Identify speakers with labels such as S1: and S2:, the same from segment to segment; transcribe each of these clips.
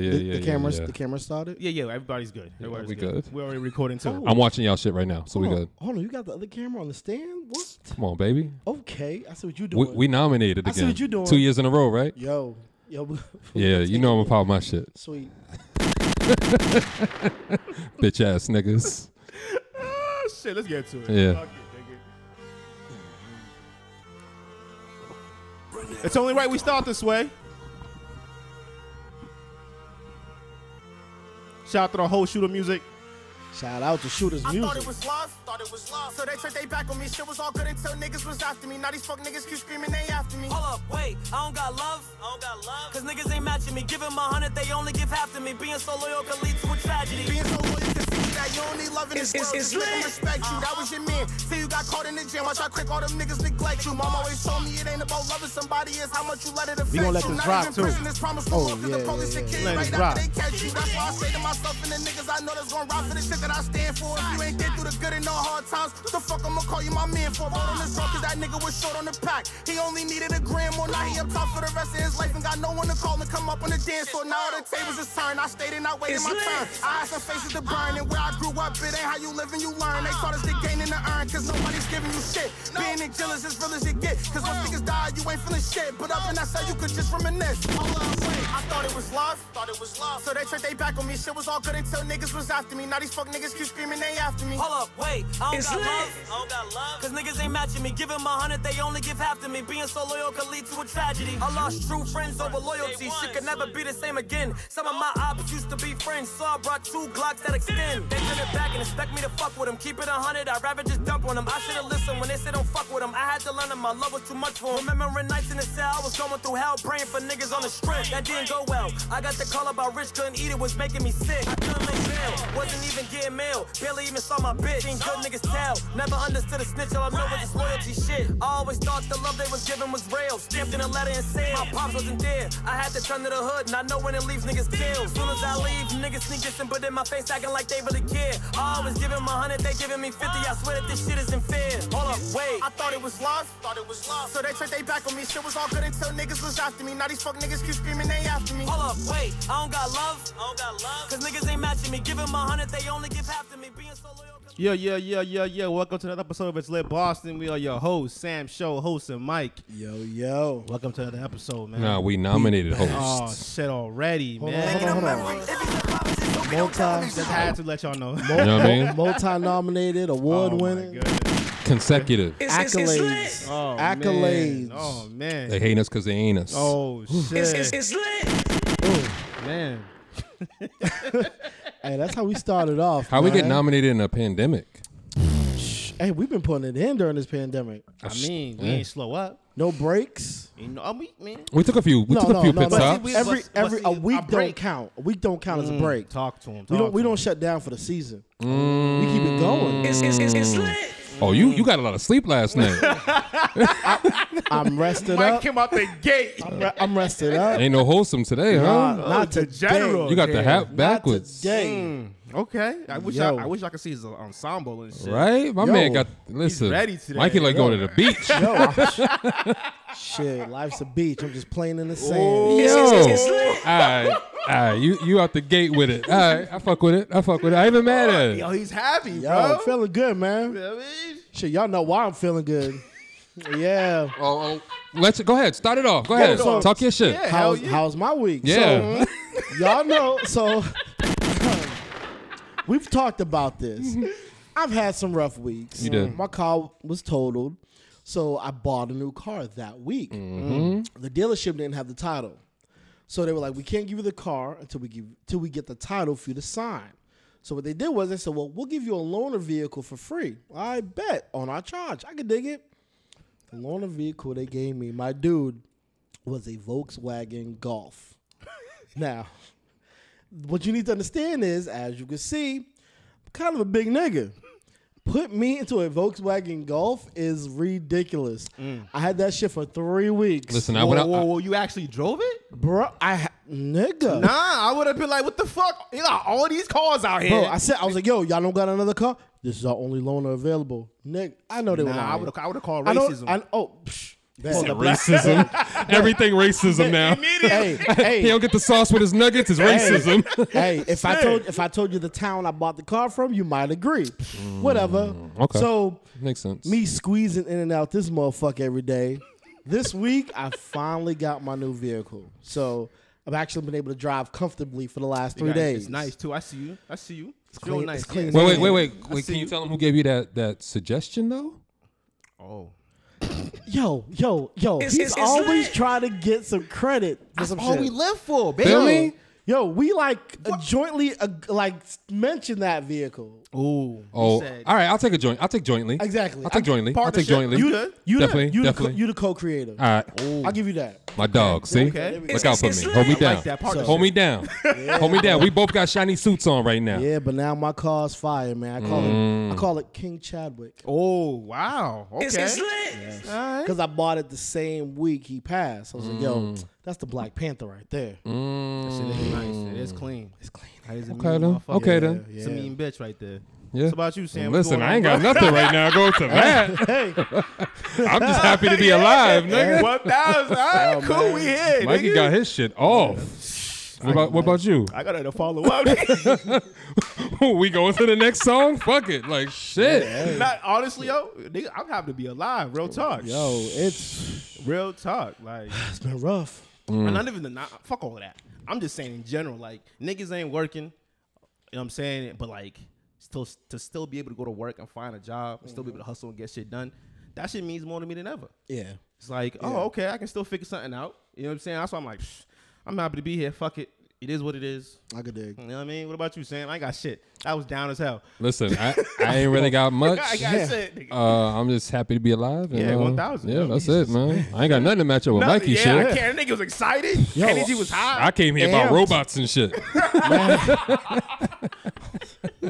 S1: Yeah,
S2: the,
S1: yeah,
S2: the
S1: yeah,
S2: cameras,
S1: yeah.
S2: the cameras started.
S3: Yeah, yeah, everybody's good. Everybody's
S1: we
S3: good.
S1: good.
S3: We're already recording too.
S1: I'm watching y'all shit right now, so we
S2: hold
S1: good.
S2: On, hold on, you got the other camera on the stand? What?
S1: Come on, baby.
S2: Okay, I see what you
S1: We,
S2: doing.
S1: we nominated
S2: I see
S1: again.
S2: what you doing.
S1: Two years in a row, right?
S2: yo, yo, we-
S1: Yeah, you know I'm about my shit,
S2: sweet.
S1: bitch ass niggas.
S3: Ah, shit, let's get to it.
S1: Yeah.
S3: Fuck it, nigga. It's only right we start this way. Shout out to the whole shooter music.
S2: Shout out to Shooters
S4: I thought it was
S2: Music.
S4: love, thought it was love. So they turned they back on me, shit was all good until niggas was after me. Now these fuck niggas keep screaming they after me.
S5: Hold up, wait, I don't got love. I don't got love. Cause niggas ain't matching me. Give 'em a hundred, they only give half to me. Being so loyal can lead to a tragedy.
S4: Being so loyal to see that you only love in this
S5: It's-
S4: world is
S5: it's- it's lit.
S4: respect you. That was your man. Till you got caught in the jam. Watch how quick all them niggas neglect you. Mom always told me it ain't about loving somebody, it's how much you let it affect
S3: gonna let
S4: you.
S3: this
S4: Not
S3: rock,
S4: even
S3: too.
S4: prison is promised
S2: Oh,
S4: oh,
S2: yeah,
S4: the police
S2: yeah,
S4: and kids
S3: yeah.
S4: right
S3: Let it
S4: after
S3: rock.
S4: they catch you. That's why I say to myself and the niggas I know that's gonna rock for the shit that I stand for. If you ain't get through the good and the hard times, what the fuck I'ma call you my man for? Roll on this rock cause that nigga was short on the pack. He only needed a gram or now he up top for the rest of his life and got no one to call and come up on the dance floor. Now all the tables is turned. I stayed and I waited my turn. I had some faces to burn and where I grew up, it ain't how you live and you learn. They taught us to gain and to earn cause nobody's giving you shit. Being in jail is as real as it get. Cause once niggas die, you ain't feeling shit. But up and I said you could just reminisce. Hold up, wait. I thought it was love, thought it was love. So they turned they back on me. Shit was all good until niggas was after me. Now these fuck niggas keep screaming they after me.
S5: Hold up, wait, I don't got love. I don't got love. Cause niggas ain't matching me. Give 'em a hundred, they only give half to me. Being so loyal can lead to a tragedy. I lost true friends over loyalty. Shit could never be the same again. Some of my ops used to be friends, so I brought two Glocks that extend. They turn it back and expect me to fuck with 'em. Keep it a hundred, I'd rather just dump on 'em. I should've listened when they said don't fuck with 'em. I had to learn that my love was too much for 'em. Remembering nights in the cell, I was going through hell, praying for niggas on the strip. That didn't go well. I got the call about Rich couldn't eat it, was making me sick. I couldn't make bail, wasn't even getting mail. Barely even saw my bitch. Seen good niggas tell. Never understood a snitch, all I know was this loyalty shit. I always thought the love they was giving was real. Stamped in a letter and said, My pops wasn't there. I had to turn to the hood, not knowing it leaves niggas still. Soon as I leave, niggas sneak this and put in my face, acting like they really care. I always give 'em a hundred, they giving me 50. I swear that this shit isn't fair. Hold up, wait.
S4: I thought it was love, thought it was love. So they turned they back on me. Shit was all good until niggas was after me. Now these fuck niggas keep screaming they after me.
S5: Hold up, wait, I don't got love. I don't got love. Cause niggas ain't matching me. Give 'em a hundred, they only give half to me. Being so loyal.
S3: Yeah, yeah, yeah, yeah, yeah. Welcome to another episode of It's Lit Boston. We are your hosts, Sam Show, host and Mike.
S2: Yo, yo.
S3: Welcome to another episode, man.
S1: Nah, we nominated
S3: Oh
S1: hosts.
S3: shit! Already,
S2: Hold on,
S3: man.
S2: hold on, hold on.
S3: Just
S2: Multi,
S3: had to let y'all know.
S1: You know what I mean?
S2: multi-nominated,
S3: Oh, my
S2: award-winning,
S3: goodness.
S1: Consecutive.
S2: accolades,
S3: Oh, man.
S2: accolades.
S3: Oh man.
S1: They hate us because they ain't us.
S3: Oh shit.
S1: Oh,
S3: man.
S2: Hey, that's how we started off.
S1: How we get
S2: man.
S1: nominated in a pandemic?
S2: Hey, we've been putting it in during this pandemic.
S3: I mean, we
S1: yeah.
S3: ain't slow up.
S2: No breaks.
S3: You know, I mean, man.
S1: We took a few. We
S2: no,
S1: took
S2: no,
S1: a few
S2: no,
S1: pit
S2: no.
S1: stops.
S2: Every every,
S3: But see,
S2: a week
S3: a break. Mm,
S2: don't count. A week don't count as a break.
S3: Talk to him. Talk
S2: We don't we
S3: to
S2: don't
S3: him.
S2: shut down for the season. We keep it going.
S1: Oh, you you got a lot of sleep last night.
S2: I'm rested
S3: Mike
S2: up.
S3: came out the gate.
S2: I'm, re- I'm rested up.
S1: ain't no wholesome today,
S2: Nah,
S1: huh?
S2: not
S3: the
S2: today.
S3: general.
S1: You got the
S3: Yeah.
S1: hat
S2: Not
S1: backwards,
S2: today.
S3: Hmm, okay. I wish
S2: Yo.
S3: I, I wish I could see his ensemble and shit.
S1: right? My
S2: Yo.
S1: man got listen.
S3: ready today.
S1: Mikey like going to the beach.
S2: Yo, I'm- shit, life's a beach. I'm just playing in the sand.
S1: Oh. Yo, alright, alright, you you out the gate with it. Alright, I fuck with it. I fuck with it. I ain't even mad at
S3: Yo,
S1: it.
S3: he's happy,
S2: Yo,
S3: bro.
S2: I'm feeling good, man.
S3: I mean,
S2: Shit, y'all know why I'm feeling good. yeah.
S1: Oh, oh, let's go ahead. Start it off. Go ahead.
S2: so-
S1: Talk your shit.
S3: Yeah. Hell
S2: How's, how's my week?
S1: Yeah.
S2: So, y'all know. So, we've talked about this. I've had some rough weeks.
S1: You did.
S2: My car was totaled, so I bought a new car that week. The dealership didn't have the title, so they were like, "We can't give you the car until we give till we get the title for you to sign." So what they did was they said, "Well, we'll give you a loaner vehicle for free." I bet on our charge. I could dig it. The loaner vehicle they gave me, my dude, was a Volkswagen Golf. now, what you need to understand is, as you can see, I'm kind of a big nigga. Put me into a Volkswagen Golf is ridiculous. I had that shit for three weeks.
S1: Listen, I
S3: Mm. whoa,
S1: went
S3: whoa,
S1: out.
S3: whoa, You actually drove it?
S2: bro, I ha- nigga.
S3: Nah, I would have been like, what the fuck? You got all these cars out here.
S2: Bro, I said I was like, yo, y'all don't got another car. This is our only loaner available, nigga. I know they were.
S3: nah, I
S2: lying.
S3: would have. I would have called
S2: I know-
S3: racism.
S2: I, oh, psh,
S1: He
S2: That-
S1: said racism. Everything racism now.
S2: hey,
S1: He
S2: hey,
S1: don't get the sauce with his nuggets. It's racism.
S2: hey, if I told if I told you the town I bought the car from, you might agree. Whatever.
S1: Mm, okay.
S2: So
S1: Makes sense.
S2: me squeezing in and out this motherfucker every day. This week I finally got my new vehicle. So I've actually been able to drive comfortably for the last three
S3: Yeah,
S2: days.
S3: It's nice too. I see you. I see you. It's
S2: clean-
S3: real nice.
S2: it's clean.
S3: yeah.
S1: Wait, wait, wait, wait.
S3: I
S1: wait
S3: see
S1: can you
S3: you.
S1: tell him who gave you that that suggestion though?
S3: Oh,
S2: Yo, yo, yo.
S6: It's-
S2: he's
S6: it's- it's
S2: always
S6: lit.
S2: trying to get some credit. for
S3: that's
S2: some
S3: all
S2: shit.
S3: we live for, baby.
S1: Feel me?
S2: Yo, we like uh, jointly uh, like mentioned that vehicle.
S1: Oh,
S3: Ooh.
S1: all
S3: said-
S1: right. I'll take a joint. I'll take jointly.
S2: Exactly.
S1: I'll take jointly. I'll take
S3: Partnership.
S1: jointly.
S3: You
S1: all
S3: the-
S2: You
S1: Definitely,
S2: the, you The,
S1: definitely.
S2: co- you the co-creator.
S1: right.
S3: Oh.
S2: I'll give you that.
S1: My dog. See,
S3: Okay.
S1: look out for
S6: It's-
S1: me.
S6: it's
S1: Hold me
S6: lit. I
S1: down.
S3: like that partnership.
S1: Hold me down. Hold me down. We both got shiny suits on right now.
S2: Yeah, but now my car's fire, man. I call it I call it King Chadwick
S3: Oh wow. Okay.
S6: It's, it's lit.
S3: All right.
S2: because I bought it the same week he passed. I was like, yo,
S1: Mm.
S2: that's the Black Panther right there.
S3: That shit is nice. It is clean. Mm. It's clean.
S1: Okay then. Okay then.
S3: It's a mean bitch right there.
S1: Yeah.
S3: It's about you, Sam. What's
S1: Listen,
S3: going
S1: I ain't
S3: on,
S1: got nothing right now. Go to that.
S2: Hey,
S1: I'm just happy to be alive, nigga.
S3: One thousand. All right, cool. We here.
S1: Mikey
S3: nigga.
S1: got his shit off. What about, what about you?
S3: I gotta follow up.
S1: we going to the next song? Fuck it. Like, shit.
S3: Not honestly, yo, nigga, I'm happy to be alive. Real talk.
S2: yo, it's
S3: Real talk. Like,
S2: it's been rough.
S3: and not even the not, fuck all of that. I'm just saying in general, like niggas ain't working. You know what I'm saying? But like, still to still be able to go to work and find a job, and still be able to hustle and get shit done. That shit means more to me than ever.
S2: Yeah,
S3: It's like, oh, okay, I can still figure something out. You know what I'm saying? That's why I'm like, psh, I'm happy to be here. Fuck it. It is what it is.
S2: I could dig.
S3: You know what I mean? What about you, Sam? I ain't got shit. I was down as hell.
S1: Listen, I, I ain't really got much.
S3: I got shit. nigga.
S1: Uh, I'm just happy to be alive. and,
S3: Yeah,
S1: uh,
S3: 1,000,
S1: Yeah,
S3: yo,
S1: that's
S3: Jesus.
S1: it, man. I ain't got nothing to match up with
S3: No,
S1: Mikey
S3: yeah, I
S1: shit.
S3: can't. Nigga was excited. Energy was high.
S1: I came here about
S2: Amped.
S1: robots and shit.
S2: I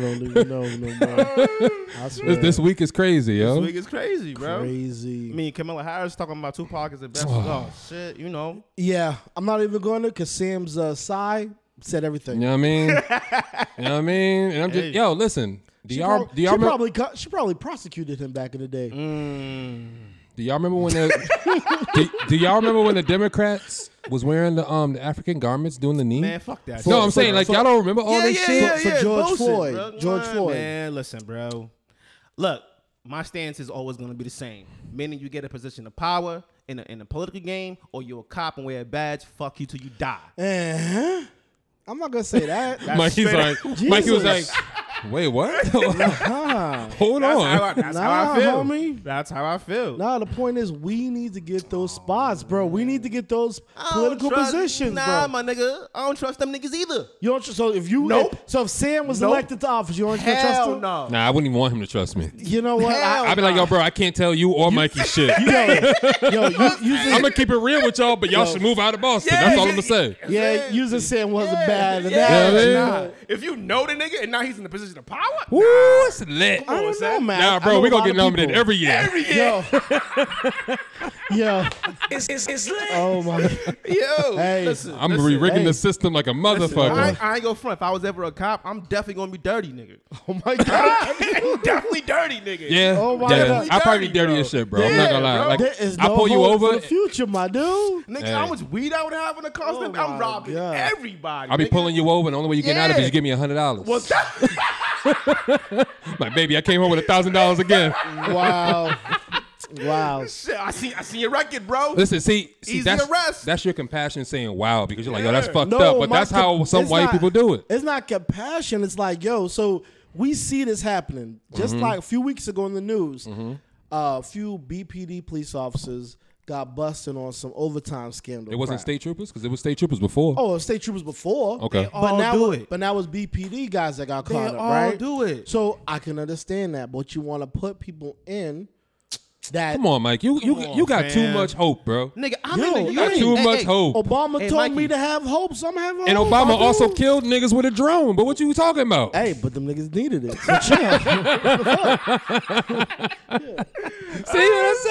S2: don't even know no more. I swear,
S1: This, this week is crazy,
S3: This
S1: yo.
S3: week is crazy, bro.
S2: crazy.
S3: I mean, Camilla Harris talking about Tupac is the best. oh shit, you know.
S2: Yeah, I'm not even going to because Sam's uh, sigh said everything.
S1: You know what I mean? you know what I mean? And I'm just,
S3: Hey.
S1: yo, listen. Do
S2: She,
S1: y'all,
S2: prob-
S1: do, y'all
S2: she
S1: remem-
S2: probably co- she probably prosecuted him back in the day.
S3: Mm.
S1: do y'all remember when the, do, do y'all remember when the Democrats was wearing the um the African garments doing the knee?
S3: Man, fuck that.
S1: no,
S3: shit.
S1: I'm saying like y'all don't remember all
S3: yeah,
S1: this
S3: yeah,
S1: shit.
S3: yeah,
S2: for
S3: yeah, it's
S2: George
S3: bullshit,
S2: Floyd.
S3: bro.
S2: George
S3: Nah,
S2: Floyd.
S3: Man, listen, bro. Look, my stance is always gonna be the same. Meaning you get a position of power in a, in a political game, or you're a cop and wear a badge. Fuck you till you die.
S2: Eh, I'm not gonna say that.
S1: Mikey's
S3: straight
S1: like, Mikey was like,
S2: Jesus.
S1: wait, what?
S2: Uh-huh.
S1: Hold
S3: That's,
S1: on.
S3: how, I, that's how I
S2: Nah,
S3: feel,
S2: homie.
S3: That's how I feel.
S2: nah, the point is we need to get those spots, bro. We need to get those political positions,
S3: nah,
S2: bro.
S3: my nigga. I don't trust them niggas either.
S2: you don't tr- so if you
S3: Nope.
S2: so if Sam was
S3: Nope.
S2: elected to office, you aren't gonna trust
S3: Hell
S2: him.
S3: no.
S1: Nah, I wouldn't even want him to trust me.
S2: You know what?
S1: I'd be like, yo, bro, I can't tell you or Mikey shit.
S2: yo, yo, you, you
S1: I'm
S2: just,
S1: gonna keep it real with y'all, but y'all
S2: Yo.
S1: should move out of Boston. That's all I'm gonna say.
S2: yeah, you just saying wasn't bad. and
S3: yeah,
S2: that-
S1: yeah,
S2: you
S1: yeah.
S2: know.
S3: If you know the nigga and now he's in the position of power,
S1: Woo, it's lit.
S2: I don't know, man.
S1: Nah,
S2: I
S1: bro,
S2: know
S1: we
S2: a
S1: gonna
S2: lot
S1: get
S2: of
S1: nominated
S2: people.
S1: every year.
S2: Yo, yo,
S6: It's, it's, it's lit.
S2: oh my.
S3: yo,
S2: Hey.
S3: listen,
S1: I'm
S3: listen,
S1: re-rigging
S2: hey.
S1: the system like a
S3: listen, I,
S1: motherfucker.
S3: ain't- I ain't go front. If I was ever a cop, I'm definitely gonna be dirty, nigga.
S2: Oh my god.
S3: definitely dirty, nigga.
S1: Yeah,
S2: Oh, my
S1: yeah.
S2: God.
S1: I probably
S3: Dirty,
S1: dirty
S3: bro.
S1: as shit, bro. I'm not gonna lie.
S3: Yeah,
S1: Like,
S3: bro.
S2: There is no
S1: I pull you
S2: hope for
S1: over,
S2: the future, my dude.
S3: Nigga,
S1: Hey.
S3: how much weed I would have in the car? nigga?
S2: Oh my
S3: I'm robbing
S2: God.
S3: everybody.
S1: I'll be
S3: nigga.
S1: pulling you over, and the only way you get out of it is
S3: Yeah.
S1: you give me a hundred dollars.
S3: What's that?
S1: Like, baby, I came home with a thousand dollars again.
S2: Wow. Wow.
S3: Shit, I see, I see your record, bro.
S1: Listen, see, see
S3: Easy
S1: that's
S3: arrest.
S1: that's your compassion saying wow because you're like, yo, that's
S3: Yeah.
S1: fucked up, but
S2: my
S1: that's how
S2: comp-
S1: some
S2: it's
S1: white
S2: not-
S1: people do it.
S2: It's not compassion. It's like, yo, so we see this happening. Just
S1: Mm-hmm.
S2: like a few weeks ago in the news, uh, a few BPD police officers got busted on some overtime scandal.
S1: It wasn't
S2: crap.
S1: state troopers because it was state troopers before.
S2: Oh, it was state troopers before.
S1: Okay. They
S3: all
S2: now,
S3: do it.
S2: But now it's BPD guys that got
S3: They
S2: caught up,
S3: all
S2: right?
S3: do it.
S2: So I can understand that, but you want to put people in that.
S1: Come on, Mike, you you
S3: on,
S1: you got too
S3: fam.
S1: much hope, bro.
S3: nigga, I'm
S2: Yo,
S3: in the
S1: You
S2: you
S1: got
S2: ain't-
S1: too
S3: Hey,
S1: much
S3: hey,
S1: hope.
S2: Obama
S3: Hey,
S2: told
S3: Mikey.
S2: me to have hope, so I'm having
S1: And
S2: hope.
S1: Obama
S2: my
S1: also
S2: dude.
S1: killed niggas with a drone. But what you talking about?
S2: Hey, but them niggas needed it. So chill.
S1: See what I'm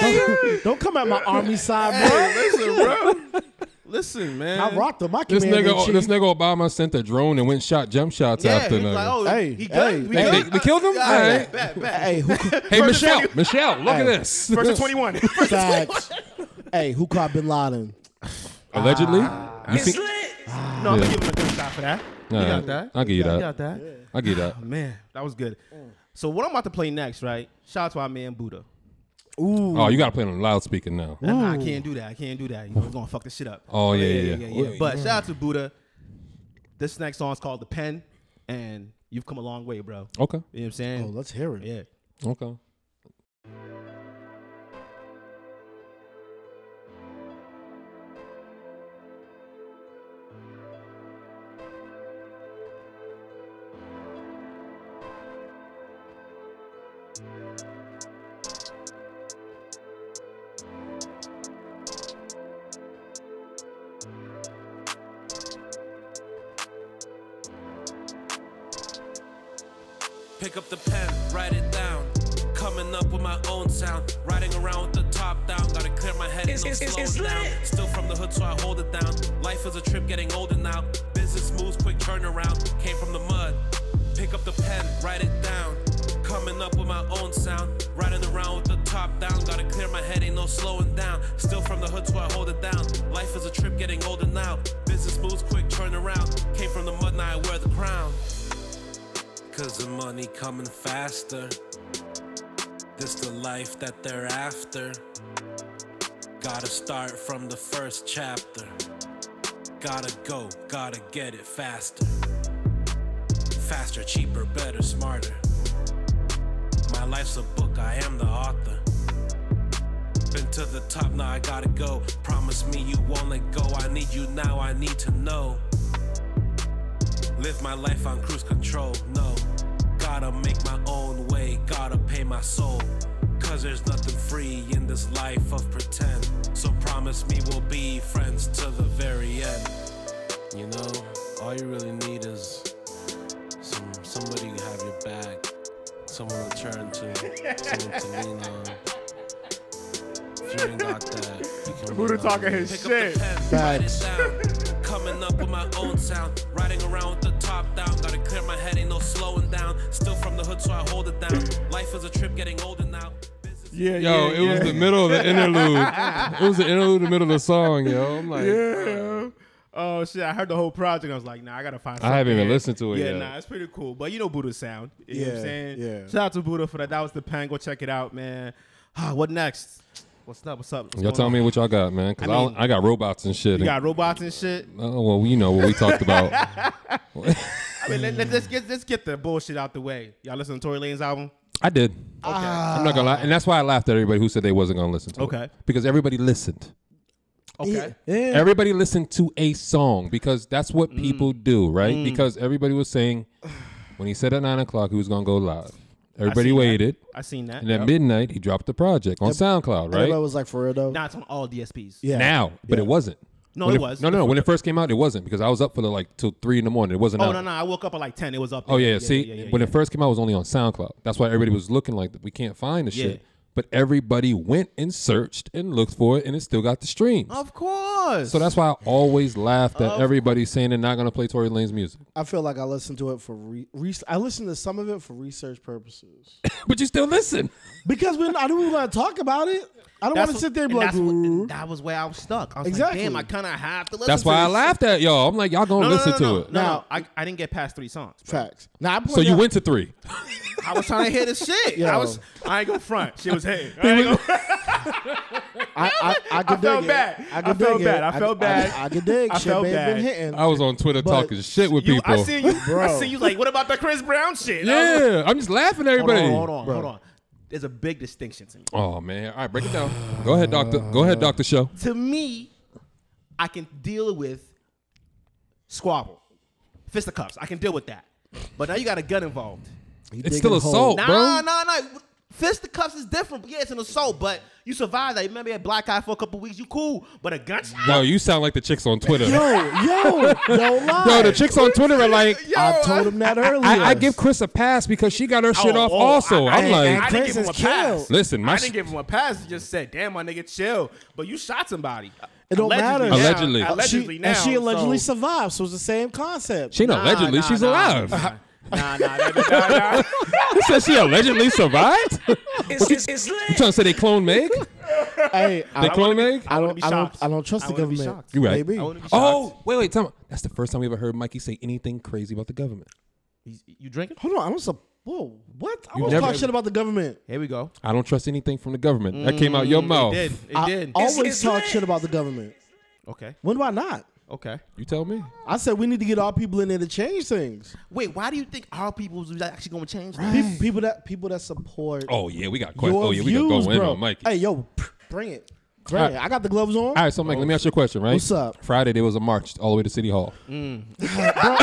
S1: saying?
S2: Don't come at my army side, bro.
S3: Listen, bro. Listen, man.
S2: I rocked him. I
S1: This
S2: command in
S1: nigga,
S2: chief.
S1: this nigga Obama sent a drone and went and shot jump shots
S3: Yeah,
S1: after
S3: he was
S1: nigga.
S3: like, oh,
S2: Hey,
S3: he
S2: hey,
S3: good?
S2: hey,
S1: they- we killed him?
S3: yeah,
S1: All right.
S3: bet, bet, bet.
S2: Hey, who,
S1: hey
S3: Versus
S1: Michelle,
S3: 20
S1: Michelle, look at
S2: Hey.
S1: this.
S3: Versus 21.
S2: facts. hey, who caught Bin Laden?
S1: Allegedly,
S3: Ah.
S1: you
S6: It's
S1: see,
S6: lit.
S3: No,
S1: Yeah.
S3: I'm gonna give him a good shot for that. You
S1: Alright.
S3: got that?
S1: I'll give you that.
S3: You got that? Oh,
S1: I get that.
S3: Man, that was good. So what I'm about to play next, right? Shout out to our man Buddha.
S2: Ooh,
S1: Oh, you gotta play it on loudspeaker now.
S3: Nah, nah, I can't do that. I can't do that. You know, it's gonna fuck this shit up.
S1: Oh, yeah, yeah, yeah. Wait,
S3: But shout out to Buddha. This next song's called The Pen, and you've come a long way, bro.
S1: Okay,
S3: You know what I'm saying?
S2: oh, let's hear it.
S3: yeah.
S1: Mm, okay.
S7: Pick up the pen, write it down. Coming up with my own sound. Riding around with the top down. Gotta clear my head
S6: It's-
S7: and I'm
S6: it's-
S7: slowed
S6: it's
S7: down.
S6: lit.
S7: Still from the hood, so I hold it down. Life is a trip getting older now. Business moves, quick turnaround. Came from the mud. Pick up the pen, write it down. Coming up with my own sound. Riding around with the top down. Gotta clear my head, ain't no slowing down. Still from the hood, so I hold it down. Life is a trip getting older now. Business moves, quick turnaround. Came from the mud, now I wear the crown. Cause the money coming faster. This the life that they're after. Gotta start from the first chapter. Gotta go, gotta get it faster. Faster, cheaper, better, smarter. My life's a book, I am the author. Been to the top, now I gotta go. Promise me you won't let go. I need you now, I need to know. Live my life on cruise control, no. Gotta make my own way, gotta pay my soul. Cause there's nothing free in this life of pretend. So promise me we'll be friends to the very end. You know, all you really need is some somebody to have your back, someone to turn to, someone to lean on. If you ain't got that, you can
S3: Buddha
S7: lean on
S3: talking
S7: me.
S3: his
S7: Pick
S3: shit.
S7: Up the pen, write it down. Coming up with my own sound. Riding around with the top down. Gotta clear my head, ain't no slowing down. Still from the hood, so I hold it down. Life is a trip getting older now. Business-
S3: Yeah,
S1: Yo, it was the middle of the interlude. it was the interlude, in the middle of the song, yo. I'm like,
S3: Yeah. Oh shit! I heard the whole project. I was like, nah, I gotta find.
S1: I haven't
S3: something.
S1: even listened to it
S3: Yeah,
S1: yet.
S3: nah, it's pretty cool. But you know Buddha's sound. You know what I'm
S2: Yeah,
S3: saying?
S2: yeah.
S3: Shout out to Buddha for that. That was the pen. Go check it out, man. Ah, what next? What's up? What's up? What's
S1: y'all
S3: going
S1: tell
S3: on?
S1: me what y'all got, man. Cause I,
S3: I mean-
S1: don't- I got robots and shit.
S3: You got robots and shit.
S1: oh, well, you know what we talked about.
S3: I mean, let, let, let's get let's get the bullshit out the way. Y'all listen to Tory Lane's album?
S1: I did. I'm not gonna lie, and that's why I laughed at everybody who said they wasn't gonna listen to it.
S3: Okay.
S1: Because everybody listened.
S3: Okay.
S2: Yeah.
S1: Everybody listened to a song because that's what
S3: Mm.
S1: people do, right? Because everybody was saying when he said at nine o'clock he was gonna go live. Everybody
S3: seen that.
S1: waited,
S3: I seen that.
S1: and at
S3: Yep.
S1: midnight he dropped the project on SoundCloud, right?
S2: Everybody was like, for real though.
S3: Now it's on all DSPs.
S2: yeah.
S1: Now, but it wasn't.
S3: No,
S1: When
S3: it was.
S1: No, no, no. When it first came out, it wasn't because I was up for the, like till three in the morning. It wasn't.
S3: Oh
S1: out.
S3: no, no! I woke up at like ten. It was up.
S1: Oh
S3: there.
S1: yeah, see,
S3: yeah, yeah,
S1: when
S3: yeah.
S1: it first came out, it was only on SoundCloud. That's why everybody was looking like we can't find the
S3: Yeah.
S1: shit. But everybody went and searched and looked for it, and it still got the streams.
S3: Of course.
S1: So that's why I always laughed at everybody saying they're not gonna play Tory Lane's music.
S2: I feel like I listened to it for re- re- I listened to some of it for research purposes
S1: But you still listen.
S2: because when I don't want to talk about it. I don't want to
S3: what-
S2: sit there and be
S3: and
S2: like,
S3: that's what-
S2: "Ooh."
S3: that was where I was stuck. I was
S2: Exactly.
S3: like, damn, I kind of have to listen.
S1: That's
S3: to
S1: why I
S3: this.
S1: laughed at y'all. I'm like, y'all gonna
S3: No, no,
S1: listen
S3: no, no,
S1: to it.
S3: No, no,
S2: Now-
S3: I, I didn't get past three songs.
S2: facts. Now I
S1: So
S2: pointed
S1: you
S2: out-
S1: went to three.
S3: I was trying to hear this shit.
S2: Yo.
S3: I was. I ain't gonna front. She was hey. I, ain't gonna,
S2: I, I, I, could
S3: I felt
S2: dig
S3: bad.
S2: It.
S3: I
S2: could
S3: felt
S2: dig
S3: bad.
S2: It.
S3: I felt bad.
S2: I, I could dig.
S3: I
S2: Shit
S3: felt
S2: may have been
S3: bad.
S2: hitting.
S1: I was on Twitter
S2: But
S1: talking shit with
S3: you,
S1: people.
S3: I seen you. I
S2: Bro.
S3: seen you. Like, what about that Chris Brown shit? I was-
S1: yeah, I'm just laughing at
S3: Hold
S1: everybody.
S3: on, hold on, hold on. There's a big distinction to me.
S1: Oh man, all right, break it down. Go ahead, doctor. Go ahead, doctor. Show.
S3: To me, I can deal with squabble, fist of cuffs. I can deal with that. But now you got a gun involved.
S2: You
S1: It's
S2: digging
S1: still
S2: holes.
S1: assault,
S3: Nah,
S1: bro.
S3: nah, nah. Fist of cuffs is different. Yeah, it's an assault, but you survived that. You remember you had black eye for a couple weeks. You cool, but a gunshot.
S1: Yo, you sound like the chicks on Twitter. Yo,
S2: Yo, yo, yo, lie.
S1: the chicks on Twitter are like,
S2: I told him that earlier.
S1: I, I give Chris a pass because she got her shit
S3: Oh,
S1: off.
S3: oh,
S1: also,
S3: I-
S1: I, am
S3: I-
S1: like,
S3: I didn't give him a
S2: Chris is
S3: pass.
S2: killed.
S1: Listen, my
S3: I
S1: sh-
S3: didn't give him a pass. He just said, "Damn, my nigga, chill." But you shot somebody.
S2: It don't matter.
S3: Allegedly now-
S1: Allegedly.
S2: Uh, she-
S3: allegedly now.
S2: and she allegedly
S3: so-
S2: survived, so it's the same concept.
S1: She ain't
S3: Nah,
S1: allegedly.
S3: nah,
S1: she's
S3: nah.
S1: alive.
S3: Nah, nah, nah, nah, nah, nah.
S1: He said she allegedly survived.
S8: It's, it's, it's
S1: You
S8: lit.
S1: trying to say they clone Meg?
S2: hey,
S1: They
S2: I,
S1: clone Meg?
S2: I
S3: wanna
S2: don't,
S3: be
S2: I don't,
S3: shocked.
S2: I don't trust
S3: I
S2: the
S3: wanna be
S2: government.
S3: shocked.
S1: You right.
S2: Maybe.
S3: I wouldn't be
S1: Oh,
S3: shocked.
S1: wait, wait. Time out. That's the first time we ever heard Mikey say anything crazy about the government.
S3: He's- you drinking?
S2: Hold on, I don't. Su- whoa, what? I
S1: You
S2: don't
S1: never-
S2: talk shit about the government.
S3: Here we go.
S1: I don't trust anything from the government. That came out your
S3: It
S1: mouth.
S3: did. It
S2: I
S3: did.
S2: always
S8: It's- it's
S2: talk
S8: lit.
S2: shit about the government.
S3: okay.
S2: When do I not?
S3: Okay.
S1: You tell me.
S2: I said we need to get our people in there to change things.
S3: Wait, why do you think our people is actually going to change?
S2: Pe-
S3: that?
S2: People, that people that support
S1: Oh yeah, we got
S2: your
S1: questions. Oh yeah, we
S2: views,
S1: got going in
S2: bro.
S1: on Mikey.
S2: Hey, yo, bring it, bring
S1: All right.
S2: it. I got the gloves on.
S1: All right, so Mike, let me ask you a question, right?
S2: What's up?
S1: Friday there was a march all the way to City Hall. right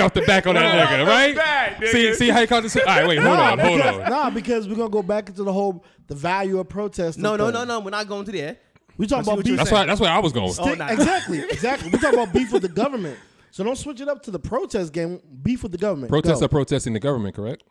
S1: off the back on that nigga, right? See, see how he called this. All right, wait, hold on, hold on.
S2: Nah, because we're gonna go back into the whole the value of protest.
S3: no, no, no, no. We're not going to there.
S2: We
S3: I
S2: talking
S3: see
S2: about
S3: what you're
S2: beef.
S1: That's why. That's where I was going.
S3: Oh, nah.
S2: Exactly, exactly. We talking about beef with the government. So don't switch it up to the protest game. Beef with the government.
S1: Protests
S2: Go.
S1: are protesting the government, correct?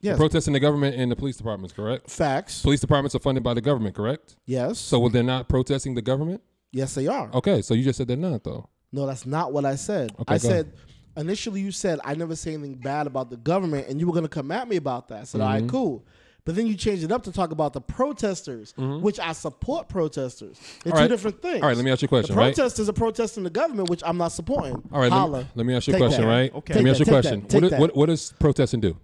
S2: yes.
S1: Protesting the government and the police departments, correct?
S2: facts.
S1: Police departments are funded by the government, correct?
S2: Yes.
S1: So well, they're not protesting the government.
S2: yes, they are.
S1: Okay, so you just said they're not though.
S2: No, that's not what I said. I
S1: go
S2: said initially you said I never say anything bad about the government, and you were gonna come at me about that. I said,
S1: Mm-hmm.
S2: all right, cool. But then you changed it up to talk about the protesters, which I support protesters.
S1: Mm-hmm. All
S2: They're two
S1: right.
S2: different things.
S1: All right, let me ask you a question,
S2: The
S1: right?
S2: protesters are protesting the government, which I'm not supporting.
S1: All right, let me,
S2: Holla.
S1: let me ask you a
S2: Take
S1: question,
S2: that.
S1: right?
S3: Okay.
S1: Let
S2: Take
S1: me ask you
S2: that,
S1: a
S2: take that,
S1: question. What,
S2: take that.
S1: do- what, what does protesting do?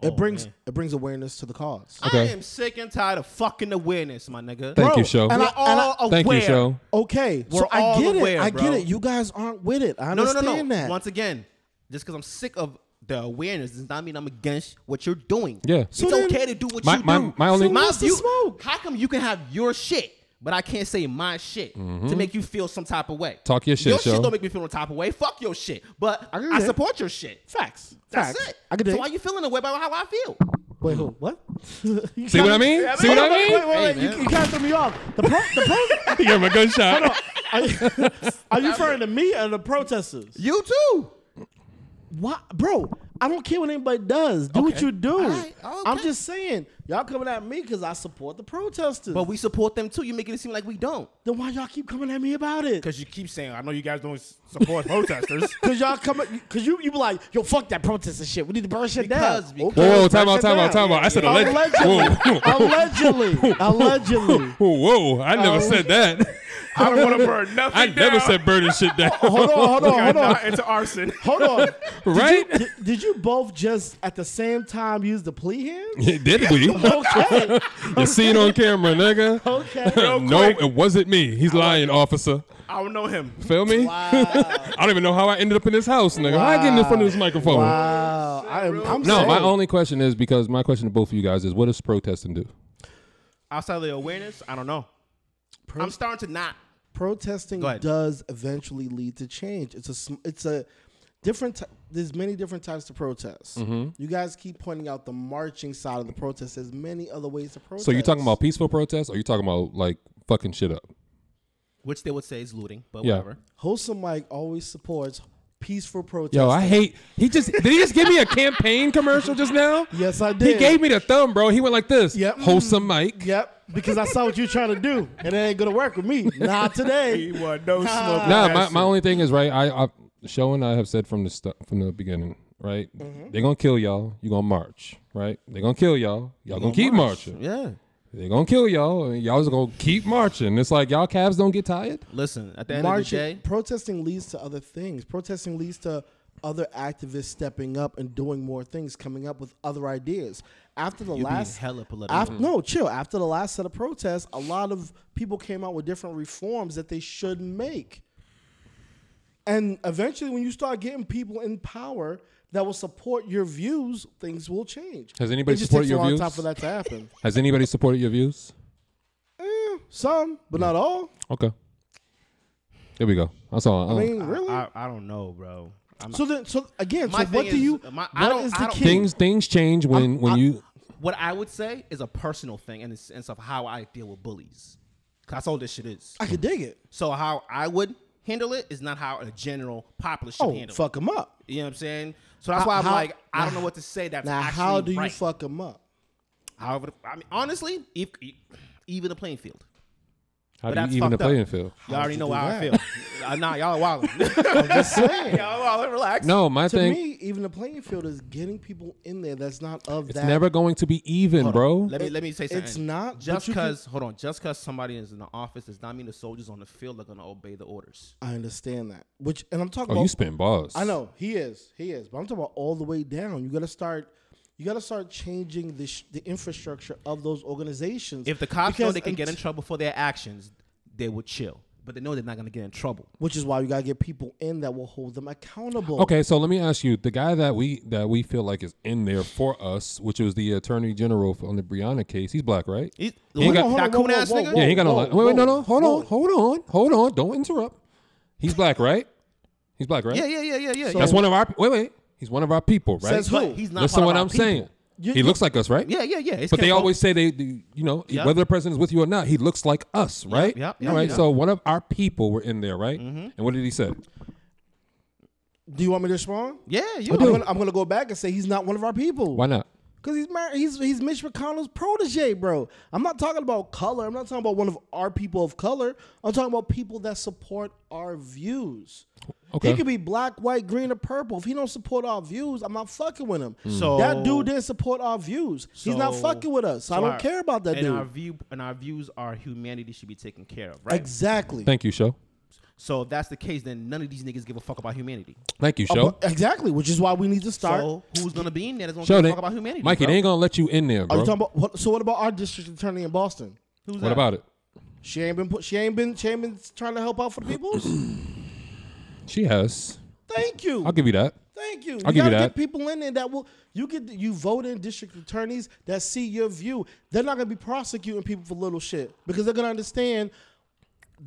S3: Oh,
S2: It brings it brings awareness to the cause.
S1: Okay.
S3: I am sick and tired of fucking awareness, my nigga.
S1: Thank
S2: Bro,
S1: you, show.
S2: and
S3: We're
S2: I-
S3: all aware.
S1: Thank you, show.
S2: Okay,
S3: We're
S2: so I
S3: all
S2: get
S3: aware,
S2: it. I get
S3: bro.
S2: it. You guys aren't with it. I
S3: No, no,
S2: understand
S3: no, no.
S2: that.
S3: Once again, just because I'm sick of the awareness does not mean I'm against what you're doing.
S1: Yeah.
S3: it's
S1: So
S2: then-
S3: okay to do what
S1: My-
S3: you
S1: my-
S3: do.
S1: my only- So
S3: my
S2: what's the
S3: view-
S2: smoke?
S3: How come you can have your shit, but I can't say my shit to make you feel some type of way?
S1: Mm-hmm. Talk your shit,
S3: Your
S1: Sho.
S3: shit don't make me feel no type of way. Fuck your shit, but
S2: I
S3: I,
S2: agree.
S3: support your shit.
S2: facts.
S3: That's
S2: facts.
S3: it.
S2: I get
S3: so
S2: it.
S3: why you feeling the way about how I feel?
S2: Wait, who? What?
S1: See
S2: You
S1: what
S2: kinda-
S1: I mean?
S2: Wait,
S1: See what I
S2: wait,
S1: mean?
S2: Wait, wait, wait.
S3: Hey,
S2: you,
S3: man.
S2: you kind of threw me off. The pro, the
S1: You gave him a gunshot.
S2: pro, are, you, are you referring to me or the protesters?
S3: You too.
S2: What, bro? I don't care what anybody does. Do what
S3: Okay.
S2: you do.
S3: All right, oh,
S2: I'm
S3: okay.
S2: just saying, y'all coming at me because I support the protesters.
S3: But we support them too. You making it seem like we don't.
S2: then why y'all keep coming at me about it?
S3: Because you keep saying, I know you guys don't support protesters.
S2: Cause y'all come, cause you you be like, yo, fuck that protest and shit. We need to burn shit
S3: Because-
S2: down.
S3: because-
S1: Whoa, whoa,
S2: burn
S1: time out,
S2: shit
S1: time out,
S2: down.
S1: time out. I said alleged.
S2: Allegedly, allegedly, allegedly.
S1: Whoa, whoa, I never said that.
S9: I don't want to burn nothing.
S1: I never
S9: down.
S1: said burning shit down.
S2: Hold on, hold on,
S9: I'm
S2: hold on,
S9: not into arson.
S2: hold on.
S1: right?
S2: Did, did you both just at the same time use the plea hand?
S1: Did we?
S2: Okay,
S1: You seen on camera, nigga.
S2: okay.
S1: no, it wasn't me. He's lying, officer.
S9: I don't know him.
S1: Feel me? I don't even know how I ended up in this house, nigga. How I get in the front of this microphone?
S2: Wow, I am, I'm
S1: No, my
S2: saying.
S1: only question is because my question to both of you guys is what does protesting do?
S3: Outside of the awareness, I don't know. I'm starting to not.
S2: protesting
S3: Go ahead.
S2: does eventually lead to change. It's a sm- it's a different. T- there's many different types of protests.
S1: Mm-hmm.
S2: You guys keep pointing out the marching side of the protest. There's many other ways to protest.
S1: So you talking about peaceful protests or you talking about like fucking shit up?
S3: Which they would say is looting, but
S1: Yeah.
S3: whatever.
S2: wholesome Mike always supports peaceful protest.
S1: Yo, I hate. He just did. He just give me a campaign commercial just now.
S2: Yes, I
S1: He
S2: did.
S1: gave me the thumb, bro. He went like this.
S2: Yep.
S1: Wholesome Mike.
S2: Yep, because I saw what you're trying to do, and it ain't gonna work with me. Not today.
S9: He want no smoke.
S3: Mm.
S9: with
S1: Nah,
S9: that
S1: my,
S9: shit.
S1: my only thing is right. I, I show and I have said from the stu- from the beginning, right?
S3: Mm-hmm.
S1: They're gonna kill y'all. You gonna march, right? They're gonna kill y'all. Y'all gonna keep marching.
S3: Yeah.
S1: They're gonna kill y'all. And y'all just gonna keep marching. It's like y'all calves don't get tired.
S3: Listen, at the end of the
S2: Marching,
S3: day,
S2: protesting leads to other things. Protesting leads to other activists stepping up and doing more things, coming up with other ideas. After the
S3: being
S2: last
S3: hella political.
S2: af- no, chill. After the last set of protests, a lot of people came out with different reforms that they should make. And eventually, when you start getting people in power that will support your views, things will change.
S1: Has anybody
S2: It just
S1: supported
S2: takes
S1: your
S2: a long
S1: views?
S2: time for that to happen.
S1: Has anybody supported your views?
S2: Some, but not all.
S1: Okay. There we go. That's all. Uh,
S2: I mean, really.
S3: I, I don't know, bro. I'm,
S2: so then, so again,
S3: My
S2: so what
S3: thing
S2: do
S3: is, uh,
S2: you?
S3: my- I
S2: what
S3: don't-
S2: is
S3: I
S2: the
S3: don't-
S2: key?
S1: things things change when when
S2: I-
S1: you.
S3: what I would say is a personal thing in the sense of how I deal with bullies. 'Cause That's all this shit is.
S2: I could dig it.
S3: So how I would handle it is not how a general populace should
S2: Oh,
S3: handle
S2: fuck them up.
S3: it. You know what I'm saying? So that's
S2: How-
S3: why I'm
S2: how-
S3: like, I don't
S2: now-
S3: know what to say. That's
S2: Now,
S3: actually
S2: how do you
S3: right.
S2: fuck them up?
S3: However, I mean, honestly, if even the playing field.
S1: How
S3: But
S1: do
S3: that's
S1: you even the
S3: fucked up.
S1: playing field?
S3: Y'all already know
S2: do
S3: how I feel.
S2: that?
S3: Uh, nah, y'all wilding.
S2: Just saying.
S3: y'all wilding. Relax.
S1: No, my
S2: to
S1: thing.
S2: me, even the playing field is getting people in there that's not of
S1: it's
S2: that.
S1: never going to be e even,
S3: Hold
S1: bro.
S3: on. Let me let me say
S2: it's
S3: something.
S2: not, but
S3: just
S2: you can-
S3: because. Hold on. Just because somebody is in the office does not mean the soldiers on the field are gonna obey the orders.
S2: I understand that. Which, and I'm talking
S1: oh,
S2: about.
S1: you spin balls.
S2: I know he is, he is, but I'm talking about all the way down. You got to start. You got to start changing the sh- the infrastructure of those organizations.
S3: If the cops know
S2: Because
S3: they can get in
S2: unt-
S3: trouble for their actions, they would chill. But they know they're not gonna get in trouble.
S2: which is why you got to get people in that will hold them accountable.
S1: Okay, so let me ask you: the guy that we that we feel like is in there for us, which was the attorney general on the Brianna case, he's black, right?
S3: He,
S1: ain't got-
S3: that
S2: Hold on,
S3: coon ass
S2: whoa, whoa,
S3: nigga.
S2: whoa,
S1: yeah, he ain't got no. Li- wait, wait, no, no. Hold
S2: whoa.
S1: on, hold on, hold on. Don't interrupt. He's black, right? He's black, right?
S3: Yeah, yeah, yeah, yeah, yeah.
S1: That's one of our. Wait, wait. He's one of our people, right?
S2: Says who?
S3: But he's not.
S1: Listen to
S3: part of
S1: what
S3: our
S1: I'm
S3: people.
S1: saying.
S2: You-
S1: he
S2: you-
S1: looks like us, right?
S3: Yeah, yeah, yeah. It's
S1: But they
S3: kinfolk.
S1: always say they, they- you know,
S3: Yeah.
S1: whether the person is with you or not, he looks like us, right?
S3: yeah, yeah,
S1: All right.
S3: yeah. Mm-hmm.
S1: So one of our people were in there, right? And what did he say?
S2: Do you want me to respond?
S3: Yeah, you.
S2: I'm gonna, I'm gonna go back and say he's not one of our people.
S1: Why not?
S2: Cause he's married. He's he's Mitch McConnell's protege, bro. I'm not talking about color. I'm not talking about one of our people of color. I'm talking about people that support our views.
S1: Okay.
S2: He could be black, white, green, or purple. If he don't support our views, I'm not fucking with him.
S3: Hmm. So-
S2: that dude didn't support our views. he's not
S3: So-
S2: fucking with us. I
S3: so
S2: don't
S3: our-
S2: care about that
S3: and
S2: dude.
S3: Our view and our views are humanity should be taken care of, right?
S2: exactly.
S1: Thank you, show.
S3: so if that's the case, then none of these niggas give a fuck about humanity.
S1: Thank you,
S2: Uh,
S1: show.
S2: but- exactly. Which is why we need to start.
S3: So who's gonna be in there that's gonna
S1: Show
S3: give a
S1: they,
S3: fuck about humanity?
S1: Mikey,
S3: bro?
S1: they ain't gonna let you in there,
S2: Are
S1: bro.
S2: you talking about? What, so what about our district attorney in Boston?
S3: Who's
S1: what
S3: that?
S1: about it?
S2: She ain't been. put- She ain't been. She ain't been trying to help out for the people.
S1: She has.
S2: Thank you.
S1: I'll give you that.
S2: Thank you.
S1: I'll
S2: you
S1: give you
S2: gotta
S1: that.
S2: get people in there that will you get you vote in district attorneys that see your view. They're not gonna be prosecuting people for little shit because they're gonna understand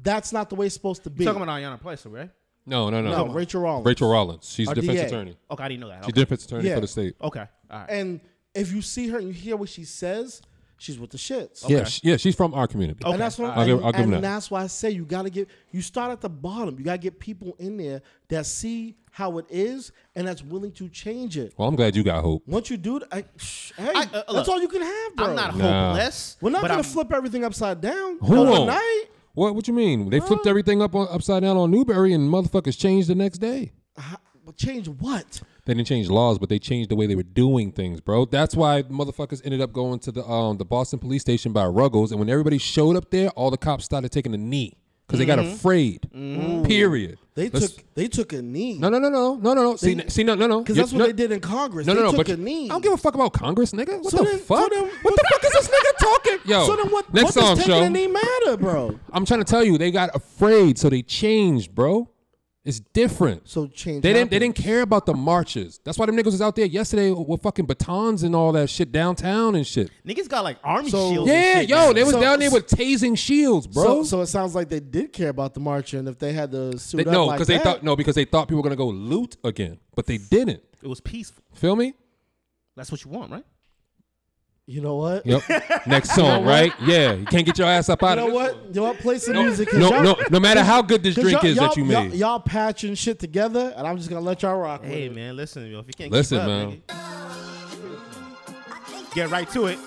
S2: that's not the way it's supposed to be.
S3: You talking about Ayanna Placer, right?
S1: No, no, no.
S2: No, Rachel Rollins.
S1: Rachel Rollins. She's
S2: Our
S1: defense
S2: DA.
S1: attorney.
S3: Okay, I didn't know that.
S1: She's
S3: Okay.
S1: defense attorney
S2: Yeah.
S1: for the state.
S3: okay, all right.
S2: And if you see her and you hear what she says, she's with the shits.
S1: Yeah, sh- yeah. She's from our community.
S2: And that's what
S1: I'll
S2: I'm,
S1: give-
S2: and,
S1: I'll give
S2: and
S1: them that.
S2: that's why I say you gotta get you start at the bottom. You gotta get people in there that see how it is and that's willing to change it.
S1: Well, I'm glad you got hope.
S2: Once you do, th- I, sh- hey,
S3: I- uh, look,
S2: that's all you can have, bro.
S3: I'm not
S1: Nah.
S3: hopeless.
S2: We're not
S3: but
S2: gonna
S3: I'm-
S2: flip everything upside down
S1: Hold on.
S2: overnight.
S1: What? What you mean? They flipped everything up on, upside down on Newberry, and motherfuckers changed the next day.
S2: How, but change what?
S1: They didn't change laws, but they changed the way they were doing things, bro. That's why motherfuckers ended up going to the um the Boston police station by Ruggles, and when everybody showed up there, all the cops started taking a knee because they got afraid. Period.
S2: They
S1: Let's-
S2: took they took a knee.
S1: no no no no no no no. See
S2: They-
S1: see no no no
S2: because
S1: You-
S2: that's what
S1: no-
S2: they did in Congress.
S1: No,
S2: they
S1: no, no.
S2: took
S1: But
S2: a knee.
S1: I don't give a fuck about Congress, nigga. What
S2: So
S1: the
S2: then- so
S1: fuck?
S2: then
S1: what, the fuck is this nigga talking? Yo,
S2: so then what?
S1: next
S2: what
S1: song,
S2: does taking
S1: show.
S2: a knee matter, bro?
S1: I'm trying to tell you, they got afraid, so they changed, bro. It's different.
S2: So change.
S1: They didn't. They
S2: happens.
S1: didn't care about the marches. That's why them niggas was out there yesterday with fucking batons and all that shit downtown and shit.
S3: Niggas got like army
S2: So-
S3: shields. and
S1: Yeah,
S3: shit,
S1: yo,
S3: man.
S1: they was
S2: So-
S1: down there with tasing shields, bro.
S2: So, so it sounds like they did care about the march, and if they had to suit
S1: They-
S2: up
S1: no,
S2: like
S1: because they
S2: that,
S1: thought no, because they thought people were gonna go loot again, but they didn't.
S3: It was peaceful.
S1: Feel me?
S3: That's what you want, right?
S2: you know what?
S1: Yep. Next song, right? Yeah, you can't get your ass up
S2: You
S1: out
S2: know
S1: of
S2: what? You know what? Play some music. 'cause
S1: No,
S2: y'all-
S1: no, no matter how good this
S2: 'cause
S1: drink
S2: y'all-
S1: is that you
S2: y'all-
S1: made.
S2: y'all, y'all patching shit together, and I'm just gonna let y'all rock. with
S3: Hey
S2: it.
S3: man, listen, yo, if you can't
S1: Listen,
S3: keep up,
S1: man.
S3: nigga, get right to it.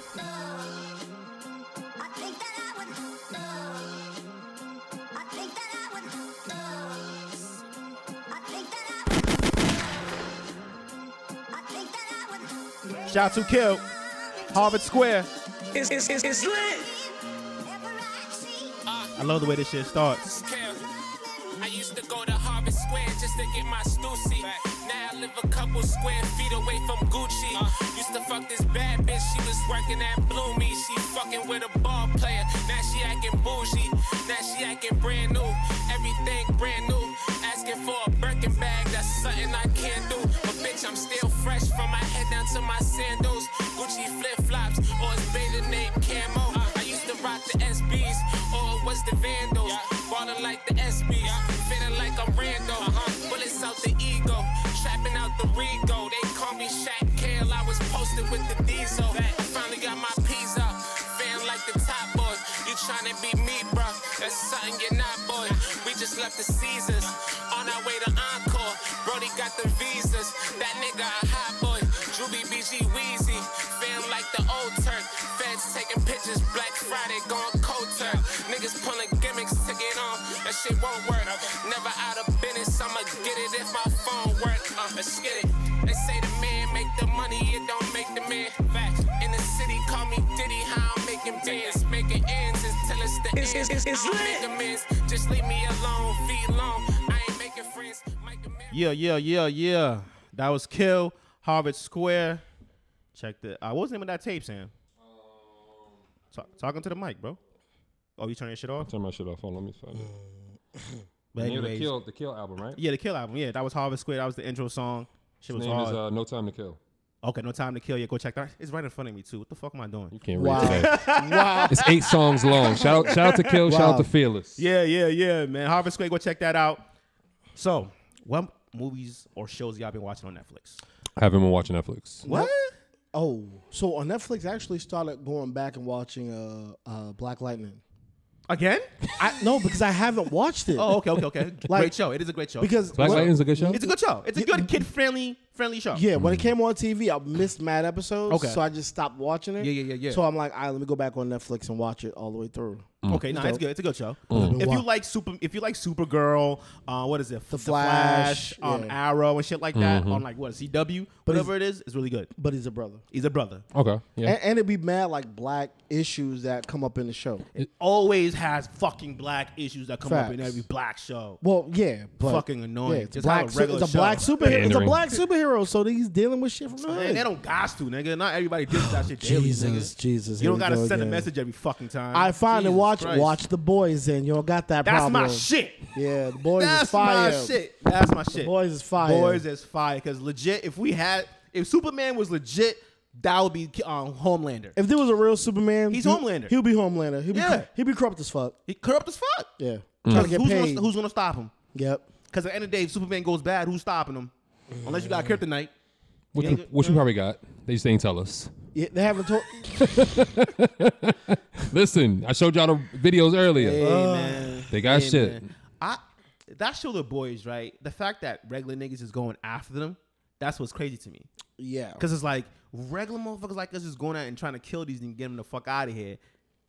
S3: Shout out to Kill, Harvard Square.
S10: It's, it's, it's, it's lit.
S1: Ah.
S3: I love the way this shit starts.
S9: care. I used to go to Harvard Square just to get my Stussy. Now I live a couple square feet away from Gucci. Used to fuck this bad bitch, she was working at Bloomy. She fucking with a ball player. Now she acting bougie. Now she acting brand new. Everything brand new. Asking for a Birkin bag, that's something I can't do. But bitch, I'm still fresh from my head down to my sandals. Gucci flip flops, or it's beta name camo. I used to rock the SBs, or it was the Vandals. Ballin' like the SBs, feeling like I'm Rando. Bullets out the ego, trapping out the Rego. They call me Shaq Kale, I was posted with the diesel. I finally got my pizza, feeling like the top boys. You tryna be me, bro? That's something you're not, boy. We just left the Caesars, on our way to Encore. Brody got the visas, that nigga a hot boy. Juby BG Weezy, feeling like the old Turk. Feds taking pictures, black
S8: Friday going coattail. Niggas pulling gimmicks to get on. That shit won't work. Never out of business. I'ma get it if my phone work. Uh, let's get it. They say the man make the money, it don't make the man. Facts. In the city, call me Diddy. How I'm making bands, making ends until it's the
S11: It's-
S8: end.
S11: it's- it's
S8: I don't
S11: lit.
S8: make amends. Just leave me alone, V long. I ain't making friends. Mike and Mary.
S3: Yeah, yeah, yeah, yeah. That was Kill, Harvard Square. Check the. Uh, what was the name of that tape, Sam? Talk, talking to the mic, bro. Oh, you turning your shit off?
S1: Turn my shit off. Hold on, let me find it.
S3: But
S1: Name of the
S3: anyways,
S1: kill, the kill album, right?
S3: yeah, the Kill album. Yeah, that was Harvard Square. That was the intro song. Shit was
S1: Name
S3: hard.
S1: is uh, No Time to Kill.
S3: okay, no time to kill. Yeah, go check that. It's right in front of me too. What the fuck am I doing?
S1: You can't
S2: Wow.
S1: read today. It's eight songs long. Shout out, shout out to Kill. Shout
S2: Wow.
S1: out to Fearless.
S3: Yeah, yeah, yeah, man. Harvard Square. Go check that out. So, what movies or shows y'all been watching on Netflix?
S1: I haven't been watching Netflix.
S3: What?
S2: Oh, so on Netflix, I actually started going back and watching uh, uh, Black Lightning.
S3: Again?
S2: I no, because I haven't watched it.
S3: Oh, okay, okay, okay.
S2: Like-
S3: great show. It is a great show.
S2: because
S1: Black
S2: when-
S1: Lightning's a good show.
S3: it's a good show. It's a good kid friendly friendly show.
S2: Yeah, when it came on TV, I missed mad episodes.
S3: Okay.
S2: So I just stopped watching it.
S3: Yeah, yeah, yeah, yeah.
S2: So I'm like, all right, let me go back on Netflix and watch it all the way through.
S1: Mm.
S3: Okay, no, it's good. It's a good show. If you
S2: Wow.
S3: like super, if you like Supergirl, uh, what is it? The,
S2: Flash,
S3: um,
S2: yeah.
S3: Arrow, and shit like that
S1: Mm-hmm.
S3: on like what CW, whatever it is, it's really good.
S2: But he's a brother.
S3: He's a brother.
S1: Okay. Yeah.
S2: And, and it'd be mad like black issues that come up in the show.
S3: It always has fucking black issues that come up in
S2: Facts.
S3: every black show.
S2: Well, yeah, but
S3: Fucking annoying.
S2: it's, a
S3: Just have
S2: black,
S3: a
S2: su-
S3: regular
S2: it's a
S3: show.
S2: black superhero. It's a
S1: Pandering.
S2: black superhero, so he's dealing with shit from the
S3: Man,
S2: hood.
S3: they don't got to, nigga. Not everybody deals with that shit daily,
S2: Jesus,
S3: nigga.
S2: Jesus,
S3: You
S2: here
S3: don't
S2: we
S3: gotta
S2: go
S3: send a
S2: again.
S3: message every fucking time.
S2: I finally
S3: Jesus
S2: watch
S3: Christ.
S2: watch the boys, and you don't got that
S3: That's
S2: problem.
S3: my shit.
S2: Yeah, the boys is
S3: That's
S2: fire.
S3: my shit. That's my shit.
S2: boys is fire.
S3: Boys is fire. Cause legit, if we had, if Superman was legit, that would be um, Homelander.
S2: If there was a real Superman,
S3: He's
S2: he-
S3: Homelander.
S2: He'll be Homelander. He'll be
S3: Yeah.
S2: he'll be corrupt as fuck.
S3: He corrupt as fuck.
S2: Yeah,
S3: Cause
S2: trying to get
S3: who's,
S2: paid.
S3: Gonna, who's gonna stop him?
S2: yep.
S3: Because at the end of the day, if Superman goes bad, who's stopping him? Unless
S2: Mm.
S3: you got kryptonite.
S1: What you, what you probably got? They just ain't tell us.
S2: Yeah, they haven't told.
S1: Listen, I showed y'all the videos earlier. They got
S3: Hey,
S1: shit.
S3: man. I that show the boys right. The fact that regular niggas is going after them, that's what's crazy to me.
S2: yeah,
S3: Cause it's like regular motherfuckers like us is going out and trying to kill these and get them the fuck out of here.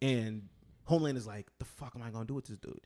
S3: And Homeland is like, the fuck am I gonna do with this dude?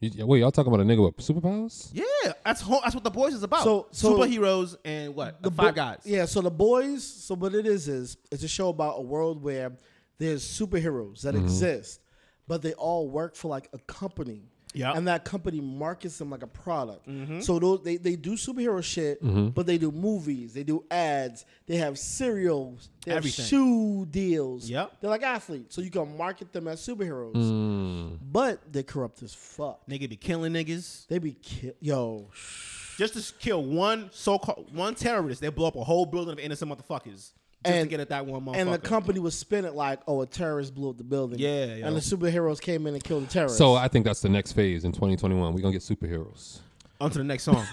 S1: You- wait, y'all talking about a nigga with superpowers?
S3: Yeah, that's ho- that's what the boys is about.
S2: So- so-
S3: superheroes and what the
S2: Bo-
S3: five guys.
S2: Yeah, so the boys. So what it is is it's a show about a world where there's superheroes
S3: Mm-hmm.
S2: that exist, but they all work for like a company.
S3: Yeah.
S2: and that company markets them like a product.
S3: Mm-hmm.
S2: So those, they they do superhero shit, but they do movies, they do ads, they have cereals, they have
S3: Everything.
S2: shoe deals.
S3: Yep.
S2: they're like athletes, so you can market them as superheroes,
S3: Mm-hmm.
S1: Mm.
S2: but they corrupt as fuck.
S3: Nigga be killing niggas
S2: They be kill yo.
S3: just to s- kill one so called one terrorist. They blow up a whole building of innocent motherfuckers just to
S2: And-
S3: get at that one motherfucker.
S2: and the company was spinning like, oh, a terrorist blew up the building.
S3: Yeah, yo.
S2: and the superheroes came in and killed the terrorist.
S1: So I think that's the next phase in 2021. We're gonna get superheroes.
S3: On to the next song.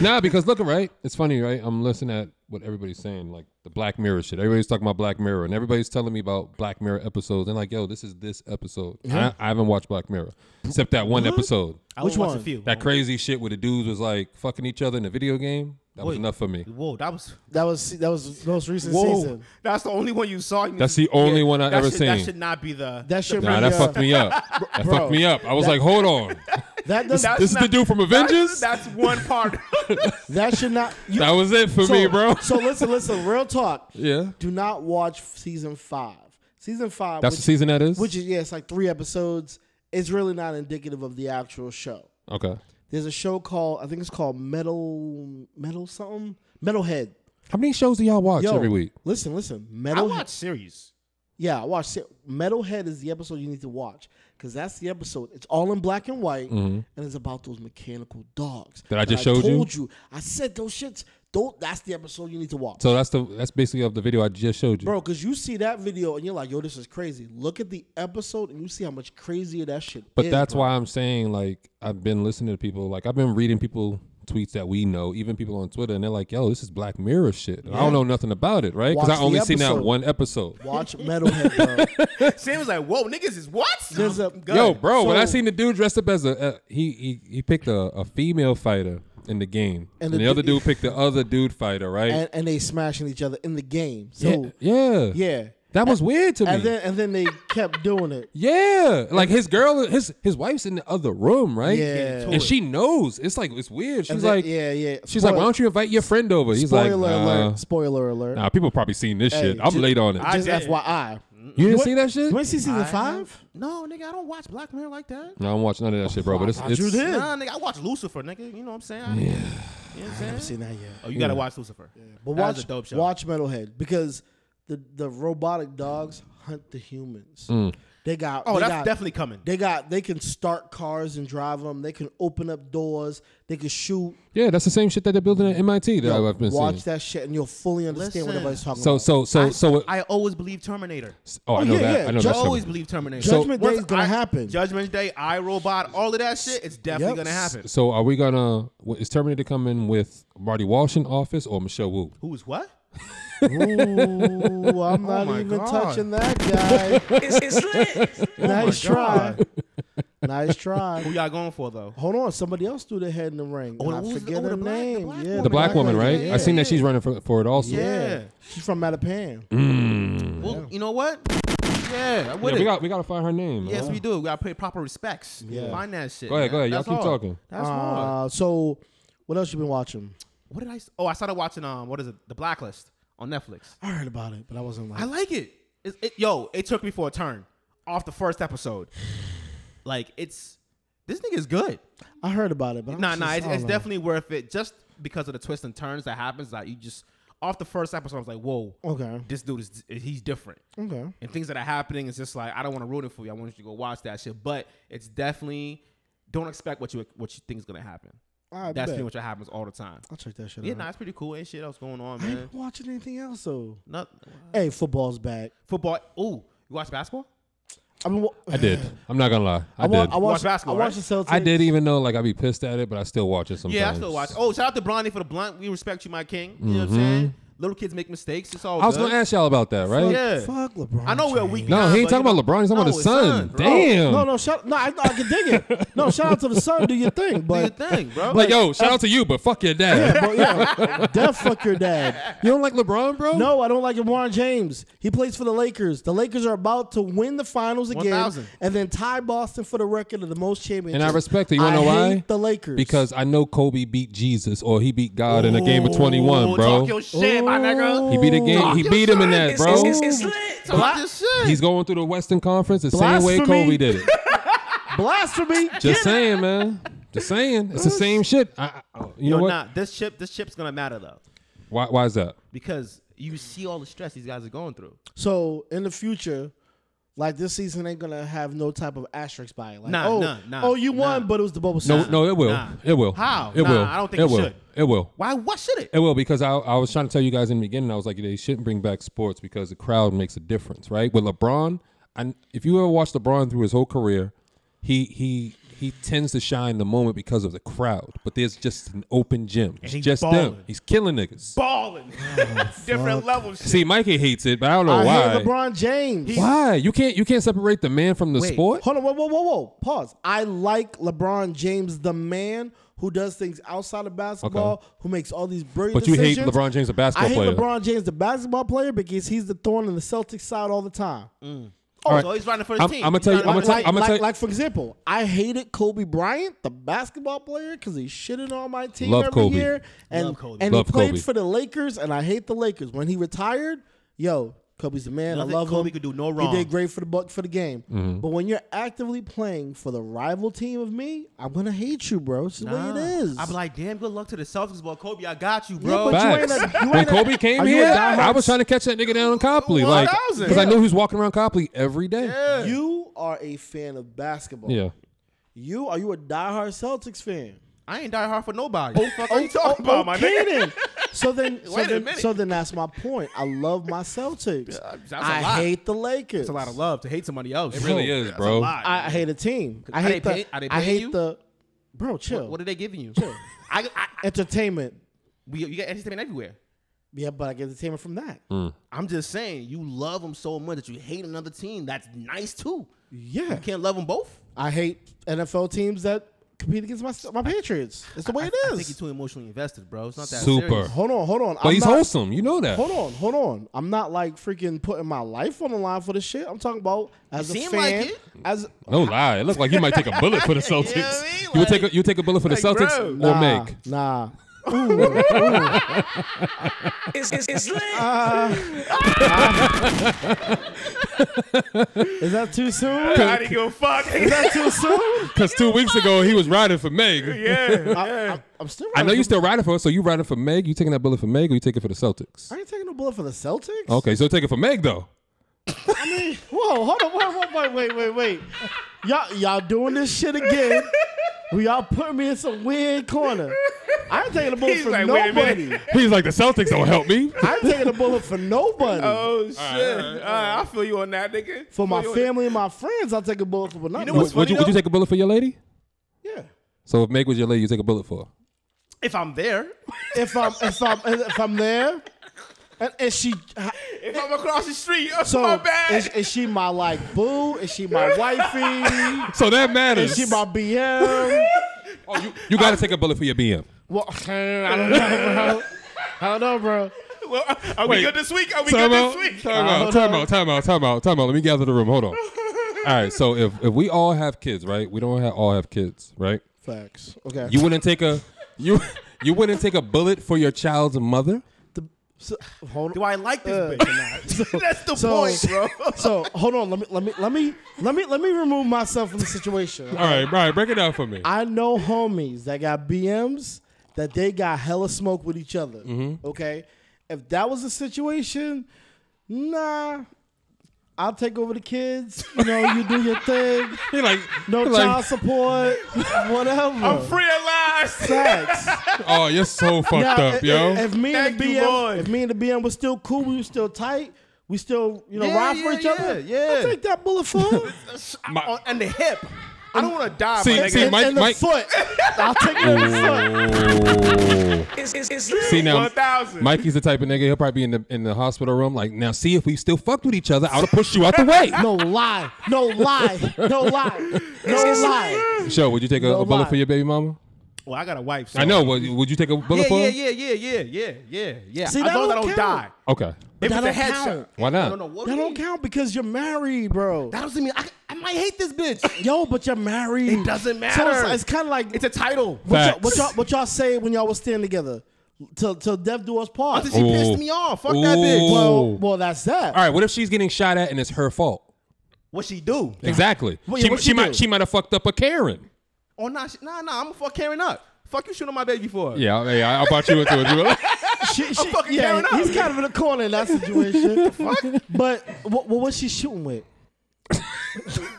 S1: nah, because look, right? It's funny, right? I'm listening at what everybody's saying, like the Black Mirror shit. Everybody's talking about Black Mirror, and everybody's telling me about Black Mirror episodes. And like, yo, this is this episode. I, I haven't watched Black Mirror except that one episode.
S3: I
S2: Which
S3: only watched
S2: one?
S3: A few.
S1: That crazy shit where the dudes was like fucking each other in a video game. That was enough for me.
S3: Whoa, that was
S2: that was that was the most recent season.
S3: That's the only one you saw. You
S1: That's
S3: need to-
S1: the only one I
S3: that
S1: ever
S3: should, That
S1: seen.
S3: should not be the.
S2: That shit.
S1: Nah,
S2: really,
S1: that
S2: uh,
S1: fucked me up. That
S2: Bro,
S1: fucked me up. I was like, hold on.
S2: That does,
S3: That's
S2: that,
S1: This is the
S3: not-
S1: dude from
S3: that's-
S1: Avengers?
S3: That's, one part.
S2: should not. You,
S1: That was it for
S2: so,
S1: me, bro.
S2: so listen, listen. Real talk.
S1: Yeah.
S2: Do not watch season five. Season five.
S1: That's
S2: which,
S1: the season that is?
S2: Which is yeah, it's like three episodes. It's really not indicative of the actual show.
S1: Okay.
S2: There's a show called I think it's called Metal Metal something Metalhead.
S1: How many shows do y'all watch
S2: Yo,
S1: every week?
S2: Listen, listen.
S3: I
S2: Metal.
S3: watch series.
S2: Yeah, I watched it. Metalhead is the episode you need to watch because that's the episode. It's all in black and white, and it's about those mechanical dogs
S1: Mm-hmm. That I just showed you?
S2: told you. I said those shits. Don't. That's the episode you need to watch,
S1: So that's the that's basically of the video I just showed you.
S2: bro. Because you see that video and you're like, "Yo, this is crazy." Look at the episode and you see how much crazier that shit.
S1: But
S2: is,
S1: that's
S2: bro.
S1: why I'm saying like I've been listening to people, like I've been reading people tweets that we know, even people on Twitter, and they're like, "Yo, this is Black Mirror shit." And I don't know nothing about it, right? Because
S2: Watch
S1: I
S2: the
S1: only seen that
S2: episode.
S1: one episode.
S2: watch Metalhead, bro.
S3: Sam was like, "Whoa, niggas is what?"
S2: There's a-
S3: Good.
S1: Yo, bro, when I
S2: So-
S1: seen the dude dressed up as a uh, he, he he picked a, a female fighter in the game, and,
S2: the
S1: the,
S2: du-
S1: other dude picked the other dude fighter, right?
S2: and, and they smashing each other in the game. So
S1: yeah,
S2: yeah,
S1: That was weird to me.
S2: And then and then they kept doing it.
S1: yeah, like his girl, his his wife's in the other room, right?
S2: Yeah.
S1: and she knows. It's like it's weird. She's
S2: And then-
S1: like,
S2: yeah, yeah.
S1: She's
S2: Spoil-
S1: like, why don't you invite your friend over? He's
S2: Spoiler
S1: like, uh,
S2: alert! Spoiler alert!
S1: Nah, people probably seen this
S2: Hey,
S1: shit. I'm
S2: ju-
S1: late on it.
S2: Just
S9: did.
S2: FYI,
S1: you didn't
S2: What-
S1: see that shit?
S2: you ain't see season five?
S3: No, nigga, I don't watch Black Mirror like that.
S1: No, I'm watching none of that shit, bro. But it's, it's
S2: you did.
S3: Nah, nigga, I watch Lucifer, nigga. You know what I'm saying? I- You know what I'm saying?
S2: Seen that yet?
S3: Oh, you gotta watch Lucifer.
S2: But
S3: That was
S2: watch
S3: a dope show.
S2: watch Metalhead because the the robotic dogs hunt the humans. They got
S3: Oh,
S2: they
S3: that's
S2: got-
S3: definitely coming.
S2: They got they can start cars and drive them. They can open up doors. They can shoot.
S1: yeah, that's the same shit that they're building at MIT that I've been
S2: watch
S1: seeing.
S2: that shit and you'll fully understand what
S3: Listen.
S2: everybody's talking
S1: So
S2: about.
S1: so so so. it-
S3: I always believe Terminator.
S1: oh, I
S2: Oh,
S1: know
S2: yeah,
S1: that. I
S2: yeah.
S1: know
S2: Just
S1: that.
S3: I always believe Terminator.
S2: Judgment Day
S3: Once
S2: is gonna
S3: I-
S2: happen.
S3: Judgment Day, I Robot, all of that shit, it's definitely
S2: Yep.
S3: gonna happen.
S1: So are we gonna? wh- Is Terminator coming with Marty Walsh in office or Michelle Wu?
S3: Who's what? Oh
S2: Ooh, I'm not
S3: my
S2: even
S3: God. Oh
S2: touching that guy.
S6: It's, it's lit.
S2: nice try. nice try.
S3: Who y'all going for though?
S2: Hold on, somebody else threw their head in the ring.
S3: Oh,
S2: and I
S3: who's the-
S2: forget
S3: oh,
S2: her
S3: the black- the
S2: name.
S3: black
S2: yeah,
S3: woman.
S1: The black woman,
S2: lady.
S1: right?
S2: Yeah,
S1: I seen
S2: yeah.
S1: that she's running for, for it also. Mm.
S2: Yeah.
S3: Yeah.
S2: she's from Mattapan.
S3: Well, you know what? Yeah, I'm
S1: Yeah,
S3: with
S1: we
S3: it.
S1: got we gotta find her name.
S3: yes,
S1: huh?
S3: we do. We gotta pay proper respects.
S2: Yeah.
S3: Find that shit.
S1: Go ahead,
S3: man.
S1: go ahead. Y'all
S3: That's
S1: keep
S3: all.
S1: talking.
S3: That's all.
S2: Uh, so, what else you been watching?
S3: What did I? s- Oh, I started watching. Um, what is it? The Blacklist on Netflix.
S2: I heard about it, but I wasn't like.
S3: I like it. It's, it. Yo, it took me for a turn off the first episode. Like it's this nigga's good.
S2: I heard about it, but I'm
S3: Nah,
S2: just-
S3: nah, it's,
S2: I don't
S3: it's
S2: know.
S3: definitely worth it just because of the twists and turns that happens. Like you just off the first episode, I was like, whoa,
S2: Okay.
S3: this dude is he's different.
S2: Okay.
S3: And things that are happening is just like I don't want to ruin it for you. I want you to go watch that shit, but it's definitely don't expect what you what you think is gonna happen.
S2: I
S3: That's
S2: bet.
S3: pretty much what happens all the time.
S2: I'll check that shit
S3: Yeah,
S2: out.
S3: nah, it's pretty cool. Ain't shit else going on,
S2: I
S3: man.
S2: ain't watching anything else though.
S3: Not
S2: Hey, football's back.
S3: football. Ooh, you watch basketball?
S2: I've been. Wa-
S1: I did. I'm not gonna lie. I,
S2: I, wa-
S1: did.
S2: I watched.
S3: basketball,
S2: I watched the Celtics.
S1: I did even though like I'd be pissed at it, but I still watch it sometimes. Mm-hmm.
S3: Yeah, I still watch. Oh, shout out to Bronny for the blunt. We respect you, my king. You know what I'm saying? Little kids make mistakes. It's all
S1: I was
S3: good.
S1: gonna ask y'all about that, right?
S2: Oh,
S3: Yeah.
S2: Fuck LeBron.
S3: I know we're a
S2: James.
S3: week.
S1: No,
S3: behind,
S1: he ain't
S3: but,
S1: talking
S3: you know-
S1: about LeBron. He's talking
S3: No,
S1: about the
S3: it's
S1: son.
S3: bro.
S1: Damn.
S2: No, no, shout. No, I, I can dig it. No, shout out to the son. Do your thing,
S3: Do your
S2: but
S3: thing, bro.
S1: Like, yo, shout out to you, but fuck your dad.
S2: yeah, bro, yeah, death fuck your dad.
S1: You don't like LeBron, bro?
S2: No, I don't like LeBron James. He plays for the Lakers. The Lakers are about to win the finals again,
S3: 1,000.
S2: and then tie Boston for the record of the most championships.
S1: And I respect it. You wanna
S2: I
S1: know why?
S2: hate The Lakers
S1: Because I know Kobe beat Jesus or he beat God in a game
S2: Oh,
S1: of 21,
S3: Ooh,
S1: bro.
S3: Talk your shit, my nigga.
S1: He beat a game. He beat him in that,
S6: It's,
S1: bro.
S6: it's, it's, it's lit.
S3: Talk your shit.
S1: He's going through the Western Conference the same way
S2: Blasphemy.
S1: Kobe did it.
S2: blasphemy.
S1: Just saying, man. Just saying. It's the same shit. I, I, you know
S3: Yo,
S1: what?
S3: nah, this chip, this chip's gonna matter though,
S1: Why, why is that?
S3: because you see all the stress these guys are going through.
S2: So in the future, like this season ain't gonna have no type of asterisk by it. Like,
S3: Nah,
S2: oh,
S3: nah, nah,
S2: oh, you won,
S3: nah.
S2: but it was the bubble
S1: No,
S2: season.
S1: no, it will.
S3: Nah.
S1: It will.
S3: How?
S1: It
S3: Nah,
S1: will.
S3: I don't think
S1: it
S3: it
S1: will.
S3: should.
S1: It will.
S3: Why? What should it?
S1: It will because I, I was trying to tell you guys in the beginning. I was like, they shouldn't bring back sports because the crowd makes a difference, right? With LeBron, and if you ever watch LeBron through his whole career, he he he tends to shine the moment because of the crowd. But there's just an open gym. It's
S9: he's
S1: just them.
S9: balling.
S1: He's killing niggas.
S9: Balling.
S2: Oh,
S9: Different levels.
S1: See, Mikey hates it, but I don't know
S2: I
S1: why.
S2: hate LeBron James.
S1: Why you can't you can't separate the man from the
S3: Wait.
S1: sport?
S2: Hold on, whoa, whoa, whoa, whoa. Pause. I like LeBron James, the man who does things outside of basketball,
S1: Okay.
S2: who makes all these brilliant
S1: But you hate
S2: decisions.
S1: LeBron James, the basketball
S2: I hate
S1: player.
S2: LeBron James, the basketball player, because he's the thorn in the Celtics side all the time.
S3: Oh,
S1: All right.
S3: so he's running for his
S1: I'm,
S3: team.
S1: gonna
S3: He's
S1: tell you. I'm
S3: running
S1: gonna
S3: for
S1: tell.
S2: like,
S1: I'm gonna
S2: like,
S1: tell.
S2: like, for example, I hated Kobe Bryant, the basketball player, because he shitted on my team
S1: Love
S2: every
S1: Kobe.
S2: year, and
S3: Love Kobe.
S2: and he
S1: Love
S2: played
S1: Kobe.
S2: for the Lakers, and I hate the Lakers. When he retired, yo, Kobe's the man.
S3: Nothing
S2: I love
S3: Kobe
S2: him.
S3: could do no wrong.
S2: He did great for the buck for the game.
S1: Mm-hmm.
S2: But when you're actively playing for the rival team of me, I'm gonna hate you, bro. It's the way it
S3: Nah.
S2: is.
S3: I'm like, damn, good luck to the Celtics, but Kobe, I got you,
S2: Yeah,
S3: bro.
S2: but you ain't
S1: Facts.
S2: a- you
S1: when
S2: ain't a-
S1: Kobe came
S2: Are you a
S1: here,
S2: diehard
S1: I was trying to catch that nigga down in Copley, like,
S3: 1,000.
S1: because I knew he was walking around Copley every day. Yeah.
S2: You are a fan of basketball. You are you a diehard Celtics fan?
S3: I ain't die hard for nobody. Oh, fuck,
S2: Oh,
S3: are you talking
S2: oh,
S3: about, my
S2: okay
S3: nigga?
S2: then. So then, so
S3: Wait a
S2: then,
S3: minute.
S2: so then that's my point. I love my Celtics.
S3: that's a
S2: I
S3: lot.
S2: hate the Lakers.
S3: It's a lot of love to hate somebody else.
S1: It really is,
S3: That's
S1: bro.
S3: A lot.
S2: I, I hate a team. I
S3: Are
S2: hate
S3: they
S2: the.
S3: pay- are they
S2: I
S3: paying
S2: hate
S3: you?
S2: the. Bro, chill.
S3: what are they giving you?
S2: I, entertainment.
S3: We, you get entertainment everywhere.
S2: Yeah, but I get entertainment from that.
S3: I'm just saying, you love them so much that you hate another team. That's nice too.
S2: Yeah,
S3: You can't love them both.
S2: I hate NFL teams that compete against my, my Patriots. It's the way it
S3: I
S2: is.
S3: think you're too emotionally invested, bro. It's not that
S1: Super.
S3: serious.
S2: hold on, hold on.
S1: But he's wholesome. You know that.
S2: Hold on, hold on. I'm not like freaking putting my life on the line for this shit. I'm talking about as a
S3: seem like
S2: fan,
S3: it.
S2: as
S1: No lie. It looked like you might take a bullet for the Celtics. you,
S3: I mean?
S1: would take a,
S3: Like-
S1: you would take a bullet for the
S3: like,
S1: Celtics
S3: bro.
S1: or
S2: nah,
S1: Meg.
S2: nah.
S6: It's, it's, it's lit.
S2: Ah. Is that too soon?
S9: I didn't give a fuck.
S2: Is that too soon?
S1: Because two weeks ago he was riding for Meg.
S9: yeah.
S2: I'm, I'm still.
S1: I know
S2: riding
S1: you
S2: with-
S1: still riding for her, so you riding for Meg. You taking that bullet for Meg, or you take it for the Celtics?
S2: I ain't taking no bullet for the Celtics.
S1: Okay, so take it for Meg though.
S2: Whoa, hold on, wait, wait, wait, wait, wait. Y'all, y'all doing this shit again? We y'all putting me in some weird corner. I ain't taking a bullet
S9: He's
S2: for
S9: like, wait a minute.
S2: nobody.
S1: He's like the Celtics don't help me.
S2: I ain't taking a bullet for nobody.
S9: Oh shit. Uh, I feel you on that, nigga.
S2: for my
S9: Feel you on
S2: family and my friends, I'll take a bullet for but not
S9: know
S2: nobody.
S1: would, would you would you take a bullet for your lady?
S2: Yeah.
S1: So if Meg was your lady, you take a bullet for. her.
S3: If I'm there,
S2: If I'm if I'm if I'm there, and, and she
S9: that. If I'm across the street, oh,
S2: so
S9: my bad.
S2: is, is she my like boo? Is she my wifey?
S1: So that
S2: Is
S1: matters.
S2: she my BM?
S1: Oh, you, you gotta take a bullet for your BM.
S2: Well, I don't know, bro. I don't know, bro.
S9: well, are we good this week? Are we
S1: Time
S9: good
S1: out,
S9: this week?
S1: time out, time out, time out, time out, time out. Let me gather the room. Hold on. All right. So if if we all have kids, right? We don't have, all have kids, right?
S2: Facts. Okay.
S1: You wouldn't take a you you wouldn't take a bullet for your child's mother.
S2: the, so, hold
S3: do I like this
S2: Uh,
S3: bitch or not? That's the
S2: so-
S3: point, bro.
S2: So hold on, let me let me let me let me let me remove myself from the situation.
S1: All right, all right. Break it down for me.
S2: I know homies that got BMs that they got hella smoke with each other.
S1: Mm-hmm.
S2: Okay, if that was the situation, nah, I'll take over the kids. You know, you do your thing.
S1: He like
S2: No
S1: he like,
S2: child support, whatever.
S9: I'm free at last.
S2: Facts.
S1: Oh, you're so fucked
S2: Now,
S1: up,
S2: if,
S1: yo.
S2: if- if me and
S9: Thank
S2: the
S9: you,
S2: BM,
S9: Lord.
S2: if me and the BM was still cool, we were still tight. We still, you know,
S3: Yeah,
S2: ride for
S3: yeah,
S2: each other.
S3: yeah,
S2: I
S3: yeah.
S2: take that bullet for her.
S1: My-
S3: On, and the hip. I don't want to die.
S1: See,
S3: my nigga.
S1: see,
S2: and,
S1: Mike-
S2: and the
S1: Mike- Oh.
S2: foot. I'll take it in the foot.
S6: It's, it's, it's lit.
S1: see now,
S9: One thousand.
S1: Mikey's the type of nigga. He'll probably be in the in the hospital room. Like now, see if we still fucked with each other. I would have pushed you out the way.
S2: No lie. No lie. No lie. No lie.
S1: Show, would you take a,
S2: No
S1: a bullet
S2: lie.
S1: for your baby mama?
S3: Well, I got a wife. So.
S1: I know. Would, would you take a bullet
S3: Yeah,
S1: for?
S3: yeah,
S1: her?
S3: yeah, yeah, yeah, yeah, yeah, yeah.
S2: See,
S3: as
S2: that
S3: long as I
S2: don't
S3: don't
S2: count.
S3: die.
S1: Okay.
S3: If
S2: That
S3: it's a
S2: don't
S3: headshot.
S2: count.
S1: Why
S3: I
S1: not?
S3: don't know what
S2: That
S3: we
S2: don't
S3: need.
S2: count because you're married, bro.
S3: That doesn't mean I, I might hate this bitch.
S2: Yo, but you're married.
S3: It doesn't
S2: So
S3: matter.
S2: it's, kind of like
S3: it's a title.
S2: what y'all,
S1: Facts.
S2: what, y'all, what y'all say when y'all was standing together till till death do us part.
S3: Until she
S1: Ooh.
S3: pissed me off. Fuck that bitch.
S1: Ooh.
S2: Well, well, that's that.
S1: All right. What if she's getting shot at and it's her fault?
S3: What she do?
S1: Exactly.
S2: What-
S1: she
S2: what
S1: she,
S2: you do?
S1: might she might have fucked up a Karen.
S3: Oh, nah, she, nah, nah. I'm gonna fuck Karen up. Fuck you shooting my baby for.
S1: Yeah. I- Yeah. I bought you into it. You were-
S2: She, she,
S3: fucking
S2: yeah,
S3: tearing up.
S2: he's kind of in a corner in that situation. But what, what was she shooting with?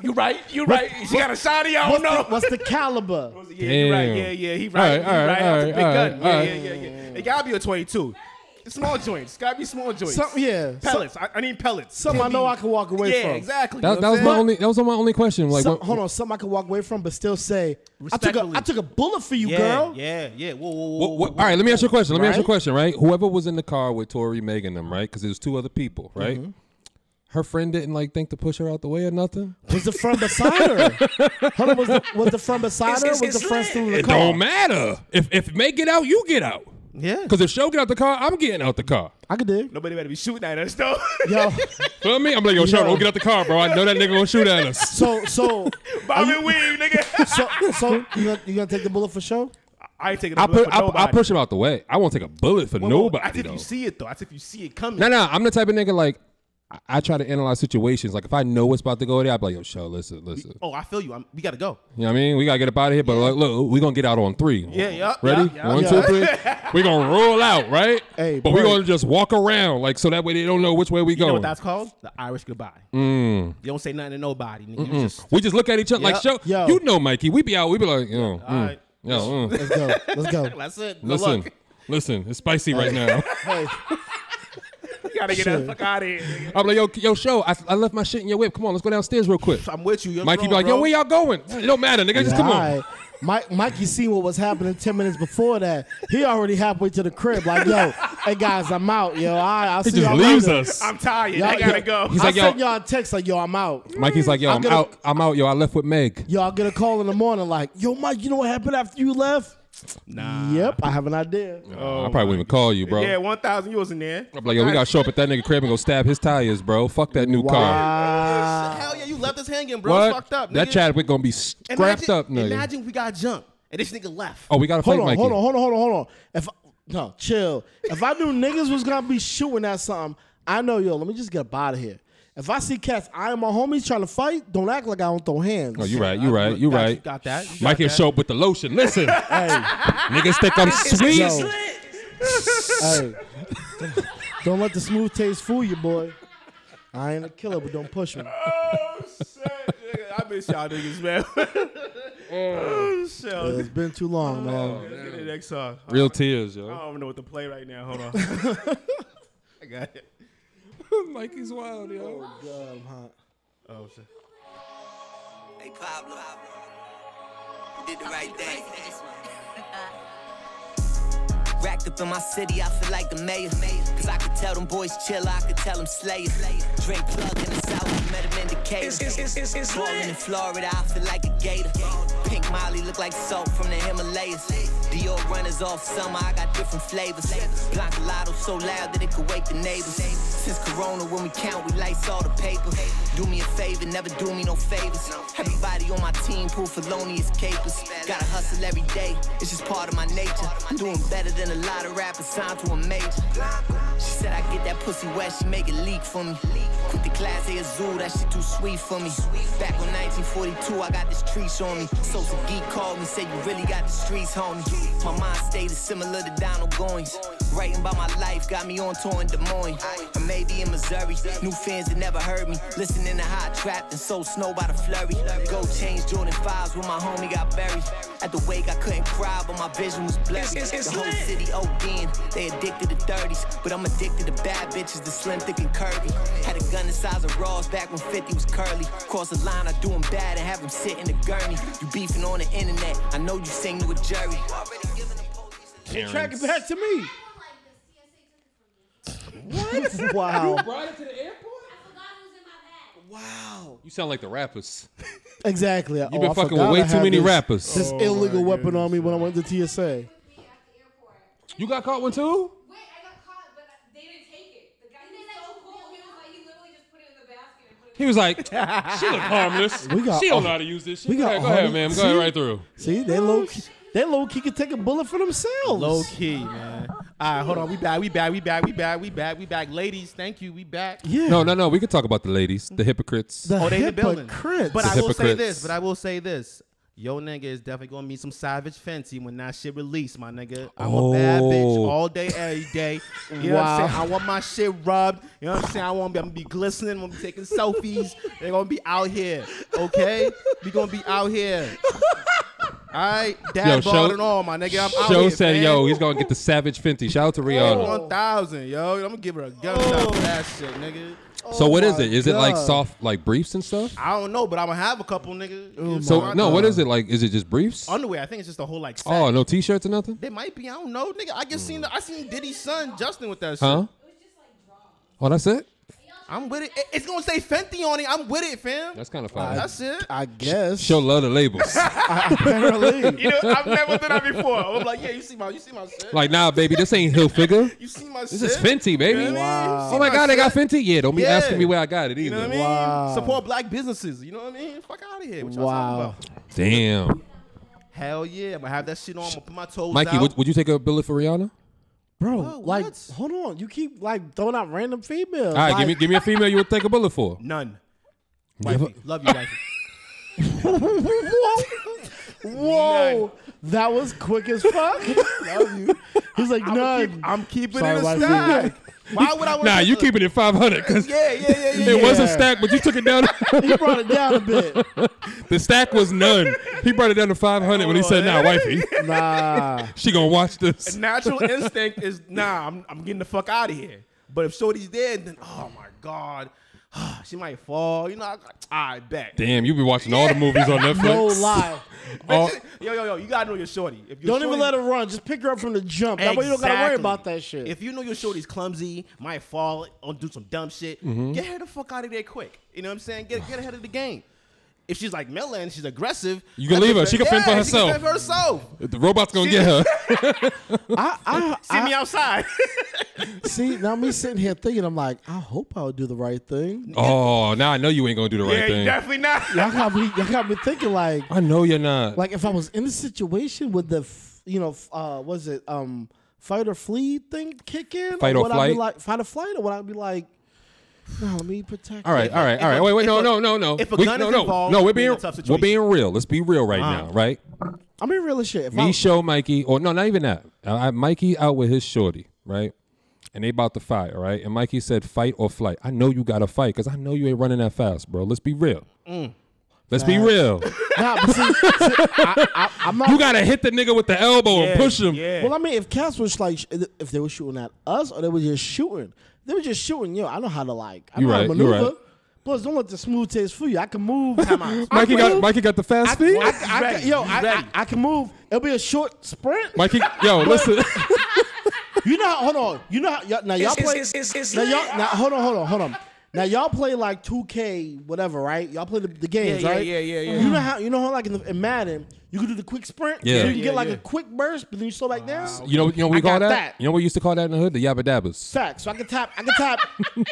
S9: You right. You right. She got a shot of y'all.
S2: What's,
S9: No.
S2: the, what's the caliber?
S9: Yeah, you right.
S1: Damn.
S9: Yeah, yeah. He
S1: All
S9: right.
S1: right,
S9: he
S1: all right,
S9: right. That's a big
S1: all right,
S9: gun.
S1: all
S9: Yeah,
S1: right.
S9: yeah, yeah, yeah. It gotta be a 22. It's small joints. It's gotta be small joints.
S2: Some, yeah, some,
S9: Pellets. I, I need pellets.
S2: something I know I can walk away
S9: yeah,
S2: from.
S9: exactly. You
S1: That, that
S9: know what
S1: was
S9: I'm
S1: my
S9: saying?
S1: only. That was my only question. Like,
S2: Some-
S1: what,
S2: hold on, something I can walk away from, but still say, I took a, I
S3: Respectfully.
S2: took a bullet for you,
S3: Yeah,
S2: girl.
S3: yeah, yeah. Whoa, whoa, whoa.
S1: What-
S3: whoa,
S1: what-
S3: whoa.
S1: all right, let me ask you a question. Let me ask you a
S2: Right?
S1: question, right? Whoever was in the car with Tori, Meg, and them, right? Because was two other people, right? Her friend didn't like think to push her out the way or nothing.
S2: Was the friend beside her? Hold on, was the, was the friend beside her? Was
S6: it's-
S2: the
S6: it's
S2: friend
S6: lit.
S2: still in the
S1: It
S2: car?
S1: don't matter. If if Meg get out, you get out.
S3: Yeah.
S1: Because if Show get out the car, I'm getting out the car.
S2: I could dig.
S9: Nobody better be shooting at us though.
S2: Yo,
S1: Feel me? I'm like, yo, Show,
S2: Yo.
S1: don't get out the car, bro. I know that nigga gonna shoot at us.
S2: so so
S9: Bob and weave, nigga.
S2: so so you gonna, you gonna take the bullet for show?
S9: I ain't taking a
S1: I
S9: bullet
S1: put
S9: for
S1: I, I
S9: nobody.
S1: push him out the way. I won't take a bullet for
S9: Well, well,
S1: nobody.
S9: I think
S1: though.
S9: you see it though. I think you see it coming.
S1: No, no, I'm the type of nigga like I, I try to analyze situations. Like if I know it's about to go there, I'd be like, yo, show, listen, listen.
S3: Oh, I feel you. I'm, we gotta go.
S1: You know what I mean? We gotta get up out of here, but like, look, we gonna get out on three.
S9: Yeah, yeah,
S1: Ready?
S9: yeah, yeah.
S1: One, two, three. we gonna roll out, right?
S2: Hey,
S1: but we
S2: Bert.
S1: gonna just walk around, like so that way they don't know which way we
S3: You know
S1: going. Mm.
S3: what that's called? The Irish goodbye. You don't say nothing to nobody. Nigga. You just
S1: we just look at each other like, show,
S3: Yep.
S2: Yo.
S1: you know, Mikey, we be out, we be like, you know, mm,
S3: right.
S1: yo, mm.
S2: Let's go. Let's go.
S3: that's it. Good
S1: listen,
S3: luck.
S1: listen, it's spicy right now.
S2: Hey,
S9: You gotta get the fuck out of here. nigga.
S1: I'm like, yo, yo, show, I, I left my shit in your whip. Come on, let's go downstairs real quick.
S3: I'm with you. You're
S1: Mikey
S3: grown,
S1: be like,
S3: bro.
S1: yo, where y'all going? It don't matter, nigga. Just come on.
S2: alright. Mike, Mikey seen what was happening ten minutes before that. He already halfway to the crib. Like, yo, hey guys, I'm out, yo. I, I'll
S1: He
S2: see
S1: just
S2: y'all
S1: leaves
S2: later.
S1: us.
S9: I'm tired.
S2: Y'all-
S9: I gotta go.
S1: He's
S2: I
S1: like, yo-
S2: sent y'all a text like, yo, I'm out.
S1: Mikey's like, yo, I'm,
S2: I'm gonna-
S1: out. I'm out, yo. I left with Meg.
S2: Yo, I'll get a call in the morning like, yo, Mike, you know what happened after you left? Nah. Yep, I have an idea.
S1: I probably wouldn't even call you, bro.
S9: Yeah, one thousand. You was in there.
S1: I'm like, yo, we gotta show up at that nigga crib and go stab his tires, bro. Fuck that new car.
S2: Wow.
S3: Hell yeah, you left us hanging, bro.
S1: What?
S3: It's fucked up.
S1: that
S3: nigga.
S1: Chadwick gonna be scrapped
S3: imagine,
S1: up, nigga.
S3: Imagine we got jumped and this nigga left.
S1: oh, we gotta play
S2: Hold on,
S1: Mikey.
S2: hold on, hold on, hold on, hold on. If I, no, chill. If I knew niggas was gonna be shooting at something, I know, yo. Let me just get up out of here. If I see cats, I and my homies trying to fight. Don't act like I don't throw hands.
S1: Oh, you right, you right, you
S3: Got-
S1: right.
S3: you got that, you got
S1: Mikey
S3: that.
S1: show up with the lotion. Listen,
S2: Hey,
S1: niggas think I'm sweet.
S2: yo. hey, don't let the smooth taste fool you, boy. I ain't a killer, but don't push me.
S9: I miss y'all niggas, man.
S1: Mm.
S9: oh shit.
S2: It's been too
S3: Oh,
S2: long, man.
S9: Let's get the next song.
S1: Real tears,
S9: I
S1: yo.
S9: don't even know what to play right now. Hold on. I got it.
S1: Mikey's wild, yo.
S2: God, I'm hot.
S9: Oh shit.
S6: Hey, Pablo. You did the right thing. Racked up in my city, I feel like the mayor. Cause I could tell them boys chill, I could tell them slay it. Drake plug in the south, met him in Decatur. Ballin' in Florida, I feel like a gator. Pink Molly look like salt from the Himalayas. Dior runners off summer, I got different flavors. Blanc Lotto so loud that it could wake the neighbors. Since Corona, when we count, we lights all the paper. Do me a favor, never do me no favors. Everybody on my team pull felonious capers. Gotta hustle every day, it's just part of my nature. I'm doing better than a lot of rappers signed to a major. She said I get that pussy wet, she make it leak for me. Quit the class A zoo, that shit too sweet for me. Back in 1942, I got this treat on me. Social geek called me, said you really got the streets, homie. My mind state is similar to Donald Goins. Writing about my life got me on tour in Des Moines. I may be in Missouri, new fans that never heard me. Listening to hot trapped and so snow by the flurry. Go change Jordan fives when my homie got buried. At the wake, I couldn't cry, but my vision was blurry. The whole city OD'ing, they addicted to 30s, but I'm addicted to bad bitches, the slim, thick, and curvy. Had a gun the size of Raw's back when 50 was curly. Cross the line, I do 'em bad and have 'em sit in the gurney. You beefing on the internet, I know you sing to a jury.
S2: Track it back to me. What? wow.
S1: You sound like the rappers.
S2: Exactly. oh, You've
S1: been fucking with way too many rappers.
S3: Oh
S2: This illegal weapon on me when I went to TSA.
S1: You got caught one too? He was like, she look harmless.
S2: We got
S1: she don't
S2: all-
S1: know how to use this shit.
S2: we
S1: go
S2: got
S1: ahead, go
S2: all
S1: ahead,
S2: the-
S1: man. Go
S2: See?
S1: ahead right through.
S2: See, they low key, they low key could take a bullet for themselves.
S3: Low key, man. All right, hold on. We back. We back. We back. We back. We back. We back. Ladies, thank you. We back.
S2: Yeah.
S1: No, no, no. We could talk about the ladies, the hypocrites.
S2: The
S3: Oh, they in the building.
S2: hypocrites.
S3: But
S1: The
S3: I will say
S1: hypocrites.
S3: this. But I will say this. Yo, nigga is definitely gonna meet some savage fancy when that shit released, my nigga. I'm a bad bitch
S1: Oh.
S3: all day, every day. You know what
S2: Wow.
S3: I'm saying? I want my shit rubbed. You know what I'm saying? I want to be, I'm gonna be glistening. I'm gonna be taking selfies. They're gonna be out here, okay? We gonna be out here. All right,
S1: Yo,
S3: dad
S1: show-
S3: ball and all, my nigga. I'm out
S1: Show
S3: here,
S1: said,
S3: man.
S1: yo, he's gonna get the Savage Fenty. Shout
S2: Oh,
S1: out to Rihanna.
S3: One thousand, yo. I'm gonna give her a gunshot for that shit, nigga.
S1: so what is
S2: Oh my
S1: it? Is it like
S2: God.
S1: soft, like briefs and stuff?
S3: I don't know, but I'm gonna have a couple, nigga.
S2: Oh
S1: So no, what is it like? Is it just briefs?
S3: underwear? I think it's just a whole like. Set.
S1: Oh, no t-shirts or nothing?
S3: They might be. I don't know, nigga. I just seen. The, I seen Diddy's son Justin with that shit.
S1: Huh? Oh, that's it.
S3: I'm with it. It- It's gonna say Fenty on it. I'm with it, fam.
S1: That's kind of fun.
S3: That's it.
S2: I guess.
S1: Show love the labels.
S2: Apparently.
S9: You know, I've never done that before. I'm like, yeah, you see my, you see my shit.
S1: like, nah, baby, this ain't Hill Figure.
S9: You see my shit.
S1: This is Fenty, baby. Oh my God, they got Fenty. Yeah, don't be
S3: Yeah.
S1: asking me where I got it either.
S9: You know what I mean?
S2: Wow.
S3: Support black businesses. You know what I mean? Fuck out of here. What y'all
S2: Wow.
S3: talking about?
S1: Damn,
S3: Hell yeah. I'm gonna have that shit on. I'm gonna put my toes
S1: Mikey,
S3: out.
S1: would, would you take a bullet for Rihanna?
S2: Bro,
S3: what?
S2: like, hold on. You keep, like, throwing out Oh, random females.
S1: All right,
S2: Uh, like,
S1: give me give me a female you would take a bullet for.
S3: None. Wifey. Love you, wifey.
S2: Whoa. Whoa. That was quick as fuck. Love you. He's like, none.
S3: I'm keeping
S2: Sorry,
S3: it a
S2: wifey.
S3: stack. Why would I? wanna
S1: Nah,
S3: take
S1: you
S3: a-
S1: keep it at five hundred because
S3: Yeah, yeah, yeah, yeah.
S1: it was a
S2: Yeah.
S1: stack, but you took it down.
S2: he brought it down a bit.
S1: the stack was none. He brought it down to five hundred when he said, "Nah, wifey,
S2: Nah.
S1: she gonna watch this."
S9: Natural instinct is nah. I'm, I'm getting the fuck out of here.
S3: But if Shorty's there, then oh my god, she might fall. You know, I, I bet.
S1: Damn, you be watching all the movies on Netflix.
S2: No lie.
S1: All-
S3: Yo, yo, yo, you gotta know your shorty. If your
S2: Don't even
S3: shorty-
S2: let her run. Just pick her up from the jump. That way you don't gotta worry
S3: Exactly.
S2: about that shit.
S3: If you know your shorty's clumsy, might fall or do some dumb shit,
S1: Mm-hmm.
S3: get her the fuck out of there quick. You know what I'm saying? Get get ahead of the game. If she's like Mela and she's aggressive,
S1: You can
S3: that
S1: leave her.
S3: bitch-
S1: She can fend for
S3: Yeah,
S1: herself.
S3: She can fend for herself.
S1: the robot's gonna get her.
S2: I, I,
S3: See me outside.
S2: see now me sitting here thinking, I'm like, I hope I would do the right thing.
S1: Oh, now I know you ain't gonna do the right
S3: yeah, you
S1: thing.
S3: definitely not.
S2: Y'all got me, y'all got me thinking like,
S1: I know you're not.
S2: like if I was in the situation with the, f- you know, f- uh, was it um fight or flee thing kick in?
S1: Fight or
S2: would I be
S1: flight?
S2: like fight or flight, or would I be like, no, let me protect.
S1: all right, all right, all right.
S3: a-
S1: Wait, wait, no,
S3: if a-
S1: no, no, no.
S3: if a
S1: We-
S3: gun
S1: no,
S3: is
S1: no,
S3: involved,
S1: no,
S3: we're
S1: we're
S3: in
S1: being
S3: a tough
S1: we're
S3: situation. Uh-huh.
S1: being real. Let's be real right now, right?
S2: I mean, real as shit. If
S1: Me,
S2: I,
S1: show Mikey, or no, not even that. Uh, I, I- Mikey out with his shorty, right? And they about to fight, all right? And Mikey said, "Fight or flight." I know you got to fight because I know you ain't running that fast, bro. Let's be real.
S3: Mm.
S1: Let's be real.
S2: nah, but see, see, I, I, I'm not.
S1: You gotta hit the nigga with the elbow and push him.
S3: Yeah.
S2: Well, I mean, if cats was like, sh- if they were shooting at us or they were just shooting, they were just shooting. Yo, I know how to like, I
S1: You
S2: know how to
S1: right, you
S2: maneuver.
S1: right.
S2: Plus, don't let the smooth taste fool you. I can move. I
S1: Mikey
S2: can
S1: got
S2: move.
S1: Mikey got the fast feet.
S2: I, can- I can-
S3: ready.
S2: yo,
S3: He's
S2: I, I,
S3: ready.
S2: I can move. It'll be a short sprint.
S1: Mikey, yo, listen.
S2: You know, how- hold on. You know, how, y'all, now y'all
S6: It's-
S2: play.
S6: it's- it's- it's
S2: now y'all,
S6: lit.
S2: now hold on, hold on, hold on. Now y'all play like 2K, whatever, right? Y'all play the, the games,
S3: yeah,
S2: right?
S3: yeah, yeah, yeah.
S2: You know how you know how like in, the, in Madden, you can do the quick sprint.
S1: Yeah.
S2: so you
S1: Yeah,
S2: can get like a quick burst, but then you slow back down.
S1: You know, you know what we
S2: I
S1: call
S2: got
S1: that?
S2: that.
S1: You know what we used to call that in the hood? The yabba dabbas.
S2: Facts. So I can tap. I can tap.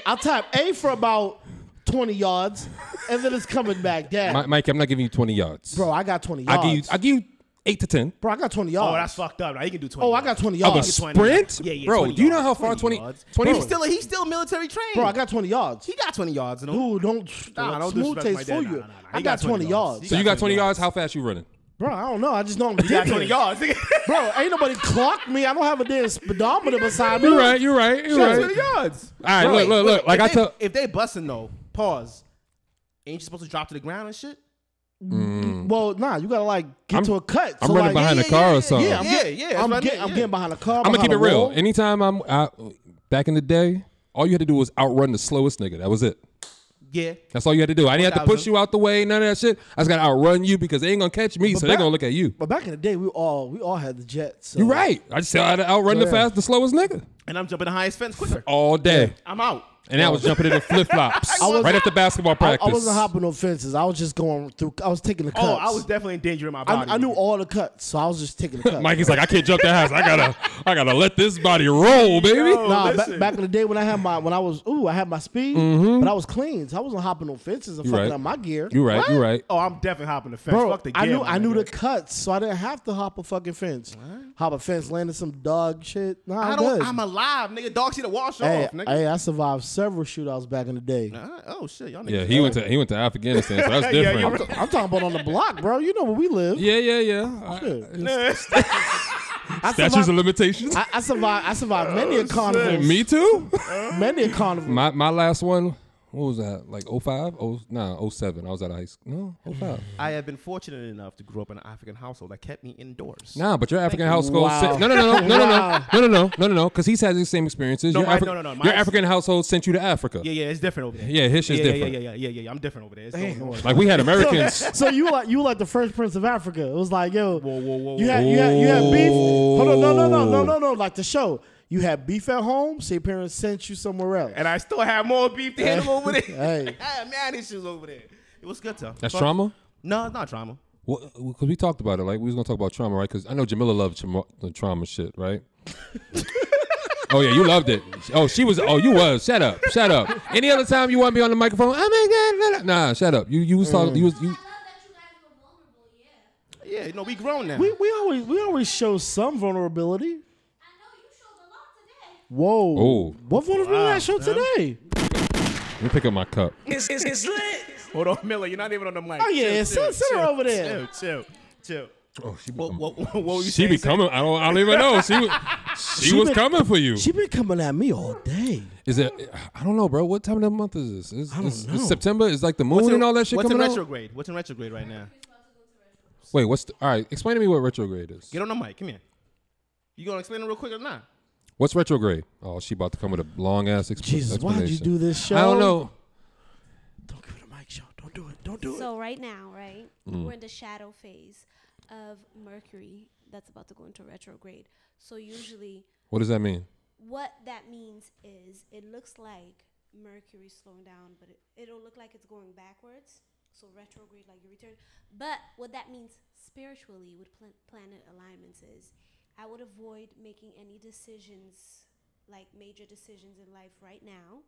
S2: I'll tap A for about twenty yards, and then it's coming back down.
S1: Mi- Mikey, I'm not giving you 20 yards.
S2: bro, I got twenty yards.
S1: I give you, I give you eight to ten.
S2: bro, I got twenty yards.
S3: Oh, that's fucked up. Now you can do twenty.
S2: Oh, I got twenty
S1: Of a
S2: yards.
S3: twenty.
S1: sprint,
S3: Yeah, yeah,
S1: bro.
S3: 20
S1: Do you know
S3: yards,
S1: how far 20
S3: 20
S1: 20,
S3: yards. He's still he's still military trained.
S2: Bro, I got twenty yards.
S3: he got twenty yards. in him.
S2: Dude, don't
S3: Nah,
S2: don't
S3: don't
S2: smooth
S3: disrespect
S2: taste
S3: my
S2: for
S3: dad.
S2: you.
S3: Nah, nah, nah.
S2: I
S3: He
S2: got twenty yards.
S1: so you got 20 yards. How fast you running?
S2: bro. I don't know. I just know I'm
S3: He got twenty
S2: ridiculous.
S3: yards.
S2: Bro, ain't nobody clocked me. I don't have a damn speedometer beside me.
S1: You're right. You're right. You're
S3: Got twenty
S1: right.
S3: yards.
S1: All right, look, look, look. Like
S3: if
S1: I
S3: they-
S1: tell,
S3: if they busting though, pause. Ain't you supposed to drop to the ground and shit?
S2: Well, nah, you gotta like get
S1: Mm. I'm-
S2: to a cut.
S1: I'm
S2: So,
S1: running
S2: like,
S1: behind
S3: yeah,
S1: the
S3: yeah,
S1: car
S3: yeah,
S1: or something.
S2: Yeah, I'm,
S3: Yeah,
S2: getting,
S3: yeah,
S2: yeah,
S3: that's
S2: I'm,
S3: what I
S2: get-
S3: mean,
S2: I'm
S3: yeah.
S2: getting behind a car.
S1: I'm gonna
S2: behind
S1: keep it
S2: a
S1: real.
S2: wall.
S1: Anytime I'm I, back in the day, all you had to do was outrun the slowest nigga. That was it.
S3: Yeah.
S1: That's all you had to do. I didn't have to push
S3: 1,000.
S1: you out the way. None of that shit. I just gotta outrun you because they ain't gonna catch me, so they're
S2: back-
S1: gonna look at you.
S2: But back in the day, we all we all had the jets. So.
S1: You're right. I just had to outrun the
S2: Yeah.
S1: fast, the slowest nigga
S3: And I'm jumping the highest fence quicker.
S1: all day.
S3: I'm out.
S1: And I was jumping into flip flops
S2: was-
S1: right after basketball
S2: I,
S1: practice.
S2: I wasn't hopping on fences. I was just going through. I was taking the cuts.
S3: Oh, I was definitely endangering my body.
S2: I, I knew all the cuts, so I was just taking the cuts.
S1: Mikey's like, I can't jump that house. I gotta, I gotta let this body roll, baby.
S3: Yo.
S2: nah, ba-
S3: listen.
S2: back in the day when I had my when I was ooh, I had my speed, but I was clean. So I wasn't hopping on fences and
S1: Mm-hmm. You
S2: fucking
S1: right.
S2: up my gear.
S1: You right. You right.
S3: Oh, I'm definitely hopping the fence.
S2: Bro,
S3: Fuck the
S2: I
S3: gear,
S2: knew
S3: my
S2: I knew the
S3: nigga.
S2: cuts, so I didn't have to hop a fucking fence. Hop a fence, landed some dog shit. Nah,
S3: I
S2: I'm
S3: don't.
S2: good.
S3: I'm alive, nigga. Dog shit to wash
S2: hey,
S3: off, nigga.
S2: hey, I survived several shootouts back in the day.
S3: Uh, oh shit, y'all niggas.
S1: Yeah, he went to he went to Afghanistan, so that's
S3: Yeah, you're
S1: different.
S3: right.
S2: I'm talking about on the block, bro. You know where we live.
S1: Yeah, yeah, yeah. I-
S2: Shit. I
S1: Statutes of
S2: survived-
S1: limitations.
S2: I, I survived. I survived many
S3: Oh,
S2: a carnival.
S1: Me too.
S2: Many a carnival.
S1: my my last one. What was that? Like 05? Oh, nah, 07. I was out of high school. No, 05.
S3: I have been fortunate enough to grow up in an African household that kept me indoors.
S1: Nah, but your African household.
S2: Wow.
S1: Sent, no, no, no, no, no,
S2: Wow.
S1: no, no, no, no, no, no, no. Because he's had the same experiences.
S3: No,
S1: your
S3: my-
S1: Afri-
S3: no, no, no, my-
S1: Your African household sent you to Africa.
S3: Yeah, yeah, it's different over there.
S1: Yeah, his shit's
S3: yeah,
S1: different.
S3: Yeah, yeah, yeah, yeah, yeah, yeah. I'm different over there. It's no- no-
S1: Like we had Americans.
S2: So you like you like the French Prince of Africa. It was like, yo,
S3: Whoa, whoa, whoa,
S2: you had you had you had beef.
S1: Whoa.
S2: Hold on, no, no, no, no, no, no. Like the show, you had beef at home, so your parents sent you somewhere else.
S3: and I still have more beef to handle over there.
S2: Hey.
S3: I had mad issues over there. It was good though.
S1: That's
S3: Fuck-
S1: trauma.
S3: No, it's not trauma.
S1: Well, because we talked about it, like we was gonna talk about trauma, right? Because I know Jamila loved trauma, the trauma shit, right? oh yeah, you loved it. Oh, she was. Oh, you was. Shut up. Shut up. Any other time you want me on the microphone? Oh my god. la, la. Nah, shut up. You you was talking. You was you.
S3: Yeah, no, we grown now.
S2: we we always we always show some vulnerability. Whoa.
S1: Oh.
S2: What vulnerability did I show today?
S1: Let me pick up my cup.
S6: It's, it's, it's lit.
S3: Hold on, Miller, you're not even on the mic.
S2: Oh, yeah, send- send her over there.
S3: Chill, chill, chill.
S1: Oh, she.
S3: What, what, what were you
S1: she be
S3: saying?
S1: coming. I don't. I don't even know. She. Was, she, was
S2: been-
S1: coming for you.
S2: She been coming at me all day.
S1: is it? I don't know, bro. What time of the month is this? Is,
S2: don't
S1: is,
S2: know.
S1: is September? Is like the moon
S3: What's in,
S1: and all that shit
S3: what's in
S1: coming out?
S3: retrograde? What's in retrograde right now?
S1: Wait, what's? The, all right, explain to me what retrograde is.
S3: Get on the mic. Come here. You gonna explain it real quick or not?
S1: What's retrograde? Oh, she about to come with a long ass explanation.
S2: Jesus, why'd you do this show?
S1: I don't know.
S11: So right now, right,
S1: Mm.
S11: we're in the shadow phase of Mercury that's about to go into retrograde. So usually,
S1: What does that mean?
S11: what that means is it looks like Mercury's slowing down, but it, it'll look like it's going backwards. So retrograde, like you return. But what that means spiritually with pl- planet alignments is, I would avoid making any decisions, like major decisions in life right now.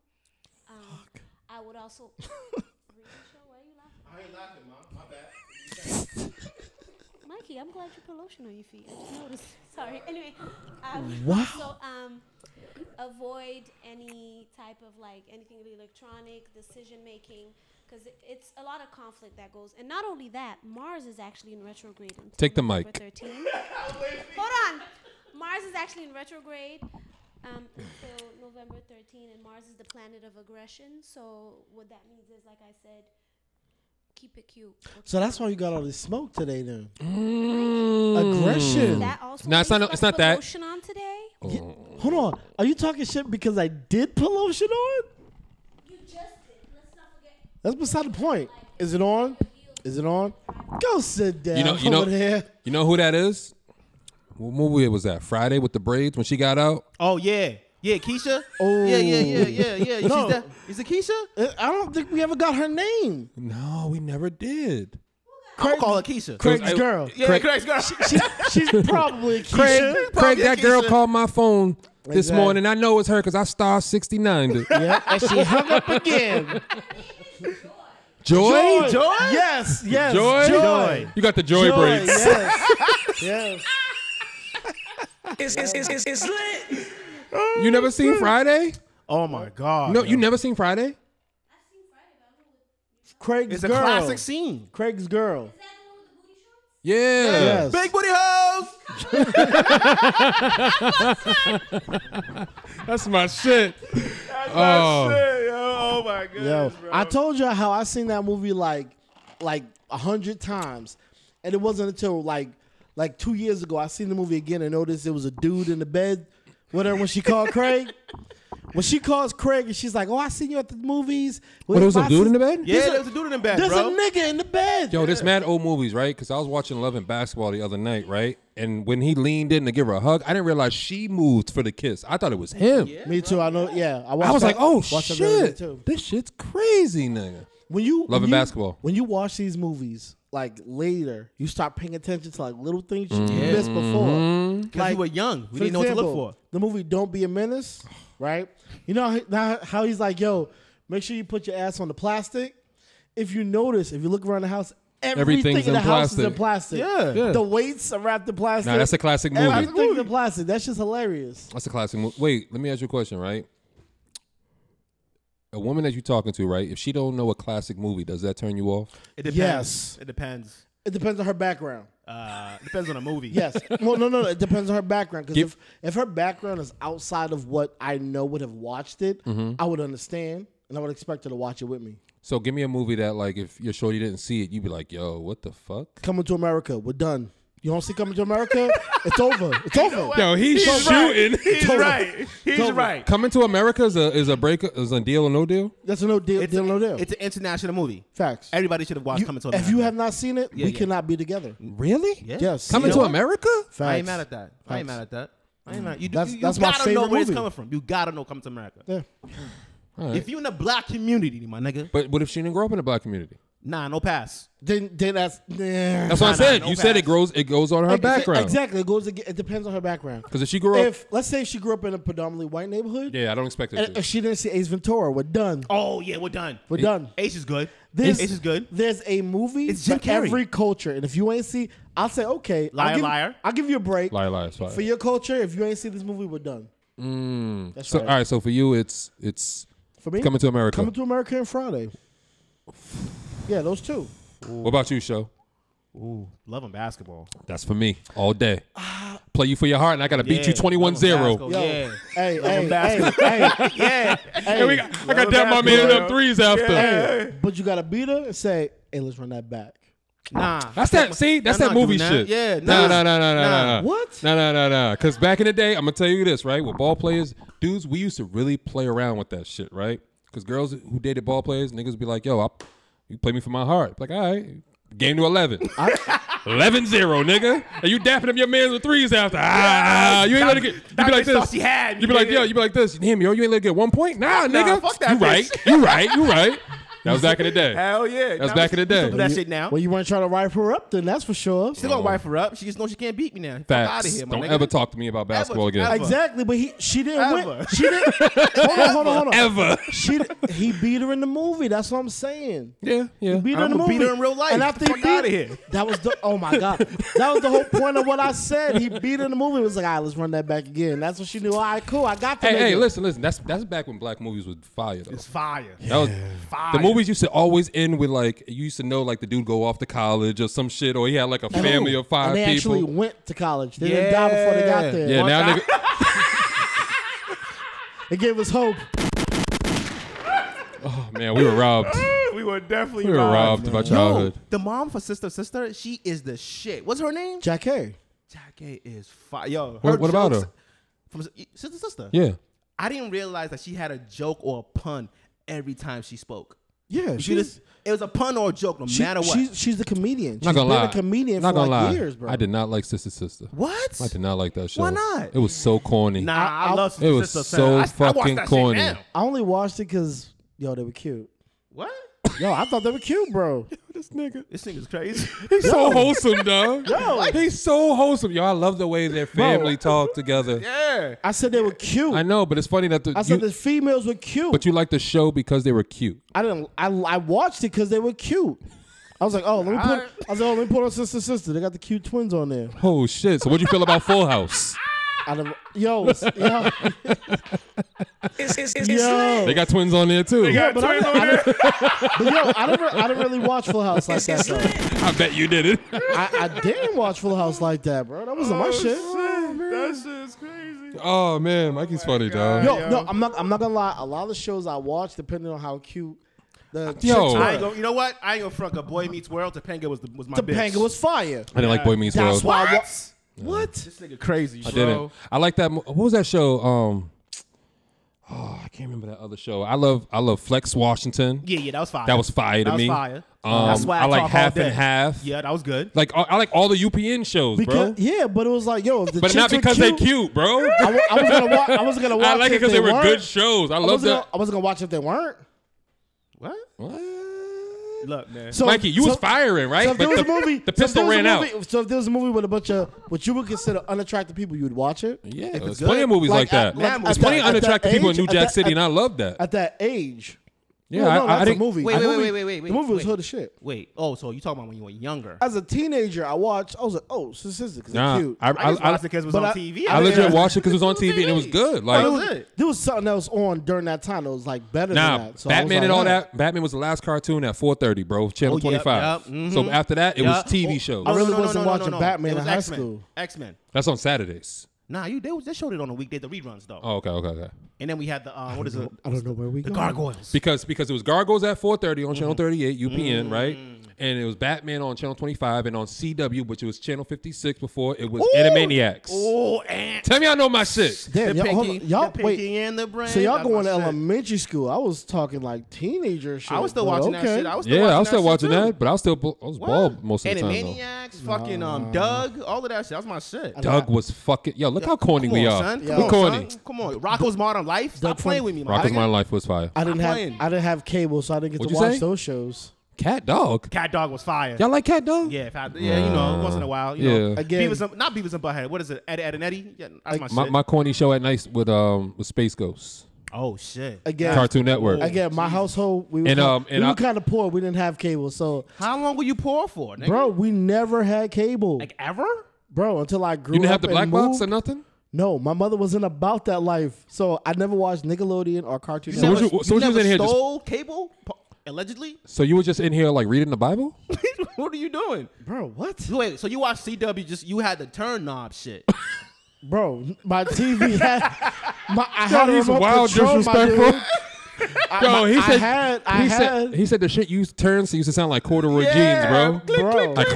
S11: Um, I would also. Risha, why are you laughing?
S3: I ain't laughing, mom. My bad.
S11: Mikey, I'm glad you put lotion on your feet. I just noticed. Sorry. Anyway, um,
S2: Wow.
S11: So um, avoid any type of like anything electronic decision making because it's a lot of conflict that goes. And not only that, Mars is actually in retrograde. Until
S1: Take the
S11: November
S1: mic.
S11: 13. Hold on. Mars is actually in retrograde um, until November 13, and Mars is the planet of aggression. So what that means is, like I said, keep it cute. or
S2: So
S11: keep
S2: that's
S11: it
S2: why you got all this smoke today, then.
S11: Is
S2: Aggression.
S11: that also
S1: No,
S11: why
S1: Mm. it's
S11: you guys
S1: not- it's not
S11: put
S1: that. Oh.
S11: lotion on today?
S2: Ye- Hold on. Are you talking shit because I did put lotion on?
S11: You just did. Let's not forget.
S2: That's beside the point. Is it on? Is it on? Go sit down
S1: You know, you know,
S2: over there.
S1: you know who that is? What movie was that? Friday with the braids when she got out.
S3: Oh yeah, yeah, Keisha.
S2: Oh.
S3: yeah, yeah, yeah, yeah, yeah. She's
S2: No.
S3: that- Is it Keisha?
S2: Uh, I don't think we ever got her name.
S1: No, we never did.
S3: I'll call her Keisha.
S1: It was-
S2: Craig's
S1: I-
S2: girl.
S3: Yeah,
S1: Craig-
S3: Craig's girl.
S2: She's, she's probably
S1: Craig,
S2: Keisha.
S1: Craig, that girl
S3: Keisha.
S1: called my phone this
S2: Exactly.
S1: morning. I know it's her because I star sixty nine.
S2: Yep, and she hung up again.
S1: Joy,
S2: Yes, yes.
S1: Joy? You got the joy,
S2: Joy,
S1: braids.
S2: Yes. yes.
S1: You never seen Friday?
S3: Oh my God.
S1: No, you never seen Friday.
S2: Craig's
S3: It's a
S2: girl.
S3: classic scene.
S2: Craig's girl.
S1: Yeah.
S2: Yes.
S3: Big booty hoes.
S1: That's my shit.
S3: Oh.
S1: Oh.
S3: oh my
S2: Yo,
S3: goodness, bro.
S2: I told you how I seen that movie like like a hundred times, and it wasn't until like like two years ago I seen the movie again and noticed it was a dude in the bed with her when she called Craig. When she calls Craig and she's like, "Oh, I seen you at the movies." What,
S1: there was a dude in the bed?
S3: yeah, there was a dude in the back,
S2: There's
S3: bro.
S2: a nigga in the bed.
S1: Yo, this mad old movies, right? Because I was watching Love and Basketball the other night, right? And when he leaned in to give her a hug, I didn't realize she moved for the kiss. I thought it was him.
S2: Me too. I know. Yeah, I, watched
S1: I was like,
S2: that-
S1: oh
S2: watched that video
S1: shit,
S2: too.
S1: this shit's crazy, nigga.
S2: When you
S1: Love
S2: when
S1: and
S2: you-
S1: Basketball.
S2: When you watch these movies, like later, you start paying attention to like little things you
S1: Mm-hmm.
S2: missed before.
S3: Because
S2: Like
S3: we were young. We
S2: For
S3: didn't know what to look
S2: example,
S3: for.
S2: The movie Don't Be a Menace, right? You know how- now how he's like, yo, make sure you put your ass on the plastic. If you notice, if you look around the house, everything
S1: Everything's
S2: in the
S1: in
S2: house is in
S1: plastic.
S2: plastic.
S3: Yeah.
S1: Yeah.
S2: The weights are wrapped in plastic.
S1: Nah, that's a classic movie.
S2: Everything's in plastic. That's just hilarious.
S1: That's a classic movie. Wait, let me ask you a question, right? A woman that you're talking to, right? If she don't know a classic movie, does that turn you off?
S3: It depends.
S2: Yes.
S3: It depends.
S2: It depends on her background.
S3: Uh, it depends on the movie.
S2: Yes. well, no, no, no. It depends on her background. Because
S1: Give-
S2: if, if her background is outside of what I know would have watched it,
S1: Mm-hmm.
S2: I would understand and I would expect her to watch it with me.
S1: So give me a movie that, like, if your shorty didn't see it, you'd be like, "Yo, what the fuck?"
S2: Coming to America, we're done. You don't see Coming to America? it's over. It's over.
S1: Yo, he's,
S3: He's
S2: Totally.
S3: right. He's
S2: Totally.
S3: right.
S1: Coming to America is a is a break is a deal or no deal.
S2: That's a no deal.
S3: It's,
S2: deal, no deal.
S3: it's an international movie.
S2: Facts.
S3: Everybody should have watched
S2: You-
S3: Coming to
S2: if
S3: America.
S2: you have not seen it,
S3: Yeah,
S2: we
S3: yeah.
S2: cannot be together.
S1: Really?
S3: Yeah.
S2: Yes.
S1: Coming
S2: You
S1: to
S2: know what?
S1: America?
S2: Facts.
S3: I ain't mad at that. I ain't
S2: Facts. Mm.
S3: mad at that. I ain't mad. You, do,
S2: That's-
S3: you, you
S2: that's my
S3: gotta know
S2: favorite
S3: where it's
S2: movie.
S3: coming from. You gotta know Coming to America.
S2: Yeah.
S1: Right.
S3: If you in the black community, my nigga,
S1: But what if she didn't grow up in a black community?
S3: nah, no pass.
S2: Then, then that's
S1: That's
S2: that's
S1: what I
S3: Nah, nah,
S1: said.
S3: no
S1: you said it
S3: pass.
S1: grows. It goes on her background.
S2: Exactly. It goes. ag- It depends on her background.
S1: Because if she grew up,
S2: If let's say she grew up in a predominantly white neighborhood,
S1: yeah, I don't expect it.
S2: and
S1: To.
S2: if she didn't see Ace Ventura, we're done.
S3: Oh yeah, we're done.
S2: We're done.
S3: Ace is good.
S2: There's-
S3: Ace is good.
S2: There's a movie
S3: It's Jim
S2: for
S3: Carrey.
S2: every culture, and if you ain't see, I'll say okay.
S3: Liar,
S2: I'll give,
S3: liar.
S2: I'll give you a break
S1: Lie, lie, it's fine. Mm.
S2: for your culture. If you ain't see this movie, we're done. That's
S1: So all
S2: right.
S1: right, so for you, it's it's
S2: For me,
S1: coming to America.
S2: coming to America and Friday. Yeah, those two.
S1: what about you, show?
S3: Ooh, love him basketball.
S1: That's for me all day. Play you for your heart, and I gotta beat you
S3: Ah. Yeah, love 'em
S1: 21-0.
S3: basketball.
S2: Yo,
S3: Yeah.
S2: Hey, hey, hey,
S3: basketball.
S2: hey,
S3: Yeah.
S1: And we
S2: hey,
S1: got, I got down my man
S3: basketball.
S1: up threes after.
S2: hey. But you gotta beat her and say, "Hey, let's run that back."
S3: Nah.
S1: That's that. See, that's
S3: I'm
S1: that
S3: not
S1: movie
S3: doing
S1: shit.
S3: that. Yeah,
S1: Nah,
S3: nah,
S1: nah, nah, nah, nah. nah.
S2: What?
S1: No, no, no, no. Because back in the day, I'm gonna tell you this, right? With ball players, dudes, we used to really play around with that shit, right? Because girls who dated ball players, niggas be like, "Yo, I, You play me for my heart. Like, all right. Game to 11. 11 0, nigga. And you dapping up your man with threes after. Ah, you ain't let it get. You be like
S9: bitch thought
S1: this.
S9: she had me,
S1: You be like,
S9: nigga.
S1: yo, you be like this. Damn, yo, you ain't let it get one point? Nah, nigga.
S9: fuck that
S1: you right. You right. You right. That was back in the day.
S9: Hell yeah.
S1: That was back in the
S3: Do
S1: day.
S3: that shit now.
S2: Well, you weren't trying to wipe her up, then that's for sure.
S3: She don't wife her up. She just knows she can't beat me now. Fuck out of
S1: Facts.
S3: here, my
S1: Don't
S3: nigga.
S1: ever talk to me about basketball again.
S3: Ever.
S2: Exactly, but he she didn't win.
S3: Ever.
S2: She didn't. hold on, hold on, hold on.
S1: Ever.
S2: She di- he beat her in the movie. That's what I'm saying.
S1: Yeah, yeah.
S2: He beat her in the
S3: I'ma
S2: movie.
S3: beat her in real life.
S2: And after he
S3: Fuck
S2: beat
S3: outta here.
S2: that was the oh my god, that was the whole point of what I said. He beat her in the movie. It was like, all right, let's run that back again. That's what she knew. All right, cool, I got the
S1: Hey, hey,
S2: nigga.
S1: listen, listen. That's that's back when black movies was fire though.
S3: It's fire.
S1: That was the movies used to always end with like you used to know like the dude go off to college or some shit or he had like a
S2: And-
S1: family of five
S2: and they
S1: people.
S2: actually went to college. They didn't die before they got
S3: Yeah.
S2: there.
S1: yeah, now they,
S2: It gave us hope.
S1: oh, man, we were robbed.
S9: We were definitely
S1: We were robbed of our childhood.
S3: The mom for Sister Sister, she is the shit. What's her name?
S2: Jack Hay.
S3: Jackie is fire. Yo,
S1: What- what about
S3: jokes-
S1: her?
S3: From S- Sister Sister.
S1: Yeah,
S3: I didn't realize that she had a joke or a pun every time she spoke.
S2: Yeah,
S3: She just, it was a pun or a joke, no
S2: she-
S3: matter what.
S2: She's, she's the comedian. She's
S1: not gonna
S2: been
S1: lie.
S2: a comedian
S1: not
S2: for
S1: gonna
S2: like
S1: lie.
S2: years, bro.
S1: I did not like Sister Sister.
S3: what?
S1: I did not like that show.
S3: Why not?
S1: It was so corny.
S3: Nah, I,
S2: I-
S3: love
S1: it
S3: Sister
S1: was
S3: Sister.
S1: so
S3: I, I watch
S1: fucking
S3: that shit
S1: corny.
S3: now.
S2: I only watched it because yo, they were cute.
S3: What?
S2: Yo, I thought they were cute, bro.
S1: This nigga,
S3: This thing is crazy.
S1: he's so wholesome, dog. he's so wholesome, yo. I love the way their family talk together.
S9: Yeah.
S2: I said they were cute.
S1: I
S2: I,
S1: know, but it's funny that the you,
S2: said the females were cute.
S1: but you like the show because they were cute.
S2: I didn't. I, I watched it because they were cute. I was like, oh, let me put. I was like, oh, let me put on sister, sister. They got the cute twins on there.
S1: Oh shit! So what'd you feel about Full House?
S2: I don't, yo, s- yo,
S6: it's, it's,
S2: yo.
S1: They got twins on there too.
S2: Yeah, but, I, I, didn't- but yo, I never, I didn't really watch Full House like that. Though.
S1: I bet you did it.
S2: I, I didn't watch Full House like that, bro. That wasn't my
S3: Oh,
S2: shit.
S9: Oh,
S2: Oh,
S9: That shit is crazy.
S1: oh man, Mikey's funny, dog.
S2: Yo, no, I'm not. I'm not gonna lie. A lot of the shows I watch, depending on how cute the chicks
S1: Yo.
S2: were.
S3: I ain't gonna, you know what? I ain't gonna front a Boy Meets World. Topanga was the, was my bitch.
S2: Topanga was fire.
S1: I didn't like Boy Meets World.
S2: That's why. I wa-
S9: What?
S2: what?
S3: This nigga crazy,
S1: I
S3: bro.
S1: didn't. I like that. mo- What was that show? Um, oh, I can't remember that other show. I love. I love Flex Washington.
S3: Yeah, yeah, that was fire.
S1: That was fire to
S3: That was
S1: me.
S3: fire.
S1: Um,
S3: That's why I
S1: like
S3: talk all
S1: half
S3: day.
S1: and half.
S3: Yeah, that was good.
S1: Like I I like all the UPN shows,
S2: Because,
S1: bro.
S2: yeah, but it was like, yo, if the
S1: But
S2: chicks
S1: not
S2: were
S1: because
S2: cute,
S1: they cute, bro.
S2: I, wa- I was gonna watch. I was gonna watch.
S1: I like it
S2: if
S1: because they were
S2: weren't.
S1: good shows. I
S2: I
S1: love
S2: was
S1: that.
S2: gonna, I was gonna watch if they weren't.
S3: What?
S1: What?
S3: Look, man.
S2: So
S1: Mikey, you
S2: so-
S1: was firing, right?
S2: So if there was
S1: the,
S2: a movie,
S1: the
S2: so if there
S1: pistol
S2: was a
S1: ran out.
S2: movie- So if there was a movie with a bunch of what you would consider unattractive people, you would watch it.
S1: Yeah, there's plenty of movies like,
S2: Like,
S1: that.
S2: at- like,
S1: there's
S2: at
S1: plenty of
S2: that- at that
S1: unattractive people in
S2: age,
S1: New
S2: at
S1: Jack
S2: that-
S1: City,
S2: at-
S1: and I love that.
S2: At that age.
S1: Yeah,
S2: no,
S1: I-
S2: no,
S1: I
S2: that's a
S1: think-
S2: movie.
S3: Wait,
S2: The
S3: wait,
S2: movie-
S3: wait, wait, wait, wait,
S2: The movie was
S3: wait.
S2: hood as shit.
S3: Wait. Oh, so you talking about when you were younger?
S2: As a teenager, I watched. I was like, oh, so sisters, because
S1: Nah,
S2: cute.
S1: I,
S3: I, just
S1: I, I,
S3: watched it because it was
S2: but
S3: on
S2: I-
S3: TV.
S1: I
S3: mean,
S1: legit watched it because it was on TV and it was good.
S2: There
S1: Like,
S3: was it.
S2: there was something else on during that time that was like better than
S1: nah,
S2: that. So I was
S1: Batman
S2: like,
S1: and all
S2: oh.
S1: that. Batman was the last cartoon at 4:30, bro. Channel
S3: Oh, yep,
S1: 25.
S3: yep, mhm.
S1: So after that, it
S3: Yeah.
S1: was TV
S3: Oh,
S1: shows.
S2: I really wasn't watching Batman
S3: It
S2: in
S3: was
S2: high
S3: X-Men.
S2: school.
S3: X-Men.
S1: That's on Saturdays.
S3: Nah, you they, was- they showed it on the weekday, the reruns though.
S1: Oh, okay, okay, okay.
S3: And then we had the um, what is it?
S2: I don't know where we
S3: The
S2: go.
S3: Gargoyles.
S1: Because because it was Gargoyles at 4:30 on
S3: Mm-hmm.
S1: Channel 38 UPN, right? And it was Batman on Channel 25 and on CW, which was Channel 56 before it was Animaniacs.
S3: Oh, and
S1: Tell me I know my shit.
S2: Damn,
S3: the
S2: y'all, hold
S3: pinky,
S2: on, y'all-
S3: the
S2: wait.
S3: pinky and the brain.
S2: So y'all
S3: That's
S2: going to
S3: my shit.
S2: elementary school? I was talking like teenager shit.
S3: I was still
S2: but
S3: watching
S2: okay.
S3: that shit. I was still
S1: Yeah,
S3: watching
S1: I was still
S3: that
S1: watching
S3: shit, too.
S1: that, but I was still bu- I was bald most of the time. though.
S3: Animaniacs, fucking um, Doug, all of that shit. That's my shit.
S1: Doug was fucking. Yo, look how corny
S3: Come
S1: we
S3: on,
S1: are.
S3: son.
S1: We're
S3: Come on,
S1: corny.
S3: son. Come on. Rocco's Modern Life.
S2: Doug
S3: Stop playing
S2: from-
S3: with me, my
S1: Rocko's
S3: nigga.
S1: Modern Life was fire.
S2: I didn't
S3: I'm
S2: have
S3: playing.
S2: I didn't have cable, so I didn't get
S1: What'd
S2: to
S1: you
S2: watch
S1: say?
S2: those shows.
S1: Cat Dog.
S3: Cat Dog was fire.
S1: Y'all like Cat Dog?
S3: Yeah, if I, yeah, you know, once in a while, you know.
S1: Yeah.
S2: Again.
S3: Beavis and, not Beavis and Butthead. What is it? Ed, Ed and Eddie? Yeah, that's my,
S1: My,
S3: shit.
S1: my corny show at night with um with Space Ghost,
S3: oh shit.
S2: Again,
S1: Cartoon Network.
S2: Again, my household we were
S1: And,
S2: kind-
S1: um, and
S2: we
S1: I-
S2: were kind of poor. We didn't have cable, so
S3: How long were you poor for, nigga?
S2: bro, we never had cable,
S3: Like ever?
S2: bro, until I grew
S1: You didn't have
S2: up
S1: the black
S2: and
S1: box
S2: moved.
S1: or nothing.
S2: No, my mother wasn't about that life, so I never watched Nickelodeon or Cartoon
S1: So
S2: Network.
S1: what you- so what you was
S3: never
S1: in here just-
S3: stole cable? Po- Allegedly?
S1: So you were just in here like reading the Bible.
S3: what are you doing?
S2: bro, what?
S3: Wait, so you watched CW just you had the turn knob shit.
S2: Bro, my TV had my I
S1: Yo,
S2: had a
S1: he's
S2: remote
S1: wild
S2: control,
S1: disrespectful.
S2: My dude. I,
S1: Yo,
S2: my-
S1: he
S2: I
S1: said
S2: had, I
S1: he
S2: had,
S1: said he said the shit you used to turn so used to sound like corduroy jeans, bro.
S2: bro.
S1: Like,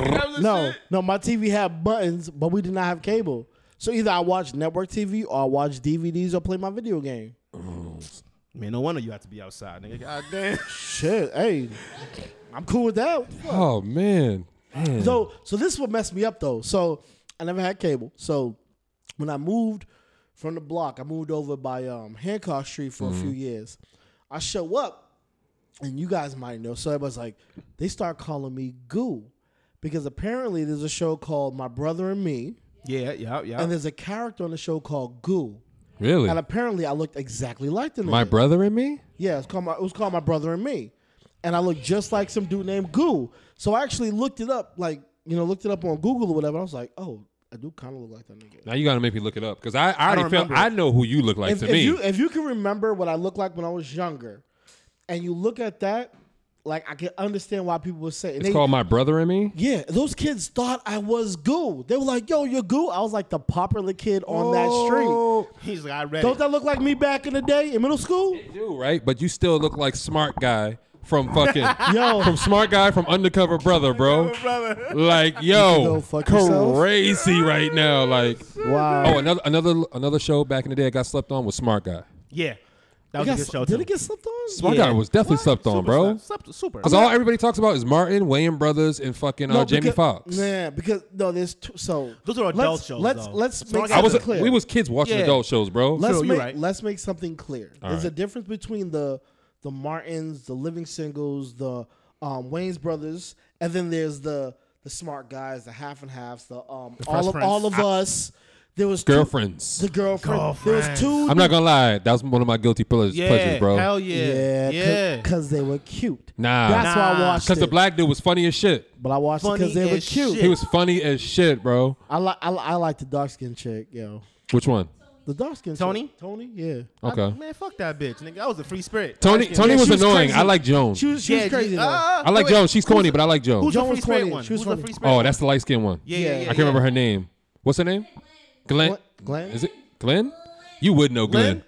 S2: no, no, my TV had buttons, but we did not have
S1: Oh.
S2: cable. So either I watched network TV or I watched DVDs or play my video game.
S3: Man, no wonder you have to be outside, nigga. God damn.
S2: Shit, hey, I'm cool with that.
S1: Oh man. Man.
S2: So, so this is what messed me up though. So, I never had cable. So, when I moved from the block, I moved over by um, Hancock Street for
S1: Mm-hmm.
S2: a few years. I show up, and you guys might know. So everybody's like, they start calling me Goo, because apparently there's a show called My Brother and Me,
S3: Yeah, yeah, yeah.
S2: and there's a character on the show called Goo,
S1: really?
S2: and apparently I looked exactly like the
S1: My
S2: nigga.
S1: brother and me?
S2: Yeah, it's called my, it was called My Brother and Me. And I looked just like some dude named Goo. So I actually looked it up, like, you know, looked it up on Google or whatever. I was like, oh, I do kind of look like that nigga.
S1: Now you gotta make me look it up because I, I already felt
S3: remember
S1: I know who you look like
S2: If,
S1: to
S2: if
S1: me.
S2: you if you can remember what I looked like when I was younger, and you look at that, like I can understand why people would say and
S1: it's
S2: they-
S1: called my brother and me.
S2: Yeah, those kids thought I was Goo. They were like, yo, you're Goo. I was like the popular kid on that street.
S3: Oh. He's like, I read
S2: Don't
S3: it.
S2: that look like me back in the day in middle school?
S1: do, right? But you still look like smart guy from fucking
S2: Yo.
S1: from smart guy from undercover brother, bro. Like yo,
S2: go fuck yourself.
S1: crazy right now. Like
S2: Wow.
S1: oh, another another another show back in the day I got slept on was Smart Guy.
S3: Yeah.
S2: It
S3: That
S2: got
S3: was a good
S2: sl-
S3: show,
S2: did
S3: too.
S2: it get slipped on?
S1: Smart Guy was definitely slept on,
S3: Super
S1: bro.
S3: snuff- sup- Super.
S1: Because all everybody talks about is Martin, William Brothers, and fucking uh, Jamie
S2: because-
S1: Foxx.
S2: Yeah, because no, there's two. So
S3: Those are adult
S2: let's,
S3: shows,
S2: Let's
S3: though.
S2: let's
S3: So I
S2: make
S3: got
S1: I was
S2: something clear.
S1: we was kids watching
S3: Yeah.
S1: adult shows, bro.
S2: let's
S3: True, you're
S2: make
S3: right.
S2: let's make something clear. there's a
S1: right.
S2: difference between the the Martins, the Living Singles, the um, Wayne's Brothers, and then there's the the smart guys, the half and halves, the um all of
S3: friends.
S2: all of us. There was two-
S1: Girlfriends.
S2: the girlfriend. There was
S3: Girlfriends.
S2: two.
S1: I'm not gonna lie, that was one of my guilty pleasures,
S3: yeah.
S1: pleasures bro.
S3: Hell yeah.
S2: yeah,
S3: Yeah.
S2: because they were cute.
S1: Nah.
S2: that's why I
S3: Nah.
S2: watched
S1: Because the
S2: it.
S1: black dude was funny as shit.
S2: but I watched it
S3: Funny
S2: because they were
S3: as
S2: cute.
S3: shit.
S1: He was funny as shit, bro.
S2: I like I, li- I like the dark skinned chick, yo.
S1: Which one?
S2: The dark skinned
S3: Tony?
S2: Tony, yeah.
S1: Okay.
S3: Man, fuck that bitch, nigga. That was a free spirit.
S1: Tony Tony
S2: Yeah,
S1: was
S2: she was
S1: annoying.
S2: crazy.
S1: I like Joan.
S2: She was, she
S3: Yeah,
S2: was crazy.
S3: you-
S2: though.
S3: ah,
S1: I like
S3: wait.
S1: Joan. She's corny, but I like Joan.
S3: Who's
S2: Joan
S3: the free
S2: was
S3: spirit
S2: funny.
S3: one?
S2: She was
S3: Who's the
S2: funny.
S3: free spirit
S1: Oh,
S3: one?
S1: that's the light skinned one.
S3: Yeah, yeah, yeah.
S1: I can't remember her name. What's her name? Glenn.
S2: Glenn?
S1: Is it Glenn? You would know Glenn.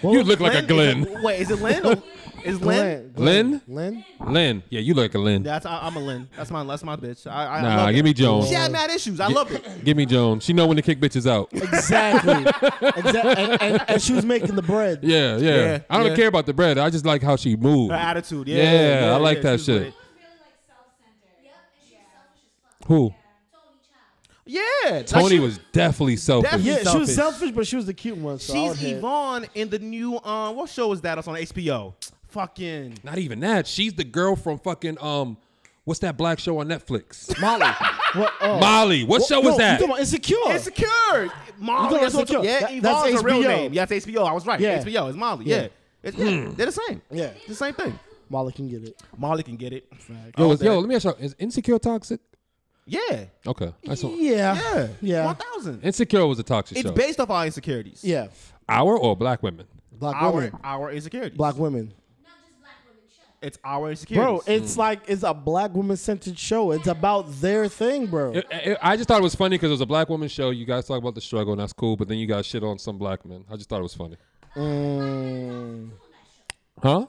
S3: Glenn?
S1: you look like a
S3: Glenn?
S1: Glenn.
S3: Is it- wait, is it Lynn? Or, is Lynn?
S1: Lynn?
S2: Lynn?
S1: Lynn. Yeah, you look like a Lynn.
S3: That's I, I'm a Lynn. That's my that's my bitch. I, I
S1: Nah,
S3: love
S1: give
S3: it.
S1: me Joan.
S3: She had mad issues. I love it.
S1: Give me Joan. She know when to kick bitches out.
S2: Exactly. exactly. And, and, and she was making the bread.
S1: Yeah, yeah.
S3: Yeah,
S1: I don't
S3: yeah.
S1: care about the bread. I just like how she moved.
S3: Her attitude. Yeah,
S1: Yeah, I like that
S3: she was
S1: shit.
S3: with it.
S1: Who?
S3: Yeah, like
S1: Tony
S3: she-
S1: was definitely selfish.
S3: Definitely.
S2: Yeah, she was
S3: Selfish.
S2: selfish, but she was the cute one. So I would
S3: She's
S2: hit.
S3: Yvonne in the new um. What show is that? That's on HBO. Fucking
S1: Not even that. She's the girl from fucking um, what's that black show on Netflix?
S2: Molly. What, oh.
S1: Molly. What
S2: Wha-
S1: show
S2: no,
S1: was that?
S2: You talking about insecure.
S3: Insecure.
S2: You
S3: Molly.
S2: thought that's
S3: that's
S2: Insecure.
S3: what- Yeah,
S2: That-
S3: Yvonne's
S2: that's
S3: her real
S2: HBO.
S3: name. Yeah, that's HBO. I was right.
S2: Yeah.
S3: HBO. It's Molly.
S2: Yeah.
S3: Yeah. It's, yeah, They're the same.
S2: Yeah.
S3: It's the same thing.
S2: Molly can get it.
S3: Molly can get it.
S1: Yo,
S3: All
S1: is- yo,
S3: day.
S1: let me ask y'all. Is Insecure toxic?
S3: Yeah.
S1: Okay, that's all.
S2: Yeah.
S3: Yeah.
S2: Yeah.
S3: One thousand.
S1: Insecure was a toxic
S3: It's
S1: show.
S3: based off our insecurities.
S2: Yeah.
S1: Our or black women?
S2: Black
S3: Our
S2: women.
S3: our insecurities.
S2: Black women. Mm.
S3: It's our
S2: Bro,
S3: insecurities.
S2: it's like it's a black woman centered show. It's about their thing, bro.
S1: It- it- I just thought it was funny because it was a black woman show. You guys talk about the struggle, and that's cool. But then you guys shit on some black men. I just thought it was funny.
S2: Mm.
S1: Huh?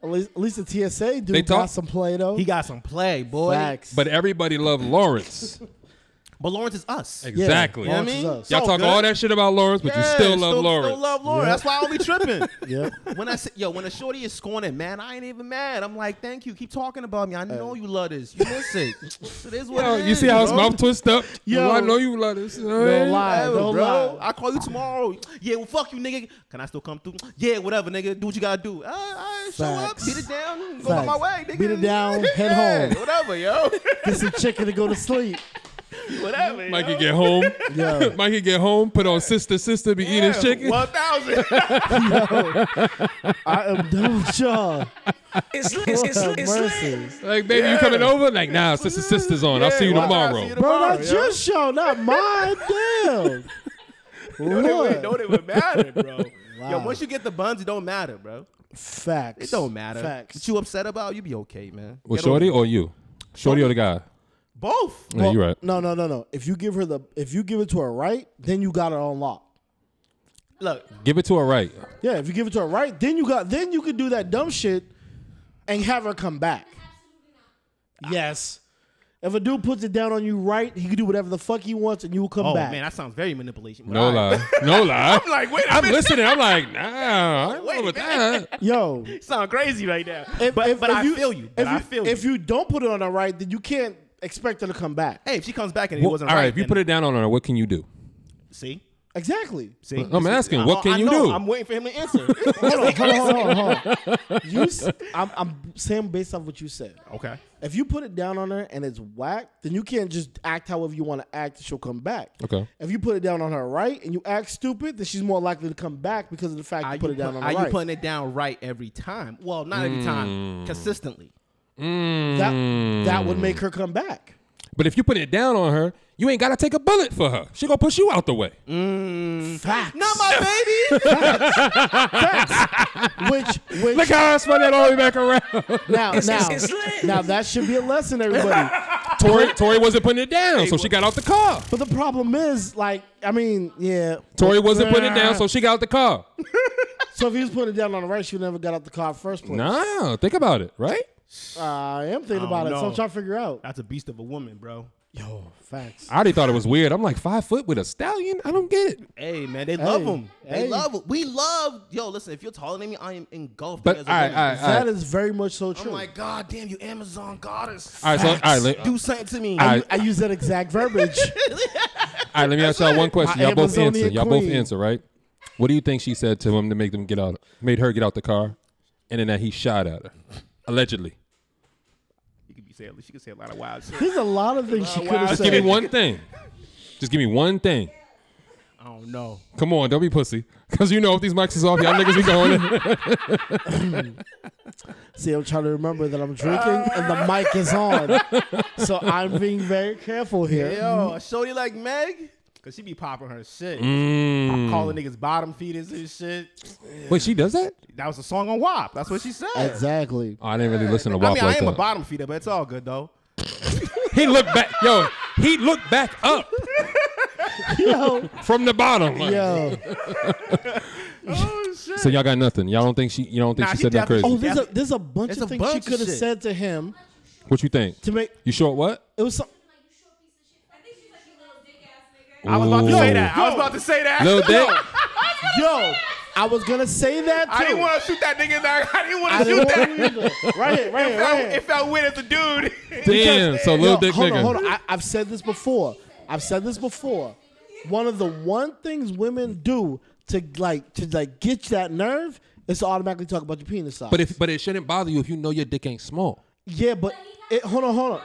S2: At least, at least the TSA dude
S1: They
S2: got
S1: talk-
S2: some play though.
S3: he got some play, boy.
S2: facts.
S1: But everybody loved Lawrence.
S3: But Lawrence is us.
S2: Yeah,
S1: exactly.
S3: You know
S2: Lawrence
S3: what I mean?
S2: is us.
S1: Y'all
S3: So
S1: talk
S3: good.
S1: all that shit about Lawrence, but you
S3: Yeah,
S1: still love Lawrence.
S3: Still love Lawrence. That's why I don't be tripping.
S2: Yeah.
S3: When I say, yo, when a shorty is scorning, man, I ain't even mad. I'm like, thank you. Keep talking about me. I know you love this. You miss it. it is what
S1: Yo,
S3: it
S1: you
S3: is,
S1: see how his
S3: bro.
S1: mouth twist up?
S2: Yo.
S1: Yo, I know you love this.
S2: Don't
S1: man.
S2: lie.
S3: Hey,
S2: Don't
S3: bro,
S2: lie.
S3: I call you tomorrow. Yeah, well, fuck you, nigga. Can I still come through? Yeah, whatever, nigga. Do what you gotta do. Uh, I show up,
S2: Facts.
S3: beat it down, go by my way,
S2: Facts.
S3: nigga.
S2: Beat it down, head
S3: Yeah,
S2: home.
S3: Whatever, yo.
S2: Get some chicken to go to sleep.
S3: whatever. yo.
S1: Mikey get home.
S2: Yo.
S1: Mikey get home. Put on sister, sister be eating
S3: Yeah,
S1: chicken.
S3: One thousand.
S2: I am done with y'all. Lord have mercy.
S1: Like baby, you coming over? Like nah, sister, sister's on. I'll see you
S3: Yeah, well, I'll
S1: tomorrow.
S3: see you
S2: Bro,
S3: tomorrow,
S2: that's
S3: yo.
S2: your show, not mine. Damn. Lord.
S3: No, they would matter, bro. Yo,
S2: Wow.
S3: once you get the buns, it don't matter, bro.
S2: Facts.
S3: It don't matter. What
S2: Facts.
S3: you upset about, you be okay, man.
S1: Well,
S3: Get
S1: shorty
S3: over it.
S1: or you? Shorty or the guy?
S3: both.
S1: yeah, you right.
S2: No, no, no, no. If you give her the, if you give it to her right, then you got it on lock.
S3: Look,
S1: Give it to her right.
S2: Yeah, if you give it to her right, then you got, then you could do that dumb shit, and have her come back. Yes. If a dude puts it down on you right, he can do whatever the fuck he wants and you will come
S3: Oh
S2: back.
S3: man, that sounds very manipulation. but
S1: No
S3: all right.
S1: lie. No lie. I'm
S3: like, wait a
S1: I'm
S3: minute.
S1: listening. I'm like, nah. I don't know about that.
S2: Yo.
S3: sound crazy right now. but but I feel you. But
S2: if
S3: I feel you.
S2: If you don't put it on her right, then you can't expect her to come back.
S3: hey, if she comes back and it
S1: Well, all
S3: wasn't
S1: right,
S3: right,
S1: if you
S3: then-
S1: put it down on her, what can you do?
S3: see,
S2: Exactly.
S3: see,
S1: I'm asking, what can
S3: I
S1: you
S3: know.
S1: do?
S3: I'm waiting for him to answer.
S2: hold on, hold on, hold on, hold on. You, s- I'm, I'm saying based off what you said.
S3: okay,
S2: If you put it down on her and it's whack, then you can't just act however you want to act and she'll come back.
S1: Okay.
S2: If you put it down on her right and you act stupid, then she's more likely to come back because of the fact
S3: are
S2: you put
S3: you
S2: it down
S3: put-
S2: on her
S3: are
S2: right.
S3: you putting it down right every time? Well, not every
S1: Mm.
S3: time, consistently.
S2: that, that would make her come back.
S1: But if you put it down on her, you ain't gotta take a bullet for her. She gonna push you out the way.
S2: Facts.
S3: Mm. Not my baby.
S2: which, which
S1: Look how I spun that all the way back around.
S2: now, now, now that should be a lesson, everybody.
S1: Tori, Tori wasn't putting it down, so she got out the car.
S2: But the problem is, like, I mean, yeah.
S1: Tori wasn't putting it down, so she got out the car.
S2: So if he was putting it down on the right, she would never got out the car first place.
S1: Nah, think about it, right?
S2: Uh, I am thinking about it, so
S3: know.
S2: I'm trying to figure out.
S3: That's a beast of a woman, bro.
S2: Yo, facts.
S1: I already thought it was weird. I'm like five foot with a stallion. I don't get it.
S3: Hey man, they love him. They
S2: hey.
S3: love him. We love. Yo, listen, if you're taller than me, I am engulfed.
S1: But
S3: as a
S1: all right,
S3: woman.
S1: all right, all right.
S2: That is very much so
S3: I'm
S2: true.
S3: like, God damn, you Amazon goddess.
S1: All right, so all right, let, all
S3: Do something to me.
S1: right,
S2: I use that exact verbiage.
S1: all right, let me ask y'all one question.
S2: My
S1: Y'all both
S2: Amazonian
S1: answer. Y'all both
S2: queen.
S1: answer, right? What do you think she said to him to make them get out? Made her get out the car, and then that he shot at her, allegedly.
S3: You could be saying she could say a lot of wild shit.
S2: There's a lot of things she could have
S1: Just give me
S2: said.
S1: one thing. Just give me one thing.
S3: I don't know.
S1: Come on, don't be pussy. Cause you know if these mics is off, y'all niggas be going. in.
S2: See, I'm trying to remember that I'm drinking and the mic is on. So I'm being very careful here. Mm-hmm.
S3: Yo, a shorty like Meg, cause she be popping her shit,
S2: Mm.
S3: calling niggas bottom feeders and shit.
S1: Wait, she does that?
S3: That was a song on WAP. That's what she said.
S2: Exactly.
S1: Oh, I didn't really listen to
S3: I
S1: WAP
S3: mean, I
S1: like
S3: am a
S1: that.
S3: bottom feeder, but it's all good though.
S1: he looked back, yo. He looked back up
S2: Yo,
S1: from the bottom. like-
S2: yo.
S3: Oh shit.
S1: So y'all got nothing. Y'all don't think she? You don't think
S3: Nah,
S1: she
S3: she
S1: said that crazy?
S3: definitely-
S2: Oh, there's a there's a bunch
S3: There's
S2: of
S3: a
S2: things
S3: bunch of
S2: she could have
S3: shit.
S2: said to him
S1: What you think?
S2: Oh, to make
S1: You short what?
S2: it was some,
S3: I was about to
S1: Ooh.
S3: say that. I was about to say that.
S1: Little dick.
S2: yo. I was gonna say that too.
S3: I didn't want to shoot that nigga. In the eye. I didn't want
S2: I
S3: to shoot
S2: didn't
S3: that.
S2: want to either. Right here, right here,
S3: It felt-
S2: right here.
S3: It felt weird as a dude.
S1: Damn. So little
S2: Yo,
S1: dick
S2: hold
S1: nigga.
S2: On, hold on. I, I've said this before. I've said this before. One of the one things women do to like to like get that nerve is to automatically talk about your penis size.
S1: But if but it shouldn't bother you if you know your dick ain't small.
S2: yeah, but it, hold on, hold on.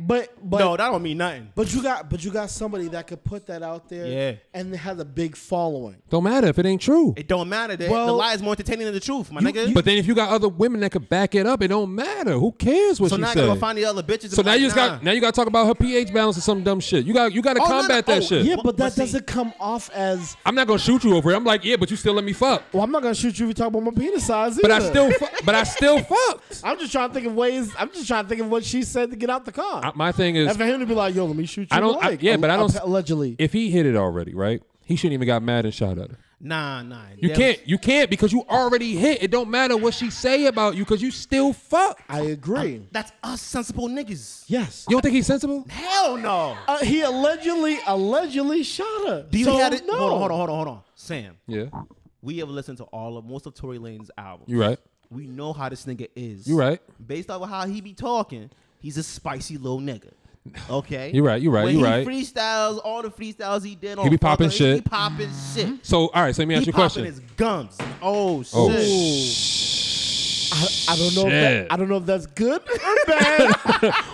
S2: But but
S3: no, that don't mean nothing.
S2: but you got but you got somebody that could put that out there.
S3: Yeah.
S2: and has a big following.
S1: Don't matter if it ain't true.
S3: It don't matter. The, the
S2: Well,
S3: lie is more entertaining than the truth, my nigga.
S1: But then if you got other women that could back it up, it don't matter. Who cares what
S3: so
S1: she
S3: now I
S1: said?
S3: gotta find the other bitches. and
S1: so
S3: be
S1: now
S3: like,
S1: you just
S3: nah.
S1: got now you got to talk about her pH balance or some dumb shit. You got you got to
S3: Oh, no, no.
S1: combat that
S3: Oh,
S1: shit.
S2: Yeah,
S3: Well,
S2: but that
S3: but see-
S2: doesn't come off as
S1: I'm not gonna shoot you over it. I'm like, yeah, but you still let me fuck.
S2: well. I'm not gonna shoot you if you talk about my penis size.
S1: But I
S2: either.
S1: still, fu- but I still fucked.
S2: I'm just trying to think of ways. I'm just trying to think of what she said to get out the car.
S1: I- my thing
S2: And
S1: is,
S2: for him to be like, "Yo, let me shoot you,"
S1: I don't- I-
S2: like,
S1: yeah, but I don't-
S2: Allegedly,
S1: if he hit it already, right? He shouldn't even got mad and shot at her.
S3: nah, nah.
S1: You
S3: that
S1: can't, you can't, because you already hit. It don't matter what she say about you, because you still fuck.
S2: I agree.
S3: was- that's us sensible niggas.
S2: yes,
S1: You don't think he's sensible?
S3: Hell no.
S2: Uh, he allegedly allegedly shot her.
S3: Do you
S2: so,
S3: have it?
S2: No.
S3: Hold on, hold on, hold on, hold on. Sam,
S1: Yeah,
S3: we have listened to all of most of Tory Lane's albums.
S1: you right.
S3: We know how this nigga is.
S1: You right.
S3: Based off of how he be talking, he's a spicy little nigga. Okay.
S1: You right, you right,
S3: When
S1: you
S3: he
S1: right.
S3: Freestyles all the freestyles he did on.
S1: be popping
S3: fucking- He
S1: shit.
S3: popping
S2: Mm-hmm.
S3: shit.
S1: So, all right. So let me ask
S3: he
S1: you a
S3: popping
S1: question.
S3: his gums. Oh shit.
S1: oh
S2: I don't know. If
S1: Shit.
S2: that, I don't know if that's good or bad.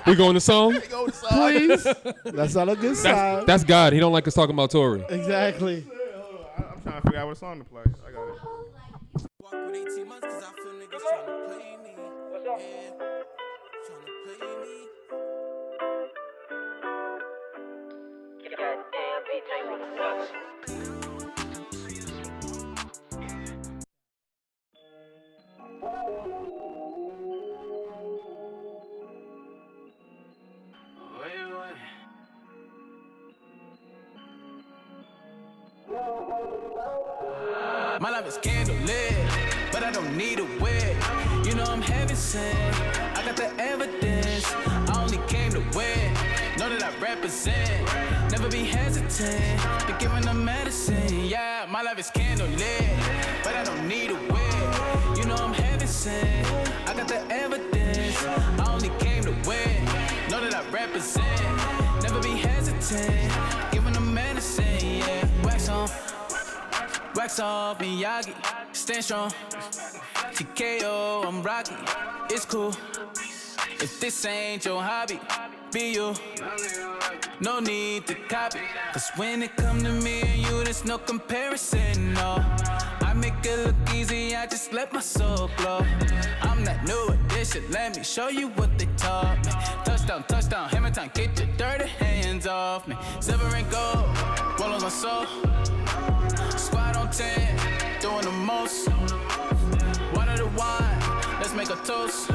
S1: We going to song?
S3: Go to side.
S2: Please, that's not a good sign.
S1: That's God. He don't like us talking about Tory.
S2: exactly.
S9: I'm trying to figure out what song to play. I got it.
S8: Walk with 18 months 'cause I feel niggas tryna play me. Yeah, tryna play me. My life is candlelit, but I don't need a wig. You know I'm heaven sent. I got the evidence. I only came to win. represent. Never be hesitant. Been giving them medicine. Yeah, my life is candlelit, but I don't need a win. You know I'm heaven sent. I got the evidence. I only came to win. Know that I represent. Never be hesitant. Giving them medicine. Yeah, wax on, wax off, Miyagi. Stand strong. TKO, I'm rocky. It's cool. If this ain't your hobby, be you. No need to copy. Cause when it come to me and you, there's no comparison, no. I make it look easy, I just let my soul glow. I'm that new addition, let me show you what they taught me. Touchdown, touchdown, hammer time, get your dirty hands off me. Silver and gold, roll on my soul. Squad on 10, doing the most. One of the wine, let's make a toast.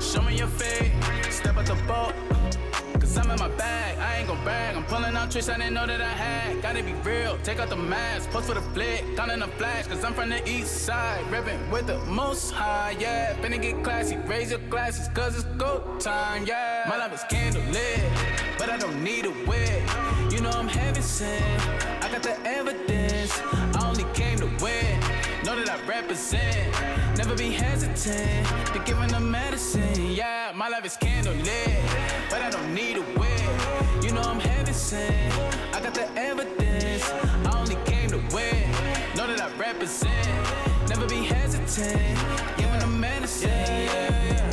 S8: Show me your fade, step out the boat. Cause I'm in my bag, I ain't gon' brag. I'm pulling out tricks I didn't know that I had. Gotta be real, take out the mask, post for the flick, counting the flash. Cause I'm from the east side, reppin' with the most high, yeah. Finna get classy, raise your glasses, cause it's go time, yeah. My life is candlelit, but I don't need a wig. You know I'm heaven sent, I got the evidence. I only came to win, know that I represent. Never be hesitant, be giving the medicine, yeah. My life is candlelit but I don't need a win. You know I'm heaven sent. I got the evidence. I only came to win. Know that I represent. Never be hesitant. Giving the medicine.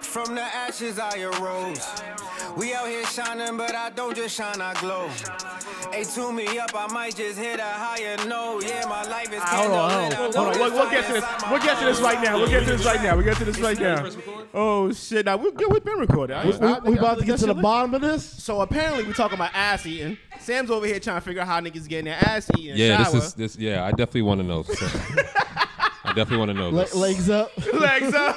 S6: From the ashes I arose. We out here shining, but I don't just shine, I glow. Hey, tune me up, I might just hit a higher note. Yeah, my life is
S9: Hold on, hold on, hold on. We'll, we'll get to this. We'll get to this right now. We'll get to this right now. We'll get to this right now. Oh shit! Now we good. We've been recording. I- I
S2: We
S9: think I
S2: about to
S9: believe
S2: get
S9: that
S2: to the
S9: shit.
S2: bottom of this.
S3: So apparently we talking about ass eating. Sam's over here trying to figure out how niggas getting their ass eaten.
S1: Yeah,
S3: shower.
S1: this is this. Yeah, I definitely want to know. so. I definitely want to know.
S2: Le-
S1: this.
S2: legs up.
S9: Legs up.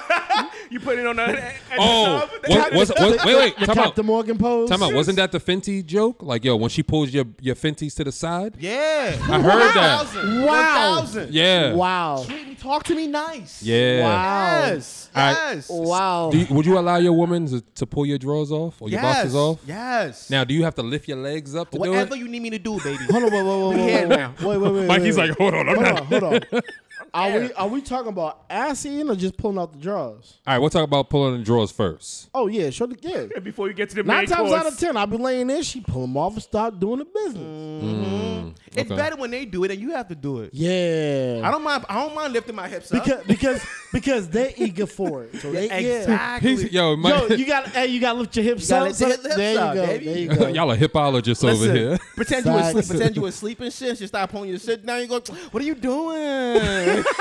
S9: you put it on the. at the
S1: oh,
S9: top.
S1: what, was, was, wait, wait,
S2: The
S1: time out,
S2: Captain Morgan pose.
S1: time out. Wasn't that the Fenty joke? Like, yo, when she pulls your your Fenties to the side,
S3: Yeah.
S1: I heard that.
S3: 1,000.
S2: Wow.
S3: 1,000.
S1: Yeah,
S2: Wow.
S3: Treat me- Talk to me nice.
S1: yeah.
S2: Wow.
S3: Yes.
S1: I-
S3: Yes.
S2: Wow.
S1: Do you, would you allow your woman to, to pull your drawers off or your boxes off?
S3: Yes.
S1: Now, do you have to lift your legs up to
S3: whatever
S1: do it?
S3: you need me to do, baby.
S2: Hold on, wait, wait, wait,
S3: We here
S2: wait,
S3: now.
S2: wait, wait, wait, wait.
S1: Mikey's
S2: wait.
S1: like, hold on, I'm
S2: hold
S1: not.
S2: on, hold on. Are we are we talking about ass eating or just pulling out the drawers?
S1: All right, we'll talk about pulling the drawers first.
S2: Oh yeah, sure. Yeah.
S9: Before you get to the
S2: Nine
S9: main
S2: times
S9: course.
S2: out of ten, I'll be laying there. She pull them off and start doing the business.
S3: It's
S1: Okay.
S3: better when they do it and you have to do it.
S2: Yeah.
S3: I don't mind. I don't mind lifting my hips up.
S2: because because because they're eager for it. So they, yeah.
S3: Exactly.
S1: He's- yo,
S2: Yo,
S1: Mike,
S2: you got hey, you got to lift your hips
S3: gotta
S2: up.
S3: lift
S2: so-
S3: your hips
S2: there you
S3: up,
S2: go.
S3: baby.
S2: There you go.
S1: y'all are hip hipologists over here.
S3: Pretend you were asleep.
S2: Facts.
S3: Pretend you were sleeping. Shit, she start pulling your shit down. You go, what are you doing?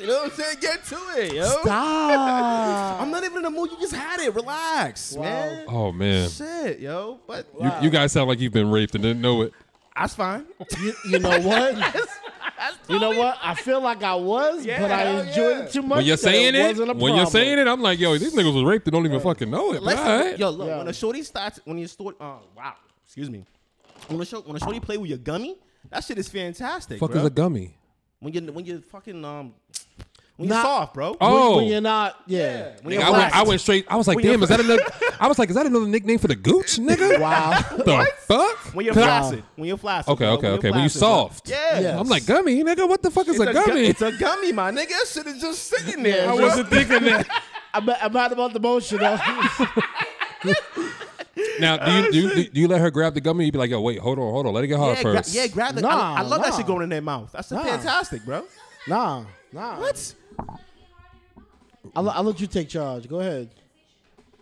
S3: you know what I'm saying? Get to it, yo.
S2: Stop.
S3: I'm not even in the mood. You just had it. Relax, man.
S1: Oh man,
S3: Shit, yo. But
S1: you, you guys sound like you've been raped and didn't know it.
S3: that's fine.
S2: you, you know what? you know what? I feel like I was, but I enjoyed it too much.
S1: When you're
S2: that
S1: saying it,
S2: wasn't a
S1: when you're
S2: problem.
S1: saying it, I'm like, yo, these niggas was raped and don't even fucking know it.
S3: Listen,
S1: All right.
S3: yo, look.
S2: Yeah.
S3: When a shorty starts, when you store, oh wow, excuse me. When a short, when a shorty play with your gummy, that shit is fantastic,
S1: Fuck
S3: bro.
S1: is a gummy.
S3: when you when you fucking um, when you
S2: Nah.
S3: soft, bro.
S2: When-
S1: Oh,
S2: when you're not, yeah.
S3: When
S1: Nigga,
S3: you're
S1: I, went,
S3: relaxed.
S1: I went straight. I was like, damn, is that another? I was like, is that another nickname for the gooch, nigga?
S2: Wow.
S1: The fuck?
S3: When you're
S1: Cause I-
S3: flaccid. When you're flaccid.
S1: Okay,
S3: bro.
S1: okay, okay. When you
S3: flaccid, bro.
S1: soft.
S3: Yeah.
S2: Yeah.
S1: I'm like gummy, nigga. What the fuck is a
S3: gu-
S1: gummy?
S3: it's a gummy, my nigga. That shit is just sitting there.
S2: Yeah,
S1: I
S3: bro.
S1: wasn't thinking that.
S2: I'm, I'm not about the motion though.
S1: Now, do you, do, you, do, you, let her grab the gummy? You be like, yo, wait, hold on, hold on, let it get hard
S3: yeah, gra-
S1: first.
S3: yeah, grab the.
S2: Nah,
S3: I, I love that
S2: nah.
S3: shit going in their mouth. That's
S2: Nah.
S3: fantastic, bro.
S2: nah, nah.
S3: What?
S2: I'll, I'll let you take charge. Go ahead.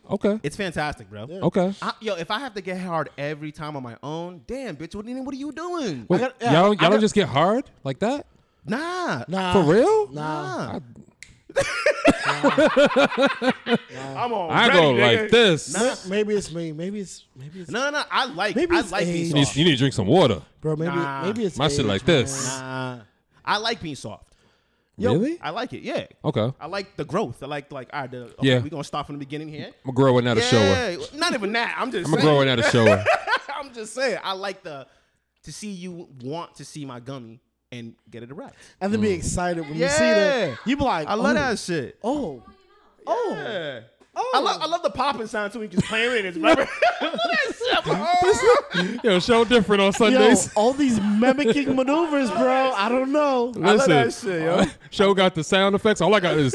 S1: okay,
S3: It's fantastic, bro.
S1: okay.
S3: I, yo, if I have to get hard every time on my own, damn, bitch, what, what are you doing?
S1: Wait,
S2: got- yeah,
S1: y'all, y'all
S2: I got-
S1: don't just get hard like that
S3: Nah.
S2: Nah.
S1: for real?
S2: Nah.
S9: I'm on.
S1: I go like this.
S2: Ma- Maybe it's me. Maybe it's maybe it's
S3: No, no, no. I like
S2: Maybe
S3: I
S2: it's
S3: like being
S2: age.
S1: You need,
S3: soft.
S1: you need to drink some water.
S2: bro. Maybe
S3: Nah.
S2: maybe it's
S1: My shit
S2: age,
S1: like
S2: man.
S1: this.
S3: Nah. I like being soft.
S1: really?
S3: I like it, yeah.
S1: okay.
S3: I like the growth. I like like all right, the, okay,
S1: Yeah.
S3: we're gonna start from the beginning here.
S1: I'm a grower, not a shower.
S3: Yeah, not even that. I'm just
S1: I'm a
S3: saying.
S1: grower, not a shower.
S3: I'm just saying. I like the to see you want to see my gummy and get it erect.
S2: And
S1: Mm.
S2: then be excited when you see that.
S3: Yeah.
S2: You be like,
S3: I love
S2: oh,
S3: that shit.
S2: Oh, oh.
S3: Yeah. I love I love the popping sound too. He just playing it. It's remember.
S1: Yo, show different on
S12: Yo,
S1: Sundays.
S12: all these mimicking maneuvers, bro. I don't know.
S3: I love
S1: Listen,
S3: that shit, yo.
S1: show got the sound effects. All I got is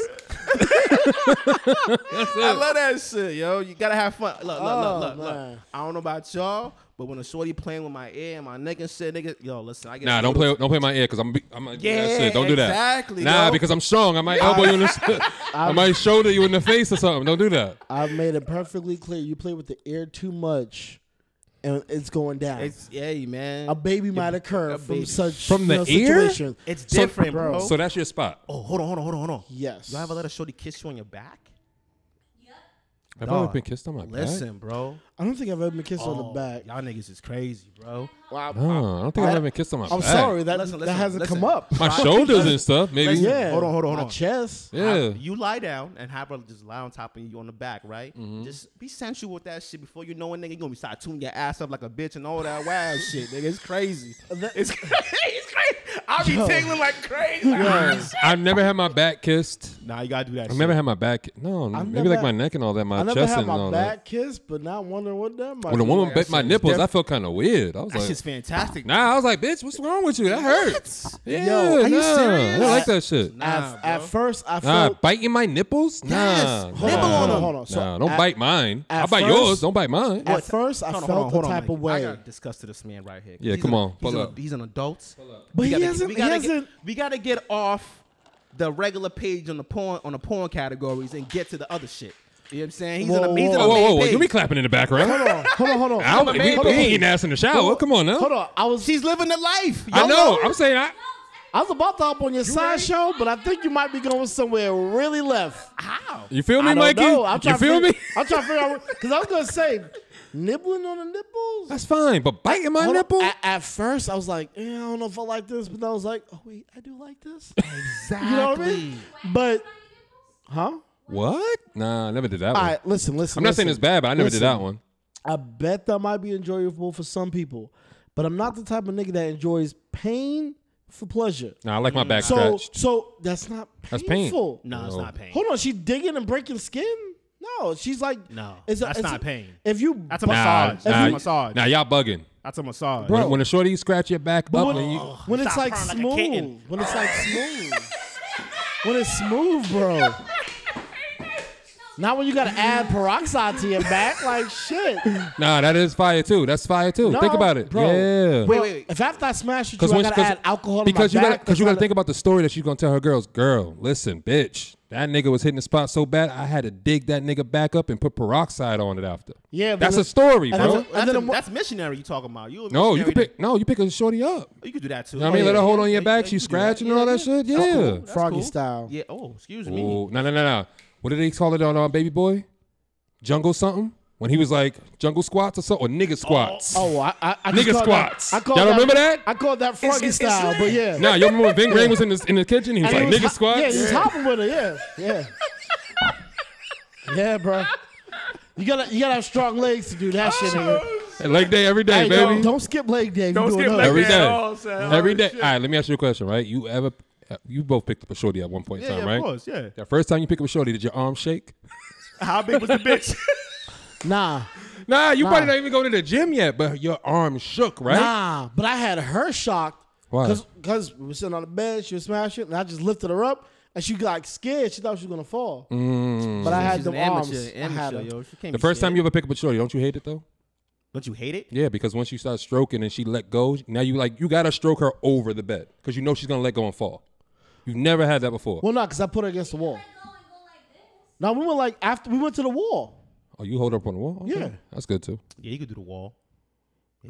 S3: I love that shit, yo. You gotta have fun. Look, look,
S2: Oh,
S3: look, look, look.
S2: man.
S3: I don't know about y'all, but when a shorty playing with my ear and my neck and shit, nigga, yo, listen, I get
S1: nah. Don't play. Don't play my ear because I'm. Be, I'm like, yeah, that shit. Don't do that.
S3: exactly,
S1: Nah,
S3: yo.
S1: because I'm strong. I might elbow you in the. I might shoulder you in the face or something. Don't do that.
S2: I've made it perfectly clear. You play with the ear too much, and it's going down.
S3: It's yeah, man.
S2: a baby might occur
S3: a
S2: from
S3: baby.
S2: such
S1: From the
S2: you know,
S1: ear?
S2: situations.
S3: It's
S2: So-
S3: different, bro.
S1: So that's your spot.
S3: oh, hold on, hold on, hold on, hold on.
S2: Yes.
S3: Do I ever let a shorty kiss you on your back?
S1: I've always
S3: Dog,
S1: been kissed on my
S3: Listen, bro.
S2: I don't think I've ever been kissed on
S3: Oh,
S2: the back.
S3: Y'all niggas is crazy, bro.
S1: back. No, I don't think I've ever been kissed on my
S2: I'm
S1: back.
S2: sorry that
S3: Listen,
S2: that
S3: listen,
S2: hasn't
S3: listen.
S2: come up.
S1: My shoulders and stuff, maybe.
S3: Listen,
S2: Yeah.
S3: Hold on, hold on, hold
S2: My
S3: on.
S2: chest.
S1: Yeah.
S3: Have- you lie down and have her just lie on top of you on the back, right?
S1: Mm-hmm.
S3: Just be sensual with that shit before you know it, nigga. You gonna be start tuning your ass up like a bitch and all that wild shit, nigga. It's crazy.
S2: Uh,
S3: It's crazy. It's crazy. I'll be tingling like crazy.
S1: I've never had my back kissed.
S3: Nah, you gotta do that.
S1: I've
S3: shit.
S1: never had my back. No, maybe
S2: never
S1: like my
S2: had-
S1: neck and all that, my
S2: I never
S1: chest
S2: had
S1: and
S2: my
S1: all
S2: back
S1: that.
S2: kissed, but now I'm wondering what that might
S1: When a
S2: be
S1: woman
S2: like.
S1: bit my nipples, I felt kind of weird. I was
S3: That
S1: like,
S3: shit's fantastic.
S1: Nah, I was like, bitch, what's wrong with you? That hurts. Yeah,
S2: Yo, are you
S1: nah, I
S2: serious?
S1: don't like that shit.
S3: Nah,
S2: At, at
S3: bro.
S2: first, I
S1: Nah,
S2: felt.
S1: biting my nipples? Nah. nah.
S2: Hold on, hold on, hold on. So
S1: nah, don't
S2: at-
S1: bite mine.
S2: at
S1: I'll bite
S2: first-
S1: yours. Don't bite mine.
S2: At first, I
S3: Hold on,
S2: felt
S3: hold on, hold
S2: the
S3: on,
S2: type
S3: Mikey.
S2: of
S3: I
S2: way.
S3: gotta discuss to this man right here.
S1: Yeah,
S3: He's
S1: come
S3: a-
S1: on,
S3: He's,
S1: pull
S3: a-
S1: up.
S3: he's an adult.
S2: But
S3: We
S2: he
S3: gotta get-
S2: hasn't-
S3: we
S2: he
S3: gotta
S2: hasn't-
S3: Get, we gotta get off the regular page on the porn on the porn categories and get to the other shit. You know what I'm saying? He's
S2: Whoa,
S3: an amazing.
S1: whoa, whoa, whoa, whoa. You be clapping in the
S2: Hold
S1: background.
S2: on, hold on, hold on.
S1: I don't-
S3: I'm a
S1: we,
S3: man,
S1: we
S3: baby.
S1: ain't eating ass in the shower. Come on now.
S2: Hold on, I was
S3: She's living the life.
S1: I
S3: Y'all
S1: know. I'm saying I.
S2: I was about to hop on your side
S3: ready?
S2: show, but I think you might be going somewhere really left.
S3: How?
S1: You feel me,
S2: I don't
S1: Mikey?
S2: know. I'm
S1: you
S2: trying to
S1: feel me?
S2: fig- I'm trying to figure out because I was gonna say nibbling on the nipples.
S1: That's fine, but biting my
S2: Hold on.
S1: nipple?
S2: At, at first, I was like, eh, I don't know if I like this, but then I was like, oh wait, I do like this. Exactly. You know what I mean? But huh?
S1: what? Nah, I never did that
S2: All
S1: one.
S2: right, listen, listen.
S1: I'm not saying it's
S2: listen.
S1: bad, but I never did that
S2: Listen.
S1: one.
S2: I bet that might be enjoyable for some people, but I'm not the type of nigga that enjoys pain for pleasure.
S1: Nah, I like my back
S2: So,
S1: scratched.
S2: so that's not
S1: That's pain.
S2: painful.
S3: No, it's
S1: No.
S3: not pain.
S2: Hold on, she digging and breaking skin? No, she's like
S3: No,
S2: it's
S3: that's not pain.
S2: If you
S3: That's a
S2: bust-
S1: Nah,
S3: massage.
S1: nah,
S3: That's a massage.
S1: nah, y'all bugging.
S3: That's a massage.
S1: When, when a shorty scratch your back
S2: but
S1: up,
S2: when,
S1: and you,
S2: when it's
S3: Stop
S2: like
S3: crying
S2: smooth,
S3: like a kitten.
S2: when it's like smooth, when it's smooth, bro. Not when you gotta add peroxide to your back, like shit.
S1: nah, that is fire too. That's fire too.
S2: No,
S1: Think about it.
S2: bro.
S1: Yeah.
S3: Wait, wait, wait.
S2: If after I smash with you, I
S1: once-
S2: gotta add alcohol to
S1: because you
S2: my back.
S1: gotta, because you
S2: that's
S1: gotta think about the story that she's gonna tell her girls. Girl, listen, bitch, that nigga was hitting the spot so bad, I had to dig that nigga back up and put peroxide on it after.
S2: Yeah, but
S1: that's a
S2: look-
S1: story,
S2: and
S1: bro.
S2: that's a-
S3: That's,
S2: then
S3: a-
S2: I'm-
S3: that's missionary. You talking about? You a
S1: No, you
S3: missionary
S1: can pick. No, you pick a shorty up.
S3: that- You could do that too.
S1: You know what I mean?
S3: Oh,
S1: Let her
S3: yeah,
S1: hold on
S3: yeah,
S1: your
S3: yeah,
S1: back.
S3: yeah,
S1: She's
S3: you can do that.
S1: scratching and all that shit. Yeah.
S2: not- Froggy style.
S3: Yeah. Oh, excuse me.
S1: Ooh, no, no, no, no. What did they call it on uh, Baby Boy? Jungle something? When he was like jungle squats or something, or nigga squats.
S2: Oh, I, I, I just
S1: Nigga
S2: called that-
S1: squats.
S2: I called
S1: Y'all remember that?
S2: I called that froggy style, but yeah.
S1: Nah, you remember when Vin Graham was in the, in the kitchen? He was
S2: And
S1: like,
S2: he was
S1: nigga
S2: hop-
S1: squats?
S2: Yeah, he was hopping with her. Yeah, yeah, yeah, bro. You gotta, you gotta have strong legs to do that
S3: Oh,
S2: shit. nigga.
S1: And leg day every day,
S2: Hey,
S1: baby.
S2: don't, don't skip leg day. if
S3: Don't
S2: you doing
S3: skip
S2: those.
S3: leg
S1: every
S3: Yeah,
S1: day.
S3: all sound.
S1: every
S3: Oh,
S1: day.
S3: shit.
S1: All right, let me ask you a question, right? You ever, uh, you both picked up a shorty at one point in
S3: Yeah,
S1: time,
S3: yeah,
S1: right?
S3: of course. Yeah.
S1: The first time you picked up a shorty, did your arm shake?
S3: How big was the bitch?
S2: Nah,
S1: Nah, Ah, you probably
S2: Nah.
S1: not even go to the gym yet, but your arm shook, right?
S2: nah. But I had her shocked.
S1: Why?
S2: Because we were sitting on the bed, she was smashing, and I just lifted her up, and she got scared. She thought she was gonna fall.
S1: Mm.
S2: But I had
S3: She's
S2: them
S3: an amateur,
S2: arms. I had
S3: amateur,
S2: them.
S3: yo. She can't
S1: The
S3: be
S1: first time
S3: scared.
S1: you ever pick up a shorty, don't you hate it though?
S3: Don't you hate it?
S1: Yeah, because once you start stroking and she let go, now you like you gotta stroke her over the bed because you know she's gonna let go and fall. You've never had that before.
S2: Well, not because I put her against the wall. Now we were like after we went to the wall.
S1: Oh, you hold her up on the wall? Okay.
S2: Yeah.
S1: that's good too.
S3: Yeah, you could do the wall.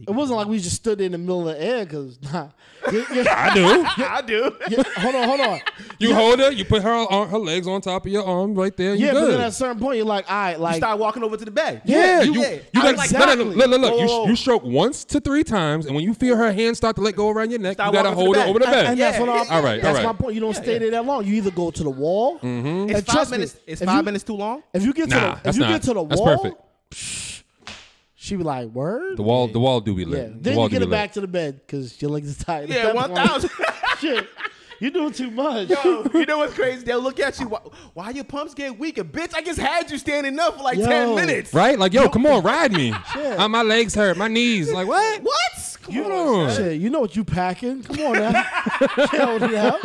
S2: It wasn't like we just stood in the middle of the air because nah. You- you-
S1: I do.
S3: I do.
S2: you- hold on, hold on.
S1: You hold her, you put her on her legs on top of your arm right there. You
S2: Yeah, but
S1: good.
S2: then at a certain point you're like, all right, like
S3: Start walking over to the bed.
S1: yeah,
S2: you-
S1: you, you,
S2: yeah,
S1: gotta,
S2: exactly.
S1: no, no, no, look, look, look.
S3: Whoa, whoa,
S1: You,
S3: whoa.
S1: you stroke once to three times, and when you feel her hand start to let go around your neck,
S3: Start
S1: you gotta
S3: walking to
S1: hold
S3: the
S1: her
S3: back.
S1: over the
S2: and,
S1: bed.
S2: and that's what I'm.
S1: All right,
S2: that's
S1: all
S2: my
S1: right.
S2: point. You don't stay there that long. You either go to the wall. Mm-hmm.
S3: It's
S2: and
S3: five
S2: trust me,
S3: minutes. It's
S2: if
S3: five
S2: you-
S3: minutes too long.
S2: If you get to
S1: Nah,
S2: the, if
S1: that's
S2: you
S1: not.
S2: get to the
S1: that's
S2: wall,
S1: perfect.
S2: she be like, word.
S1: The wall, the wall do be lit.
S2: Yeah.
S1: The
S2: Then
S1: wall
S2: you
S1: do
S2: get
S1: be
S2: her
S1: lit.
S2: back to the bed because your legs are tired.
S3: Yeah, one thousand.
S2: Shit.
S13: You're doing too much.
S3: Yo, you know what's crazy? They'll look at you. Why, why your pumps get weaker, bitch? I just had you standing up for like ten
S2: Yo.
S3: minutes.
S1: Right? Like, yo, come on, ride me. Ah, my legs hurt, my knees. Like, what?
S3: What? Come
S1: You
S3: on,
S1: know.
S3: son.
S2: Shit, you know what you packing? Come on now. Chill now.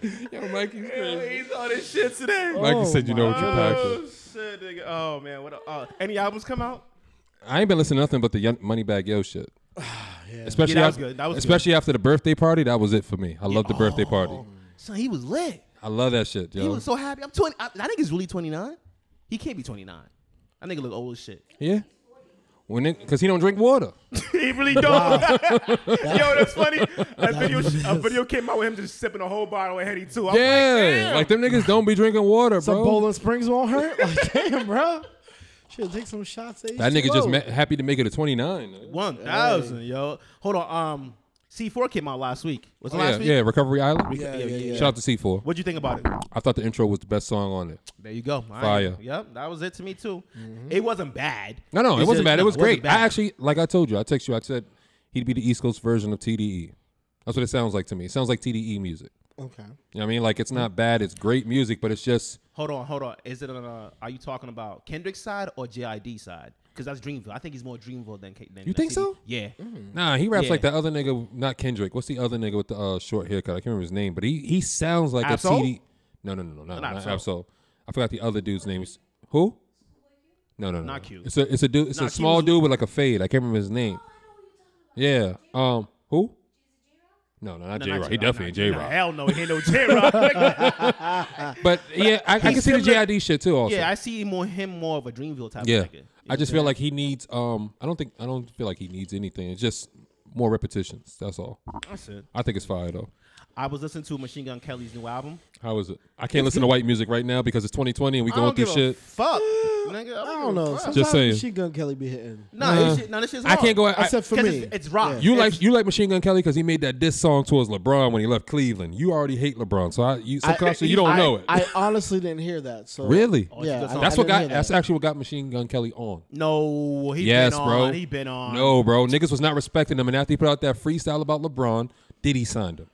S1: Yo, Mikey's
S3: Yo,
S1: crazy.
S3: He's on this shit today.
S1: Mikey said, you know what you
S3: Oh
S1: packing.
S3: shit, nigga. Oh man, what? Uh, any albums come out?
S1: I ain't been listening to nothing but the Young- Moneybag Yo shit. Especially,
S3: Yeah, that was
S1: after,
S3: good. That was good.
S1: especially after the birthday party, that was it for me. I love the birthday party.
S3: Son, he was lit.
S1: I love that shit, yo.
S3: Oh. He was so happy. I'm 20. I, that nigga's really 29. He can't be 29. That nigga look old as shit.
S1: yeah, when it because he don't drink water.
S3: he really don't. Yo, that's funny. A video, a video came out with him just sipping a whole bottle of Henny too. I'm
S1: yeah, like, them niggas don't be drinking water,
S2: Some
S1: bro.
S2: Bowling Springs won't hurt. Like, damn, bro. Shit, take some shots. at
S1: that nigga
S2: H2O.
S1: just ma- happy to make it a twenty nine.
S3: One thousand, yo. Hold on. Um, C4 came out last week. Was it
S1: Oh, Yeah,
S3: last week?
S1: yeah, Recovery Island.
S2: Yeah, yeah, yeah.
S1: Shout out to C four.
S3: What'd you think about it?
S1: I thought the intro was the best song on it.
S3: There you go. All right. Mm-hmm.
S1: Fire.
S3: Yep, that was it to me too. It wasn't bad.
S1: No, no,
S3: It's
S1: it wasn't
S3: just-
S1: bad.
S3: no,
S1: It was
S3: wasn't
S1: great.
S3: bad.
S1: I actually, like I told you, I text you. I said he'd be the East Coast version of TDE. That's what it sounds like to me. It sounds like TDE music.
S2: Okay.
S1: You know what I mean? Like it's not bad. It's great music, but it's just
S3: hold on, hold on. Is it on? Uh, are you talking about Kendrick's side or JID side? Because that's Dreamville. I think he's more Dreamville than K- than
S1: You
S3: than
S1: think
S3: TD.
S1: so?
S3: Yeah.
S1: Nah, he raps
S3: Yeah.
S1: like that other nigga, not Kendrick. What's the other nigga with the uh, short haircut? I can't remember his name, but he he sounds like
S3: Absol?
S1: a TD. No, no, no, no, not,
S3: Not
S1: not
S3: Absol.
S1: Absol. I forgot the other dude's name. It's- Who? No, no, no.
S3: Not
S1: no.
S3: Q.
S1: It's a it's a dude. It's a
S3: Nah, Q
S1: small
S3: was-
S1: dude with like a fade. I can't remember his name. Yeah. Um. Who? No, no, not J Rock. He definitely ain't J Rock.
S3: Hell no, he ain't no J Rock.
S1: But yeah, I, I can see the
S3: still
S1: JID shit too. Also.
S3: yeah, I see more him more of a Dreamville type.
S1: Yeah.
S3: Of nigga. You
S1: I
S3: know
S1: just
S3: what
S1: feel like he needs. Um. I don't think. I don't feel like he needs anything. It's just more repetitions. That's all.
S3: I'm saying? That's it.
S1: I think it's fire though.
S3: I was listening to Machine Gun Kelly's new album.
S1: How is it? I can't listen to white music right now because it's 2020 and we
S3: I
S1: going
S3: don't
S1: through
S3: give
S1: shit.
S3: A fuck, nigga. I
S2: I don't know. Sometimes
S1: saying.
S2: Machine Gun Kelly be hitting.
S3: Nah,
S1: Nah.
S3: this shit, nah, this shit's
S1: I can't go.
S3: hard.
S1: I,
S2: Except for
S3: 'Cause
S2: me.
S3: it's- it's rock.
S1: you like you like Machine Gun Kelly because he made that diss song towards LeBron when he left Cleveland. You already hate LeBron, so I, you subconsciously you don't
S2: I-
S1: know it.
S2: I honestly didn't hear that. So
S1: really?
S3: Oh,
S2: Yeah, I-
S1: that's
S2: I
S1: what
S2: didn't
S1: got.
S2: hear that.
S1: That's actually what got Machine Gun Kelly on.
S3: No, he
S1: yes,
S3: been
S1: bro.
S3: on. He been on.
S1: No, bro. Niggas was not respecting him, and after he put out that freestyle about LeBron, Diddy signed him.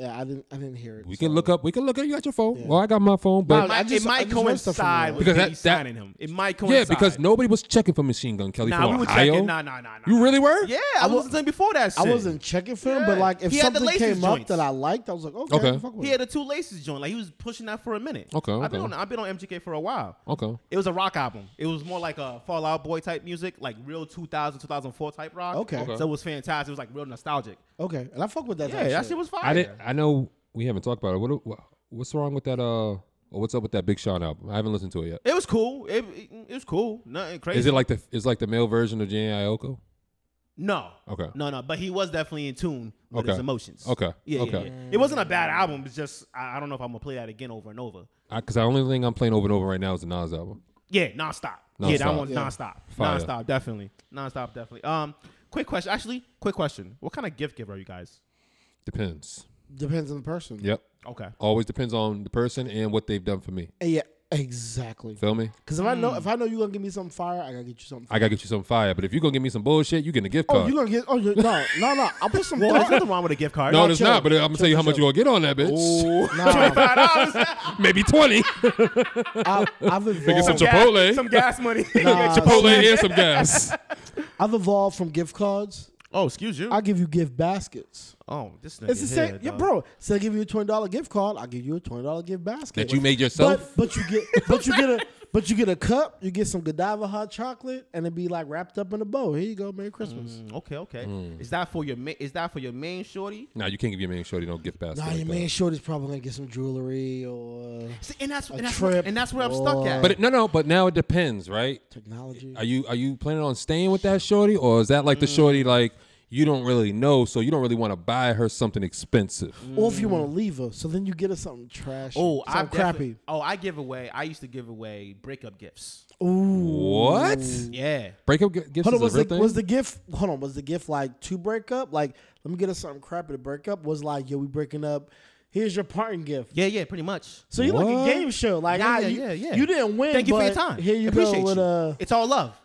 S2: Yeah, I didn't. I didn't hear it.
S1: We can
S2: so-
S1: look up. We can look up. You got your phone? Well, I got my phone,
S3: It
S1: but
S2: I
S3: might,
S2: just-
S3: it
S2: I
S3: might
S2: just read stuff from
S3: coincide
S2: him.
S3: with
S1: Because
S3: Diddy
S1: that- that-
S3: signing him. It might
S1: yeah,
S3: coincide.
S1: because nobody was checking for Machine Gun Kelly
S3: Nah,
S1: from
S3: we were
S1: Ohio.
S3: checking. Nah, nah, nah, nah.
S1: You really were?
S3: Yeah, I, was listening before that. Shit.
S2: I wasn't checking for him, but
S3: Yeah.
S2: like if
S3: He had the
S2: something
S3: laces
S2: came up
S3: joints.
S2: that I liked, I was like, okay,
S1: Okay.
S2: fuck with
S3: He
S2: it.
S3: had a two laces joint. Like he was pushing that for a minute.
S1: Okay,
S3: I've been
S1: okay.
S3: on. I've been on MGK for a while.
S1: Okay.
S3: It was a rock album. It was more like a Fallout Boy type music, like real 2000, 2004 type rock.
S2: Okay.
S1: Okay.
S3: So it was fantastic. It was like real nostalgic.
S2: Okay, and I fuck with that.
S3: Yeah,
S2: type
S3: that
S2: shit.
S3: shit was fire.
S1: I did. I know we haven't talked about it. What, what what's wrong with that? Uh, or what's up with that Big Sean album? I haven't listened to it yet.
S3: It was cool. It, it, it was cool. Nothing crazy.
S1: Is it like the is like the male version of Jenny Ioko?
S3: No.
S1: Okay.
S3: No, no. But he was definitely in tune with
S1: Okay.
S3: his emotions.
S1: Okay.
S3: Yeah,
S1: Okay.
S3: yeah, yeah. It wasn't a bad album. It's just I, I don't know if I'm gonna play that again over and over.
S1: Because the only thing I'm playing over and over right now is the Nas album.
S3: Yeah, nonstop. Yeah, that
S1: Nonstop.
S3: one
S1: Yeah.
S3: nonstop.
S1: Fire.
S3: Nonstop, definitely. Nonstop, definitely. Um, quick question. Actually, quick question. What kind of gift giver are you guys?
S1: Depends.
S2: depends on the person.
S1: Yep.
S3: Okay.
S1: Always depends on the person and what they've done for me.
S2: And yeah, exactly.
S1: Feel me?
S2: Because if I know if I know you're gonna give me something fire,
S3: Mm.
S2: I gotta get you something.
S1: I gotta get you some fire, but if you gonna give me some bullshit, you getting a gift
S2: Oh,
S1: card.
S2: you gonna get? Oh, you no, no, no. I'll put some.
S3: Well, there's
S2: thought-
S3: nothing wrong with a gift card.
S1: no, there's
S2: chill.
S1: not. But I'm gonna tell you how
S2: Chill,
S1: much you gonna get on that bitch.
S2: Nah,
S1: Maybe twenty.
S2: I, I've
S1: Get some
S2: evolved.
S1: Chipotle,
S3: Some gas money.
S2: Nah,
S1: Chipotle, and some gas.
S2: I've evolved from gift cards.
S3: oh, excuse you.
S2: I give you gift baskets.
S3: oh, this nigga
S2: It's the same,
S3: here,
S2: yeah,
S3: dog.
S2: bro. Instead of giving you a twenty dollar gift card, I give you a twenty dollar gift basket
S1: That you made yourself?
S2: But, but you get, but you get a, but you get a cup. You get some Godiva hot chocolate, and it be like wrapped up in a bow. Here you go, Merry Christmas.
S1: Mm,
S3: Mm, Okay, okay.
S2: Mm.
S3: Is that for your ma- is that for your main shorty?
S1: Nah, you can't give your man shorty no gift basket.
S2: Nah,
S1: like
S2: your
S1: that.
S2: man Shorty's probably gonna get some jewelry or uh,
S3: See, and that's
S2: A
S3: and that's, where,
S2: trip
S3: and that's where I'm stuck at.
S1: But it, no, no. But now it depends, right?
S2: technology.
S1: Are you are you planning on staying with that shorty, or is that like the shorty like you don't really know, so you don't really want to buy her something expensive?
S2: Or if you want to leave her, so then you get her something trash.
S3: oh, I
S2: something crappy.
S3: definitely- Oh, I give away. I used to give away breakup gifts.
S1: What?
S3: Yeah.
S1: Breakup gi- gifts
S2: Hold on,
S1: is a
S2: was
S1: real
S2: the,
S1: thing.
S2: was the gift? Hold on, was the gift like to break up? Like, let me get her something crappy to break up. Was like, yo, we breaking up. Here's your parting gift.
S3: Yeah, yeah, pretty much.
S2: So you like
S1: What?
S2: a game show. Like,
S3: Yeah,
S2: ah,
S3: yeah,
S2: you,
S3: yeah, yeah.
S2: you didn't win.
S3: Thank you for
S2: but
S3: your time.
S2: Here you
S3: Appreciate
S2: go with
S3: you.
S2: uh,
S3: it's all love.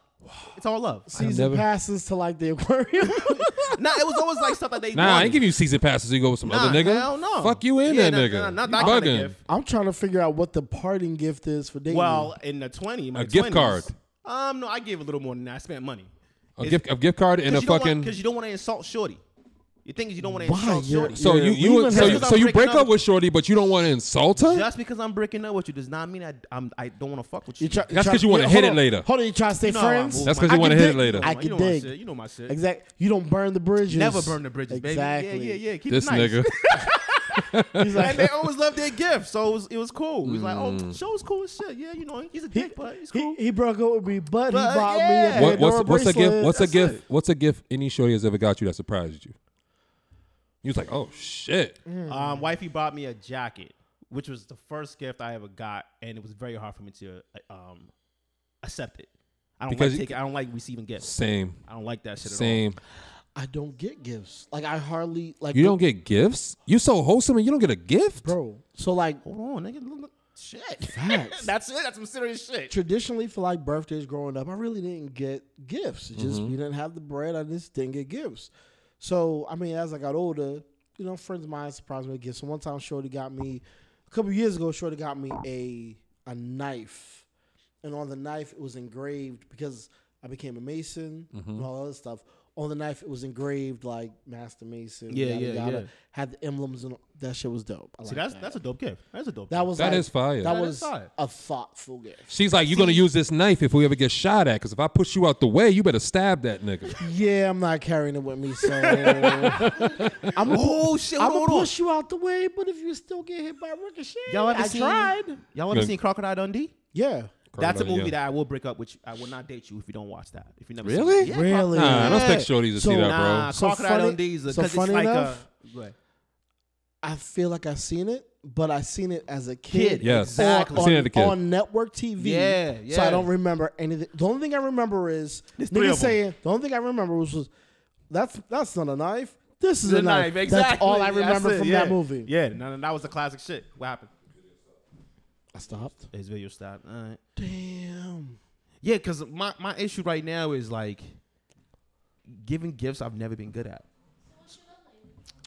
S3: It's all love.
S1: I
S2: Season
S1: never-
S2: passes to like the aquarium.
S3: nah, it was always like stuff that they.
S1: Nah, I
S3: wanted.
S1: ain't give you season passes. You go with some
S3: Nah,
S1: other nigga.
S3: hell no.
S1: Fuck you in
S3: Yeah,
S1: that
S3: nah,
S1: nigga.
S3: nah, not
S1: You
S3: that kind of
S1: bugging.
S3: gift.
S2: I'm trying to figure out what the parting gift is for dating.
S3: Well, in the twenty, my
S1: A gift
S3: 20s,
S1: card.
S3: Um, no, I gave a little more than that. I spent money.
S1: A gift, a gift card and a fucking.
S3: because you don't want to insult Shorty. Your thing is you don't want to
S2: Why?
S3: insult
S2: You're-
S3: Shorty.
S1: so
S2: Yeah,
S1: you
S2: we
S1: you
S2: even
S1: so
S2: had-
S1: you,
S3: Because
S1: so
S3: I'm
S1: you break
S3: breaking
S1: up with Shorty, but you don't want to insult her.
S3: Just because I'm breaking up with you does not mean I I'm, I don't want to fuck with you.
S2: You try-
S1: That's
S2: try-
S1: 'cause you wanna
S2: yeah,
S1: hit
S2: hold
S1: it
S2: on.
S1: later.
S2: Hold on, you try to stay
S3: You know how I
S2: friends.
S3: move
S1: That's
S3: my-
S1: 'cause you
S3: I
S1: wanna
S3: can
S1: hit it
S3: dig.
S1: later.
S3: You
S2: I
S3: know my-
S2: can
S3: you know my
S2: dig.
S3: shit. You know my shit.
S2: Exactly. You don't burn the bridges.
S3: Never burn the bridges, baby.
S2: Exactly.
S3: Yeah, yeah, yeah. Keep
S1: this
S3: it nice.
S1: nigga.
S2: He's like,
S3: and they always love their gift, so it was it was cool. He was like, "Oh,
S1: Mm.
S3: show's cool as shit. Yeah, you know, he's a dick, but he's cool."
S2: he, he broke up with me, but,
S3: But,
S2: he bought
S3: yeah.
S2: me a
S1: What,
S2: Pandora
S1: what's what's a gift?
S2: bracelet.
S1: What's a
S3: That's
S1: gift?
S3: it.
S1: What's a gift any shorty has ever got you that surprised you? You was like, oh shit.
S2: Mm.
S3: um, wifey bought me a jacket, which was the first gift I ever got, and it was very hard for me to uh, um accept it. I don't
S1: Because
S3: like taking. I don't like receiving gifts.
S1: Same,
S3: I don't like that shit. At all.
S1: same.
S2: I don't get gifts. Like I hardly like.
S1: You don't get gifts. You so wholesome and you don't get a gift.
S2: bro. So like
S3: Hold on, nigga. Look, look, shit.
S2: Facts.
S3: That's it. That's some serious shit.
S2: traditionally for like birthdays growing up, I really didn't get gifts. It's
S3: Mm-hmm.
S2: Just we didn't have the bread. I just didn't get gifts. So I mean, as I got older, you know, friends of mine surprised me with gifts. And one time, Shorty got me a couple years ago. Shorty got me a a knife, and on the knife it was engraved because I became a mason
S3: Mm-hmm.
S2: and all that other stuff. On the knife, it was engraved like Master Mason.
S3: Yeah, yeah, yeah.
S2: Had the emblems and that shit was dope. I
S3: See,
S2: like
S3: that's
S2: that.
S3: that's a dope gift. That's a dope.
S2: that
S3: gift.
S2: was
S1: That
S2: like-
S1: is fire.
S2: That,
S1: That
S3: is
S2: was
S3: fire.
S2: a thoughtful gift.
S1: She's like, you're gonna use this knife if we ever get shot at. Cause if I push you out the way, you better stab that nigga.
S2: Yeah, I'm not carrying it with me, so I'm
S3: Oh shit! Hold
S2: gonna
S3: on, hold on.
S2: push you out the way. But if you still get hit by a ricochet,
S3: Y'all ever
S2: I
S3: seen?
S2: tried.
S3: Y'all ever
S1: Yeah.
S3: seen Crocodile Dundee?
S2: Yeah,
S3: That's a
S1: Crocodile,
S3: movie
S1: yeah.
S3: that I will break up with you. I will not date you if you don't watch that. If you never
S1: Really?
S3: seen it. Yeah,
S2: really.
S1: Nah, I don't expect
S2: Yeah.
S1: shorties to see
S2: So-
S1: that, bro.
S3: Nah,
S2: So
S3: Crocodile
S2: funny-
S3: Dundee is a,
S2: so
S3: 'cause
S2: funny
S3: it's like
S2: enough-
S3: a, go ahead.
S2: I feel like I've seen it, but I seen it as a kid.
S3: Kid,
S1: Yes.
S3: exactly.
S2: On,
S1: Seen it as a kid.
S2: on network TV.
S3: Yeah,
S2: So I
S3: yeah.
S2: don't remember anything. The only thing I remember is
S3: There's three
S2: nigga
S3: of 'em.
S2: saying. The only thing I remember was, was that's that's not a knife. This is
S3: The
S2: a knife. That's all I
S3: That's
S2: remember
S3: it,
S2: from
S3: yeah.
S2: that movie.
S3: Yeah, no, no, that was the classic shit. What happened?
S2: I stopped.
S3: His video stopped. All right.
S2: Damn.
S3: Yeah, because my, my issue right now is like giving gifts I've never been good at.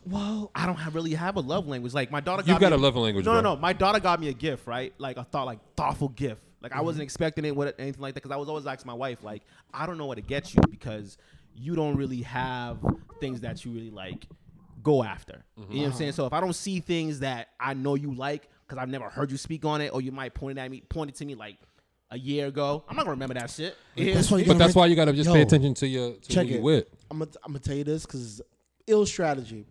S2: Well,
S3: I don't have, really have a love language. Like my daughter.
S1: You've got
S3: got me-
S1: a love language,
S3: No,
S1: bro.
S3: no, no. My daughter got me a gift, right? Like I thought, like thoughtful gift. Like
S2: Mm-hmm.
S3: I wasn't expecting it, with anything like that. Because I was always asking my wife, like, I don't know what to get you because you don't really have things that you really like go after. You know what I'm
S2: Mm-hmm.
S3: saying? So if I don't see things that I know you like, because I've never heard you speak on it, or you might point it at me, point it to me like a year ago, I'm not gonna remember that shit.
S2: that's why you
S1: But that's why you gotta just pay
S2: Yo.
S1: attention to your to
S2: Check
S1: who you
S2: it.
S1: with.
S2: I'm gonna I'm gonna tell you this because ill strategy.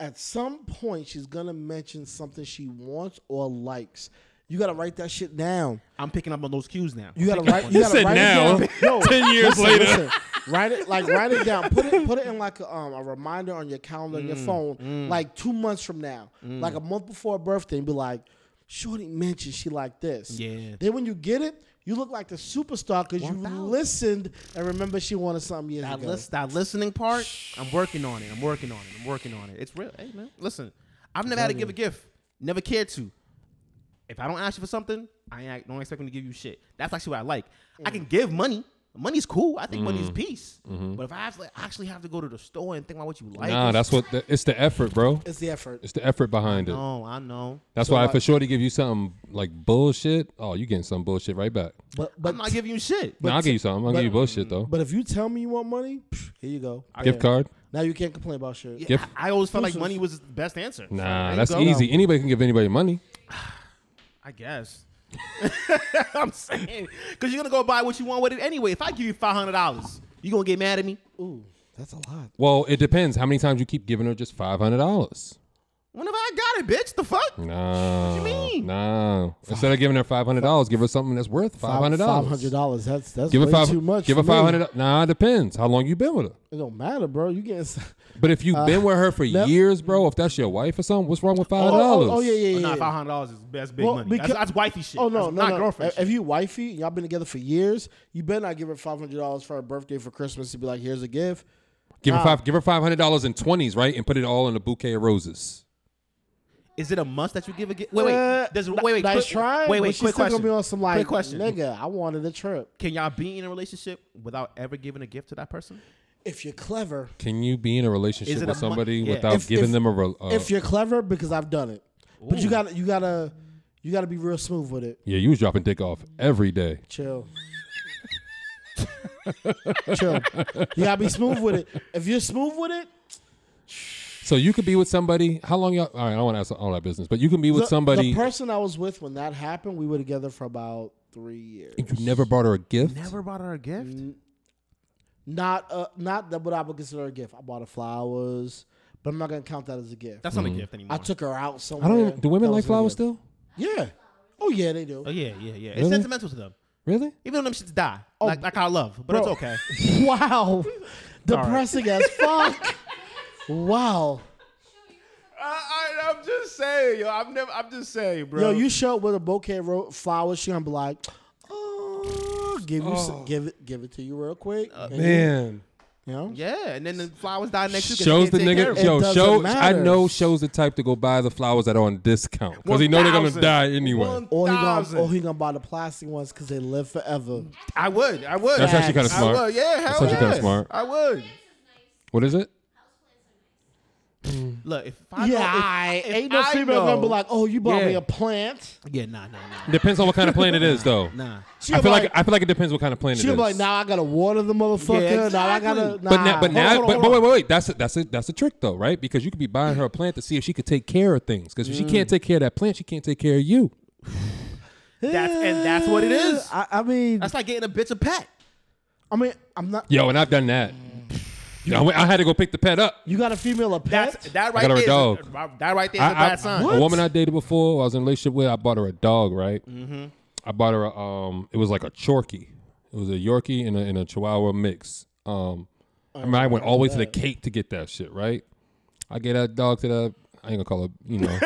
S2: At some point, she's gonna mention something she wants or likes. You gotta write that shit down.
S3: I'm picking up on those cues now.
S2: You gotta write. You gotta
S1: said
S2: write
S1: now,
S2: it down. No,
S1: 10 years
S2: listen,
S1: later.
S2: listen. Write it like write it down. Put it put it in like a, um, a reminder on your calendar on your
S3: Mm,
S2: phone, like two months from now, like a month before her birthday, and be like, "Shorty mentioned she like this."
S3: Yeah.
S2: Then when you get it, you look like the superstar because you listened and remember she wanted something years
S3: That
S2: ago.
S3: list, that listening part, I'm working on it. I'm working on it. I'm working on it. It's real. Hey man, listen, I've never had to give a gift. Never cared to. If I don't ask you for something, I ain't, don't expect them to give you shit. That's actually what I like. I
S2: Mm.
S3: can give money. Money's cool. I think
S1: Mm.
S3: money's peace. But if I actually, actually have to go to the store and think about what you like,
S1: Mm-hmm. Nah,
S3: and
S1: that's
S3: shit-
S1: what the, it's the effort, bro.
S2: It's the effort.
S1: It's the effort behind it.
S3: No, I know.
S1: That's why if a shorty give you something like bullshit, oh, you getting some bullshit right back.
S2: But but
S3: I'm not giving you shit.
S1: no, I'll give you something. I'll
S2: but-
S1: give you bullshit though.
S2: But if you tell me you want money, psh, here you go.
S1: Gift card?
S2: Now you can't complain about shit.
S3: Yeah,
S1: Gift-
S3: I, I always felt like
S2: Deuces.
S3: money was the best answer. There
S1: Nah,
S3: you
S1: that's
S3: go.
S1: easy. Anybody can give anybody money.
S3: I guess. I'm saying because you're gonna go buy what you want with it anyway. If I give you five hundred dollars, you gonna get mad at me?
S2: Ooh, that's a lot.
S1: Well, it depends how many times you keep giving her just five hundred dollars.
S3: Whenever I got it, bitch. The fuck?
S1: Nah,
S3: What you mean?
S1: nah. Instead of giving her five hundred dollars, give her something that's worth five hundred
S2: Five hundred
S1: dollars.
S2: dollars. That's that's
S1: Give her
S2: way
S1: five.
S2: too much.
S1: give her
S2: for me.
S1: five hundred. Nah, it depends how long you been with her.
S2: It don't matter, bro. You getting? s-
S1: But if you've been with her for
S2: Uh, no.
S1: years, bro, if that's your wife or something, what's wrong with
S2: Oh,
S1: five
S2: oh,
S1: dollars?
S2: oh, yeah, yeah, yeah.
S3: Oh, nah, five hundred dollars is best big
S2: Well,
S3: money.
S2: because-
S3: that's, that's wifey shit.
S2: Oh no,
S3: that's
S2: no,
S3: not
S2: no.
S3: girlfriend.
S2: If-
S3: shit.
S2: If you wifey, y'all been together for years, you better not give her five hundred dollars for her birthday for Christmas and be like, "Here's a gift."
S1: Give her
S2: Nah.
S1: five. Give her five hundred dollars in twenties, right, and put it all in a bouquet of roses.
S3: Is it a must that you give a gift? Wait, wait.
S2: Uh,
S3: Does,
S2: n-
S3: wait, wait.
S2: nice
S3: quick,
S2: try.
S3: Wait,
S2: but
S3: wait.
S2: she's
S3: Quick
S2: still
S3: question.
S2: gonna be on some like,
S3: quick question.
S2: nigga, I wanted a trip.
S3: Can y'all be in a relationship without ever giving a gift to that person?
S2: If you're clever,
S1: Can you be in a relationship
S3: Is it
S1: with
S3: a mon-
S1: somebody
S3: yeah.
S1: without
S2: If-
S1: giving
S2: if-
S1: them a? Re- uh,
S2: if you're clever, because I've done it. But you
S3: Ooh.
S2: gotta, you gotta, you gotta be real smooth with it.
S1: yeah, you was dropping dick off every day.
S2: Chill. Chill. You gotta be smooth with it. If you're smooth with it,
S1: So you could be with somebody. How long y'all? All right, I don't want to ask all that business, but you can be with
S2: the,
S1: somebody.
S2: the person I was with when that happened, we were together for about three years.
S1: you never brought her a gift.
S3: Never brought her a gift.
S2: Not, uh, not that what I would consider a gift. I bought her flowers, but I'm not gonna count that as a gift.
S3: That's not a gift anymore.
S2: I took her out somewhere.
S1: Mm-hmm. I don't. Do women
S2: That
S1: like
S2: was a
S1: flowers
S2: gift.
S1: still?
S2: Yeah. Oh yeah, they do.
S3: oh yeah, yeah, yeah.
S1: Really?
S3: It's sentimental to them.
S1: Really?
S3: Even though them shits die, like, like our love, but it's okay.
S2: Oh, Wow. Depressing as fuck. Wow.
S9: I, am just saying, yo. I'm never. I'm just saying, bro.
S2: Yo, you show up with a bouquet of ro- flowers, she gonna be like, oh, give you, some, give it, give it to you real quick,
S9: Uh,
S2: and you-
S1: Man.
S2: You know?
S9: yeah, and then the flowers die next week.
S1: Shows the nigga,
S2: of it.
S1: yo,
S2: It doesn't
S1: show. I
S2: matter.
S1: know shows the type to go buy the flowers that are on discount because he know they're gonna
S9: 1,000.
S1: die anyway.
S2: Or he gonna,
S9: 1,000.
S2: or he gonna buy the plastic ones because they live forever.
S9: I would. I would.
S1: That's actually kind of
S2: Facts.
S9: I
S1: smart.
S9: would. Yeah, hell
S1: actually
S9: yeah.
S1: kinda smart.
S9: I would.
S1: What is it?
S3: Look, if I
S2: yeah,
S3: know, if,
S2: I ain't no
S9: I
S2: female gonna be
S9: know-
S2: like, oh, you bought me
S9: Yeah.
S2: a plant.
S3: yeah, nah, nah, nah.
S1: Depends on what kind of plant it is, though.
S3: Nah.
S2: She
S1: I feel
S2: gonna be
S1: like, I feel like it depends what kind of plant
S2: she
S1: it
S2: gonna
S1: is.
S2: be like, now I gotta water the motherfucker.
S9: Yeah,
S2: Now I
S9: exactly.
S2: gotta. Nah.
S1: But now, but now,
S9: on,
S1: but,
S9: hold
S1: but
S9: on.
S1: wait, wait, wait. That's a, that's a, that's a trick though, right? Because you could be buying her a plant to see if she could take care of things. Because if she
S2: Mm.
S1: can't take care of that plant, she can't take care of you.
S3: That's and that's what it is.
S2: I, I mean,
S3: That's like getting a bitch a pet.
S2: I mean, I'm not.
S1: Yo, and I've done that.
S3: Mm.
S1: Yo, I, went- I had to go pick the pet up.
S2: You got a female a pet?
S9: That's that
S1: got
S9: right
S1: her a
S9: there. is
S1: dog.
S9: That right there
S1: I,
S9: is a
S1: I,
S9: bad sign.
S1: A woman I dated before, I was in a relationship with, I bought her a dog, right? Mm-hmm. I bought her a, um, it was like a Chorky. It was a Yorkie and a, and a Chihuahua mix. Um, I mean, I went all the way
S9: Oh,
S1: to the Cape to get that shit, right? I get that dog to the, I ain't gonna call her, you know.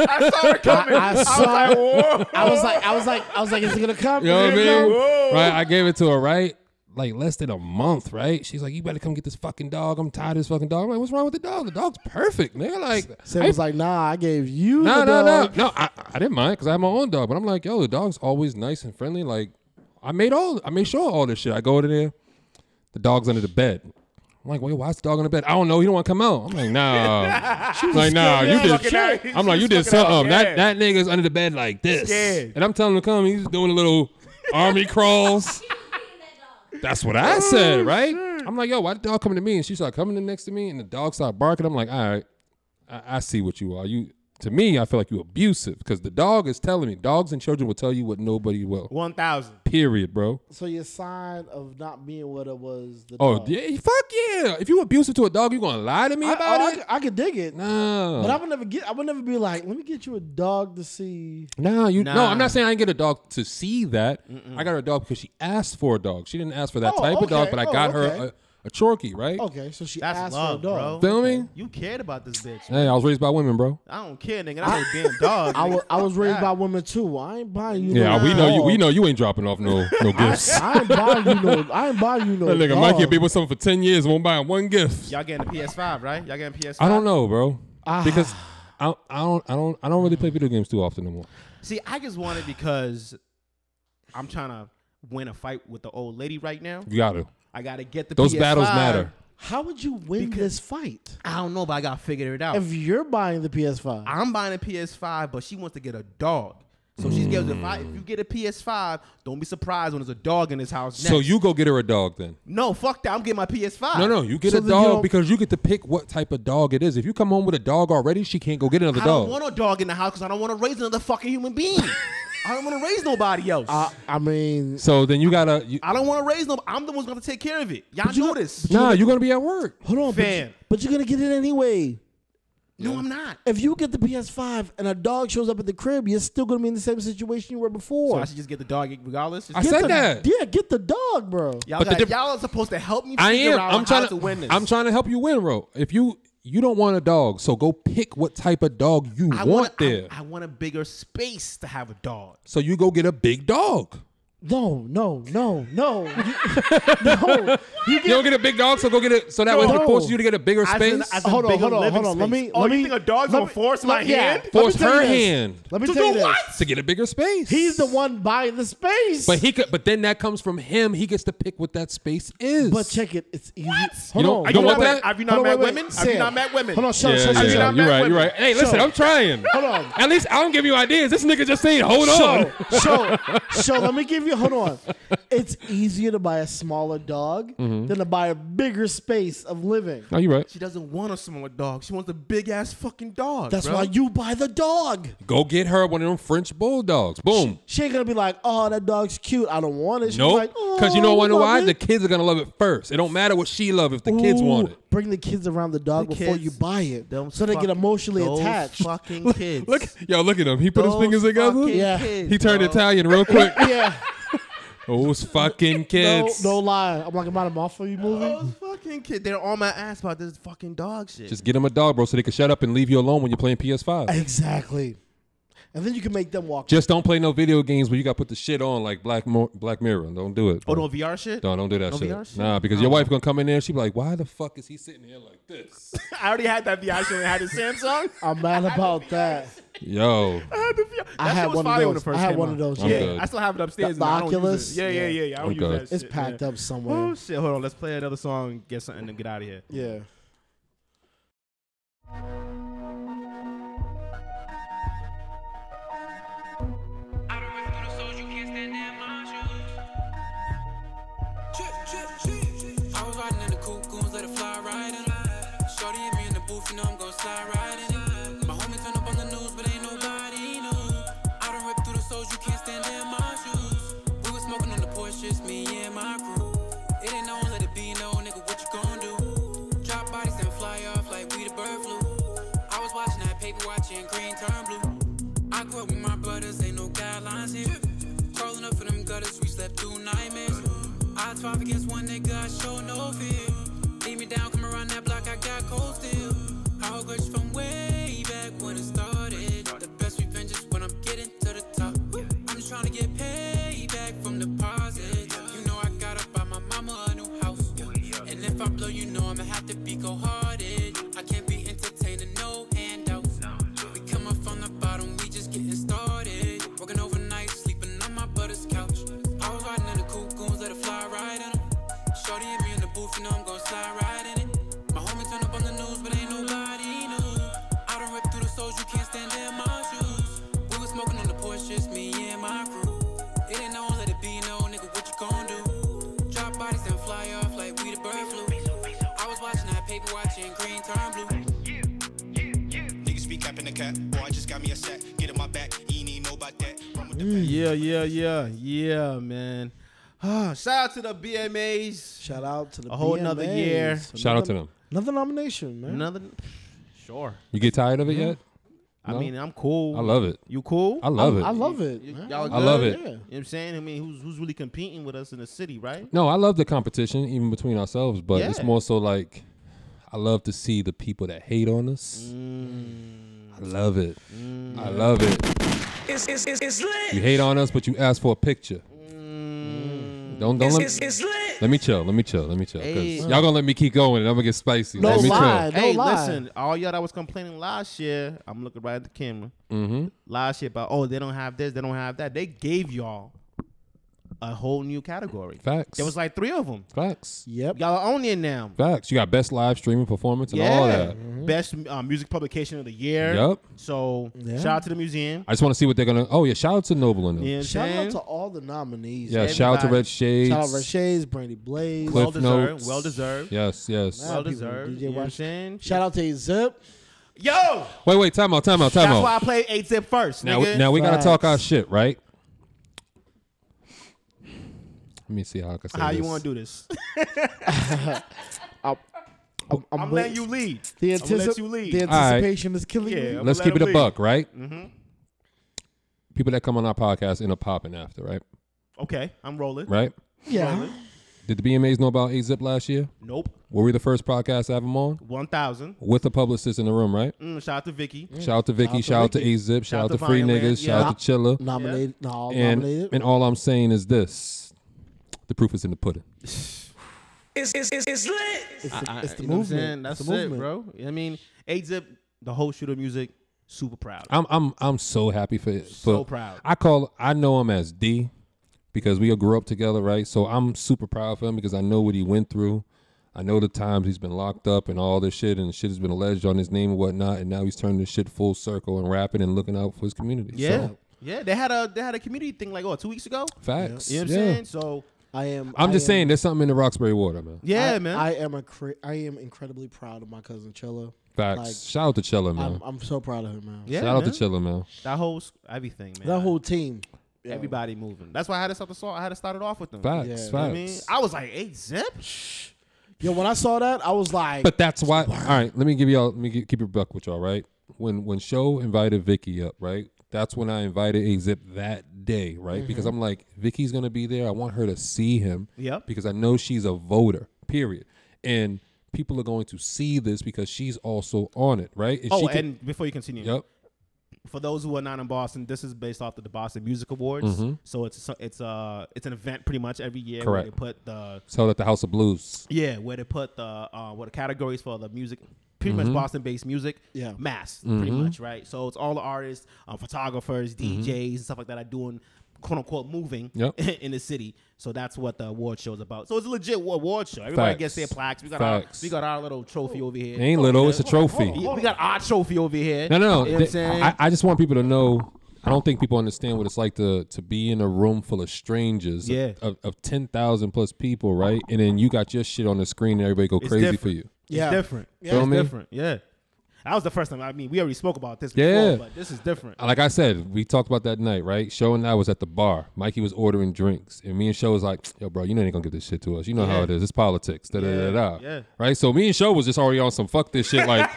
S9: I saw her coming.
S2: I saw-
S9: I was like, whoa.
S2: I was like, I was like, I was like, is it gonna come?
S1: You know what I
S2: Is it gonna
S1: mean?
S2: come?
S1: Right? I gave it to her, right? Like less than a month, right? She's like, "You better come get this fucking dog. I'm tired of this fucking dog." I'm like, "What's wrong with the dog? The dog's perfect, nigga." Like,
S2: Sam
S1: I-
S2: was like, nah, I gave you
S1: "No,
S2: the
S1: no, no,
S2: dog.
S1: no." I, I didn't mind because I have my own dog, but I'm like, "Yo, the dog's always nice and friendly." Like, I made all, I made sure all this shit. I go to there, the dog's under the bed. I'm like, "Wait, why is the dog on the bed?" I don't know. He don't want to come out. I'm like, "Nah." She's like, "Nah, you
S9: Fucking
S1: did."
S9: out.
S1: I'm like,
S9: She's
S1: "You did
S9: fucking out.
S1: something."
S9: Yeah.
S1: That that nigga's under the bed like this,
S9: Scared.
S1: and I'm telling him to come. He's doing a little army crawls. That's what I
S9: Oh,
S1: said, right? I'm like, yo, why the dog coming to me? And she started coming in next to me, and the dog started barking. I'm like, all right, I, I see what you are. You to me, I feel like you abusive because the dog is telling me. Dogs and children will tell you what nobody will.
S9: One thousand.
S1: Period, bro.
S2: So your sign of not being what it was. The
S1: Oh,
S2: dog.
S1: yeah, fuck yeah! If you abusive to a dog, you gonna lie to me
S2: I,
S1: about
S2: oh, I
S1: it? Uh.
S2: could- I could dig it.
S1: no,
S2: But I would never get. I would never be like, let me get you a dog to see.
S1: no, you no.
S9: Nah.
S1: I'm not saying I didn't get a dog to see that. I got her a dog because she asked for a dog. She didn't ask for that
S2: Oh,
S1: type of dog,
S2: okay.
S1: but I
S2: Oh,
S1: got
S2: okay. Oh,
S1: her a, a Chorky, right?
S2: Okay, so she
S9: That's
S2: asked
S9: love,
S2: for a dog.
S9: bro.
S1: Feel me?
S9: You cared about this bitch.
S1: Hey, I was raised by women, bro.
S9: I don't care, nigga. I was damn dog.
S2: I was, I was raised by
S9: God.
S2: women too. I ain't buying you.
S1: Yeah,
S2: no
S1: we know you. We
S2: dog.
S1: know you ain't dropping off no no gifts.
S2: I ain't buying you no. I ain't buying you no.
S1: That nigga
S2: dog.
S1: Mike can be with someone for ten years, won't buy him one gift.
S9: Y'all getting a PS5, right? Y'all getting PS5.
S1: I don't know, bro,
S3: Ah.
S2: Ah.
S1: because I, I don't I don't I don't really play video games too often anymore.
S9: See, I just want it because I'm trying to win a fight with the old lady right now.
S1: You gotta.
S9: I gotta get the
S1: Those
S9: PS5.
S1: battles matter.
S2: How would you win this fight
S9: I don't know, but I gotta figure it out.
S2: if you're buying the PS5?
S9: I'm buying a PS5, but she wants to get a dog. So she gives if I if you get a PS5, don't be surprised when there's a dog in this house. Next.
S1: So you go get her a dog then.
S9: no fuck that. I'm getting my
S3: Ah.
S9: PS5.
S1: No, no, you get
S2: So
S1: a
S2: then you
S1: dog
S2: don't-
S1: because you get to pick what type of dog it is. If you come home with a dog already, she can't go get another
S9: I
S1: dog.
S9: don't want a dog in the house because I don't want to raise another fucking human being. I don't want to raise nobody else.
S2: I, I mean,
S1: so then you gotta. You,
S9: I don't want to raise no. I'm the one's gonna take care of it. Y'all know this.
S1: nah, you're gonna be at work.
S2: hold on, but, you,
S9: Fam.
S2: but you're gonna get it anyway.
S9: No, I'm not.
S2: If you get the PS5 and a dog shows up at the crib, you're still gonna be in the same situation you were
S9: So
S2: before.
S9: I should just get the dog regardless.
S1: I
S9: Just-
S1: said
S2: the,
S1: that.
S2: Yeah, get the dog, bro.
S9: y'all,
S1: but the
S9: got,
S1: diff-
S9: y'all are supposed to help me. Figure
S1: I am.
S9: Out
S1: I'm
S9: how
S1: trying to,
S9: to win this.
S1: I'm trying to help you win, bro. If you you don't want a dog, so go pick what type of dog you
S9: I
S1: want
S9: wanna- I-
S1: there.
S9: I, want a bigger space to have a dog.
S1: so you go get a big dog.
S2: No, no, no, no, You- no. You
S1: You don't get a big dog, so go get it. So that way, it
S2: No.
S1: forces you to get a bigger
S3: As
S1: space.
S3: in- as in
S2: hold on,
S3: bigger
S2: hold on,
S3: living
S2: hold on. Let
S3: space.
S2: me.
S3: Oh,
S2: let
S3: you
S2: me,
S3: think a dog's
S2: let
S3: gonna
S2: me-
S3: force my
S2: let- yeah.
S3: hand?
S2: Let me
S1: Force
S2: tell you
S1: her
S2: this.
S1: hand.
S2: Let me
S3: To
S2: tell
S3: do
S2: you this.
S3: what?
S1: to get a bigger space.
S2: He's the one buying the space.
S1: But he could. But then that comes from him. He gets to pick what that space is.
S2: But check it. It's easy.
S1: You
S2: Hold
S1: don't-
S2: on.
S1: you don't
S2: hold
S1: want
S2: on,
S1: that?
S3: Have you not
S2: Hold on,
S3: met
S2: wait, wait,
S3: women? Have you
S2: Sam.
S3: not met women?
S2: Hold on. Shut
S1: Yeah,
S2: up. Shut up.
S1: yeah,
S2: shut up.
S1: You're right. You're right. Hey, listen,
S2: So-
S1: I'm trying.
S2: Hold on.
S1: At least I don't give you ideas. This nigga just saying, hold on.
S2: So, so, so let me give you. Hold on. It's easier to buy a smaller dog than to buy a bigger space of living.
S1: Mm-hmm. No, you're right.
S3: She doesn't want a smaller dog. She wants a big ass fucking dog.
S2: That's
S3: bro.
S2: why you buy the dog.
S1: Go get her one of them French bulldogs. Boom.
S2: She ain't gonna be like, "Oh, that dog's cute. I don't want it." She's
S1: Nope.
S2: like, "Oh,
S1: Because you know, wonder
S2: love
S1: why?
S2: it."
S1: The kids are going to love it first. It don't matter what she love if the kids want
S2: Ooh,
S1: it.
S2: Bring the kids around the dog
S3: The
S2: before
S3: kids,
S2: you buy it,
S3: them
S2: so they
S3: fuck-
S2: get emotionally
S3: those
S2: attached.
S3: Fucking kids.
S1: Look, yo, look at him. He put his
S3: Those
S1: fingers together.
S3: fucking
S2: Yeah.
S3: kids,
S1: He turned
S3: bro.
S1: Italian real quick.
S2: yeah,
S1: Those fucking
S2: no,
S1: kids.
S2: no lie. I'm like, I'm not a mafia movie.
S3: Those fucking kids. They're on my ass about this fucking dog shit.
S1: Just get him a dog, bro, so they can shut up and leave you alone when you're playing PS5.
S2: Exactly. And then you can make them walk.
S1: Just don't play no video games where you got to put the shit on like Black Mo- Black Mirror. Don't do it.
S3: oh,
S1: bro.
S3: no VR shit.
S1: No, don't do that
S3: No
S1: shit.
S3: VR shit? Oh.
S1: Nah, because your wife gonna come in there. She be like, "Why the fuck is he sitting here like this?"
S3: I already had that VR shit. When I had the Samsung.
S2: I'm mad about that.
S1: Yo,
S3: I had the VR. That
S2: I
S3: shit
S2: had
S3: was
S2: one of
S3: fire when
S2: those.
S3: it first
S2: I had
S3: came
S2: one
S3: out.
S2: of those,
S1: I'm
S3: yeah,
S1: good.
S3: I still have it upstairs.
S2: The-
S3: and I don't
S2: the
S3: use it.
S2: Oculus?
S3: Yeah, yeah, yeah, yeah. I don't
S1: I'm
S3: use
S1: good.
S3: that
S2: It's
S3: shit,
S2: packed
S3: yeah.
S2: up
S3: Oh
S2: somewhere.
S3: shit! Hold on. Let's play another song. Get something and get out of here.
S2: Yeah.
S14: Chip, chip, chip. I was riding in the coupe, goons let it fly riding. Shorty and me in the booth, you know I'm gonna slide riding. My homie turn up on the news, but ain't nobody knew. I done ripped through the souls, you can't stand in my shoes. We was smoking on the porch, just me and my crew. It ain't no one let it be, no nigga, what you gon' do? Drop bodies and fly off like we the bird flu. I was watching that paper, watching green turn blue. I grew up with my brothers, ain't no guidelines here. Crawling up in them gutters, we slept through nightmares. I five against one nigga, I show no fear. Leave me down, come around that block, I got cold steel. I hold grudge from way back when it started. The best revenge is when I'm getting to the top. I'm just trying to get paid back from deposits. You know I gotta buy my mama a new house. And if I blow, you know I'ma have to be cold-hearted. I can't be entertaining no handouts. We come up from the bottom, we just getting started. Working overnight, sleeping on my brother's couch. I was riding in the coupe, goons let it fly right in 'em. Shorty and me in the booth, you know I'm gonna slide right in it. My homie turn up on the news, but ain't nobody knew. I done ripped through the souls, you can't stand in my shoes. We was smoking on the porch, just me and my crew. It ain't no one let it be, no nigga, what you gon' do? Drop bodies and fly off like we the bird flu. I was watching that paper, watching green turn blue.
S15: Niggas be capping the cap. Boy, I just got me a sack. Get in my back. He ain't know about that. Run with the back.
S3: Yeah, yeah, yeah, yeah, man. ah, Shout out to the BMAs.
S2: Shout out to the
S3: A whole nother
S2: BMAs.
S3: year.
S1: shout out to them.
S2: Another nomination, man.
S3: Another. Sure.
S1: You get tired of it yet?
S3: Mm-hmm. I
S1: No?
S3: mean, I'm cool.
S1: I love it.
S3: You cool?
S1: I love it.
S2: I love it.
S3: You-
S2: man.
S3: y'all
S1: I love
S3: good?
S1: it.
S3: You know what I'm saying? I mean, who's who's really competing with us in the city, right?
S1: No, I love the competition even between ourselves, but it's
S3: Yeah.
S1: more so like I love to see the people that hate on us. I love it. I love it.
S5: It's, it's, it's, it's lit.
S1: You hate on us, but you ask for a picture. Don't don't let,
S5: It's lit.
S1: let me chill. Let me chill. Let me chill. 'cause
S3: Hey.
S1: y'all gonna let me keep going, and I'm gonna get spicy.
S2: No
S1: let me
S2: lie. No
S3: hey,
S2: lie.
S3: listen, all y'all that was complaining last year, I'm looking right at the camera.
S1: Mhm.
S3: Last year about oh they don't have this, they don't have that. They gave y'all a whole new category.
S1: chill. Facts.
S3: There was like three of them.
S1: facts.
S2: Yep.
S3: Y'all are on there now.
S1: Facts. You got best live streaming performance and
S3: yeah,
S1: all that.
S2: Mm-hmm.
S3: best uh, music publication of the year.
S1: Yup.
S3: So shout out to the museum.
S1: I just want to see what they're gonna. Oh yeah, shout out to Noble and them. Yeah,
S3: You know what I'm
S2: Shout
S3: saying?
S2: out to all the nominees.
S1: shout out to
S3: everybody.
S1: Red Shades.
S2: Shout out Red Shades, Brandy Blaze.
S1: Cliff
S3: well deserved.
S1: Notes.
S3: Well deserved.
S1: Yes, yes.
S2: Mad
S3: Well
S2: people,
S3: deserved.
S2: DJ
S3: You know what I'm
S2: Watch.
S3: saying?
S2: Shout out to Zip.
S3: Yo,
S1: Wait, wait. Time out. Time out. Time
S3: that's
S1: out.
S3: why I played eight zip first.
S1: Now,
S3: nigga.
S1: now we gotta talk our
S2: Facts.
S1: shit, right? Let me see how I can say
S3: how you
S1: this.
S3: want to do this?
S2: I'm, I'm
S3: I'm
S2: wait-
S3: letting you lead.
S2: The,
S3: I'm gonna let
S2: antici-
S3: you lead.
S2: the
S1: right.
S2: anticipation is killing
S3: Yeah.
S2: me.
S1: Let's
S3: Let
S1: keep it
S3: him
S1: a
S3: lead. Mm-hmm.
S1: buck, right? People that come on our podcast end up popping after, right?
S3: Okay, I'm rolling.
S1: Right?
S2: Yeah.
S3: Rolling.
S1: Did the BMAs know about A Zip last year?
S3: Nope.
S1: Were we the first podcast to have him on?
S3: 1,000.
S1: With a publicist in the room, right?
S3: Mm, shout out to Vicky.
S1: Shout out to Vicky, shout out to
S3: Vicky.
S1: A Zip, shout out to
S3: to
S1: Free
S3: Violin,
S1: Niggas,
S3: yeah.
S1: shout out to Chilla.
S2: Nominated, no,
S1: And
S2: nominated.
S1: and all I'm saying is this. The proof is in the pudding.
S2: it's the
S3: You know what I'm
S2: movement.
S3: saying? That's
S2: it's the movement.
S3: it, bro. I mean, A Zip, the whole shooter music, super proud.
S1: I'm I'm I'm so happy for for
S3: So proud.
S1: I call I know him as D because we grew up together, right? So I'm super proud for him because I know what he went through. I know the times he's been locked up and all this shit, and shit has been alleged on his name and whatnot, and now he's turning this shit full circle and rapping and looking out for his community.
S3: yeah.
S1: so,
S3: Yeah, they had a they had a community thing like oh two weeks ago.
S1: facts.
S3: You know what
S1: yeah.
S3: I'm saying? So
S2: I am.
S1: I'm
S2: I
S1: just
S2: am-
S1: saying, there's something in the Roxbury water, man.
S3: yeah,
S2: I,
S3: man.
S2: I am a. Cra- I am incredibly proud of my cousin Chilla.
S1: Facts.
S2: Like,
S1: Shout out to Chella, man.
S2: I'm, I'm so proud of him, man.
S3: yeah,
S1: Shout out to
S3: man.
S1: Chilla, man.
S3: that whole s- everything, man.
S2: That whole team. Yeah.
S3: everybody moving. That's why I had to start the song. I had to start it off with them.
S1: Facts.
S2: Yeah.
S1: Facts.
S3: You know what I mean, I was like, hey, Zip.
S2: Yo, when I saw that, I was like,
S1: But that's why. All right, let me give y'all. Let me gi- keep it buck with y'all. Right when when show invited Vicky up, right. That's when I invited A Zip that day, right?
S3: Mm-hmm.
S1: Because I'm like, Vicky's gonna be there. I want her to see him.
S3: Yep.
S1: Because I know she's a voter. Period. And people are going to see this because she's also on it, right? If
S3: Oh,
S1: she can-
S3: and before you continue,
S1: yep.
S3: for those who are not in Boston, this is based off of the Boston Music Awards. So it's so it's uh it's an event pretty much every year
S1: Mm-hmm. Correct.
S3: where they put the
S1: It's held at the House of Blues.
S3: yeah where they put the uh what the categories for the music pretty
S1: Mm-hmm.
S3: much Boston based music
S2: Yeah.
S3: mass pretty much right. So it's all the artists, um, photographers,
S1: Mm-hmm.
S3: DJs, and stuff like that are doing quote unquote moving
S1: Yep.
S3: in the city. So that's what the award show is about. So it's a legit wa- award show. Everybody
S1: Facts.
S3: gets their plaques. We got
S1: Facts.
S3: our we got our little trophy over here.
S1: It ain't little. It's a trophy.
S3: Yeah, we got our trophy over here.
S1: No, no, no.
S3: You know what I'm
S1: They-
S3: saying?
S1: I, I just want people to know. I don't think people understand what it's like to to be in a room full of strangers, of-
S3: Yeah.
S1: of, of ten thousand plus people, right? And then you got your shit on the screen, and everybody go crazy for
S3: different.
S1: you.
S2: Yeah.
S3: It's different. Yeah,
S1: Feel
S3: it's
S1: me?
S3: different. Yeah. That was the first time. I mean, we already spoke about this before,
S1: Yeah.
S3: but this is different.
S1: Like I said, we talked about that night, right? Show and I was at the bar. Mikey was ordering drinks, and me and Show was like, "Yo, bro, you know they ain't gonna give this shit to us. You know how
S3: Yeah.
S1: it is. It's politics." Da da da da.
S3: Yeah.
S1: Right. So me and Show was just already on some fuck this shit.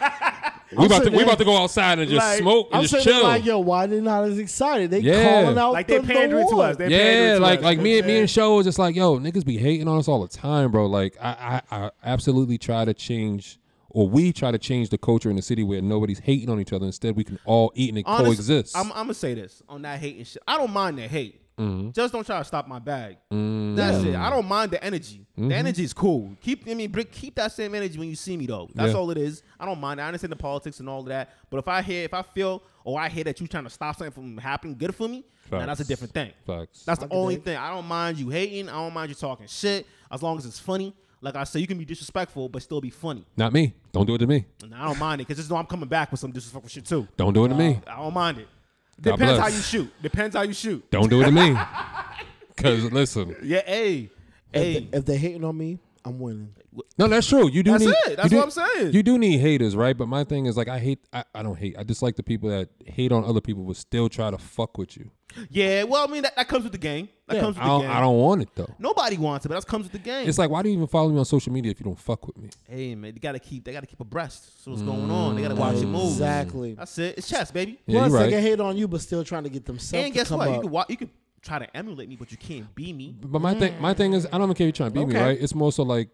S1: Like we about to
S2: sitting
S1: we
S2: there-
S1: about to go outside and just
S3: Like,
S1: smoke and
S2: I'm
S1: just
S2: sitting there
S1: chill.
S2: like, yo, why they not as excited? They
S1: Yeah.
S2: calling out
S3: Like
S2: the,
S3: they pandering
S2: the
S3: to
S2: war.
S3: us. They pandering
S1: Yeah,
S3: to
S1: like
S3: us.
S1: like me and me and Show is just like, yo, niggas be hating on us all the time, bro. Like I, I I absolutely try to change or we try to change the culture in the city where nobody's hating on each other. Instead, we can all eat and
S3: Honest-
S1: coexist.
S3: I'm, I'm gonna say this on that hate and shit. I don't mind the hate.
S1: Mm-hmm.
S3: Just don't try to stop my bag.
S1: Mm,
S3: That's it. I don't mind the energy.
S1: Mm-hmm.
S3: The energy is cool. Keep I mean, br- keep that same energy when you see me though. That's
S1: Yeah.
S3: all it is. I don't mind. I understand the politics and all of that. But if I hear, if I feel, or I hear that you trying to stop something from happening good for me, now that's a
S1: Facts.
S3: different thing.
S1: Facts.
S3: That's the only thing. I don't mind you hating. I don't mind you talking shit. As long as it's funny. Like I said, you can be disrespectful, but still be funny.
S1: Not me. Don't do it to me.
S3: And I don't mind it because just know I'm coming back with some disrespectful shit too.
S1: Don't do it to me.
S3: I don't mind it.
S1: God
S3: Depends
S1: bless.
S3: how you shoot. Depends how you shoot.
S1: Don't do it to me. Cause listen,
S3: Yeah, hey, hey.
S2: If they hating on me, I'm winning.
S1: no, that's true. You do
S3: That's
S1: need.
S3: it. That's
S1: you do-
S3: what I'm saying.
S1: You do need haters, right? But my thing is like, I hate. I, I don't hate. I dislike the people that hate on other people, but still try to fuck with you.
S3: Yeah, well, I mean that, that comes with the game. That comes with
S1: I
S3: the
S1: don't,
S3: game.
S1: I don't want it though.
S3: Nobody wants it, but that comes with the game.
S1: It's like, why do you even follow me on social media if you don't fuck with me?
S3: hey man, they gotta keep they gotta keep abreast. So what's going on? They gotta watch your moves.
S2: Exactly.
S3: That's it. It's chess, baby.
S1: Mm, Yeah,
S2: Plus,
S1: you're
S2: they
S1: right.
S2: can hate on you, but still trying to get themselves
S3: And
S2: to
S3: guess
S2: come
S3: what? You
S2: up.
S3: can wa- you can try to emulate me, but you can't be me.
S1: But my thing, my thing is, I don't even care if you're trying to beat me,
S2: Okay.
S1: right? It's more so like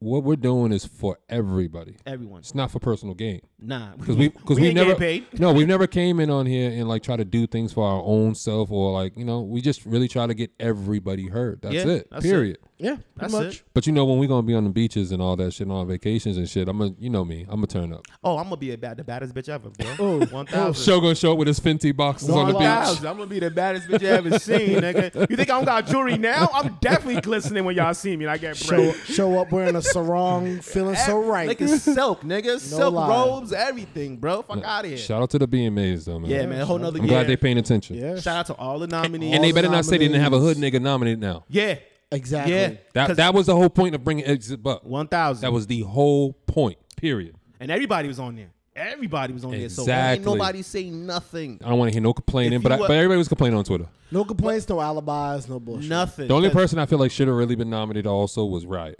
S1: what we're doing is for everybody.
S3: Everyone,
S1: It's not for personal gain
S3: nah,
S1: because we because we,
S3: ain't
S1: never
S3: getting paid.
S1: no we've never came in on here and like try to do things for our own self or like you know we just really try to get everybody heard. That's
S3: Yeah,
S1: it.
S3: that's it.
S1: period.
S2: yeah, pretty
S3: That's
S2: much.
S3: it.
S1: But you know when we're gonna be on the beaches and all that shit and on vacations and shit, I'm gonna you know me, I'm gonna turn up.
S3: Oh, I'm gonna be a bad, the baddest bitch ever,
S1: Oh,
S3: bro. One thousand.
S1: Show gonna show up with his Fenty boxes on the
S3: One
S1: beach.
S3: thousand. I'm gonna be the baddest bitch you ever seen, nigga. You think I don't got jewelry now? I'm definitely glistening when y'all see me. And I get
S2: Show,
S3: brave.
S2: show up wearing a sarong, feeling so right.
S3: Nigga, silk, nigga, silk
S2: lie.
S3: robes, everything, bro. Fuck out of here.
S1: Shout out to the BMAs though, man.
S3: yeah, man. Whole nother
S1: I'm
S3: year.
S1: glad they paying attention.
S2: Yeah,
S3: Shout out to all the nominees.
S1: And they
S2: All
S1: better not say they didn't have a hood
S2: nominees.
S1: nigga nominated now.
S3: yeah,
S2: exactly.
S3: yeah.
S1: That that was the whole point of bringing Exit Buck.
S3: one thousand.
S1: That was the whole point. Period.
S3: and everybody was on there. Everybody was on there. So ain't
S1: Exactly.
S3: nobody say nothing.
S1: I don't want to hear no complaining,
S3: If
S1: but I,
S3: you were-
S1: but everybody was complaining on Twitter.
S2: No complaints, no alibis, no bullshit.
S3: Nothing.
S1: The only
S3: 'Cause
S1: person I feel like should have really been nominated also was Riot.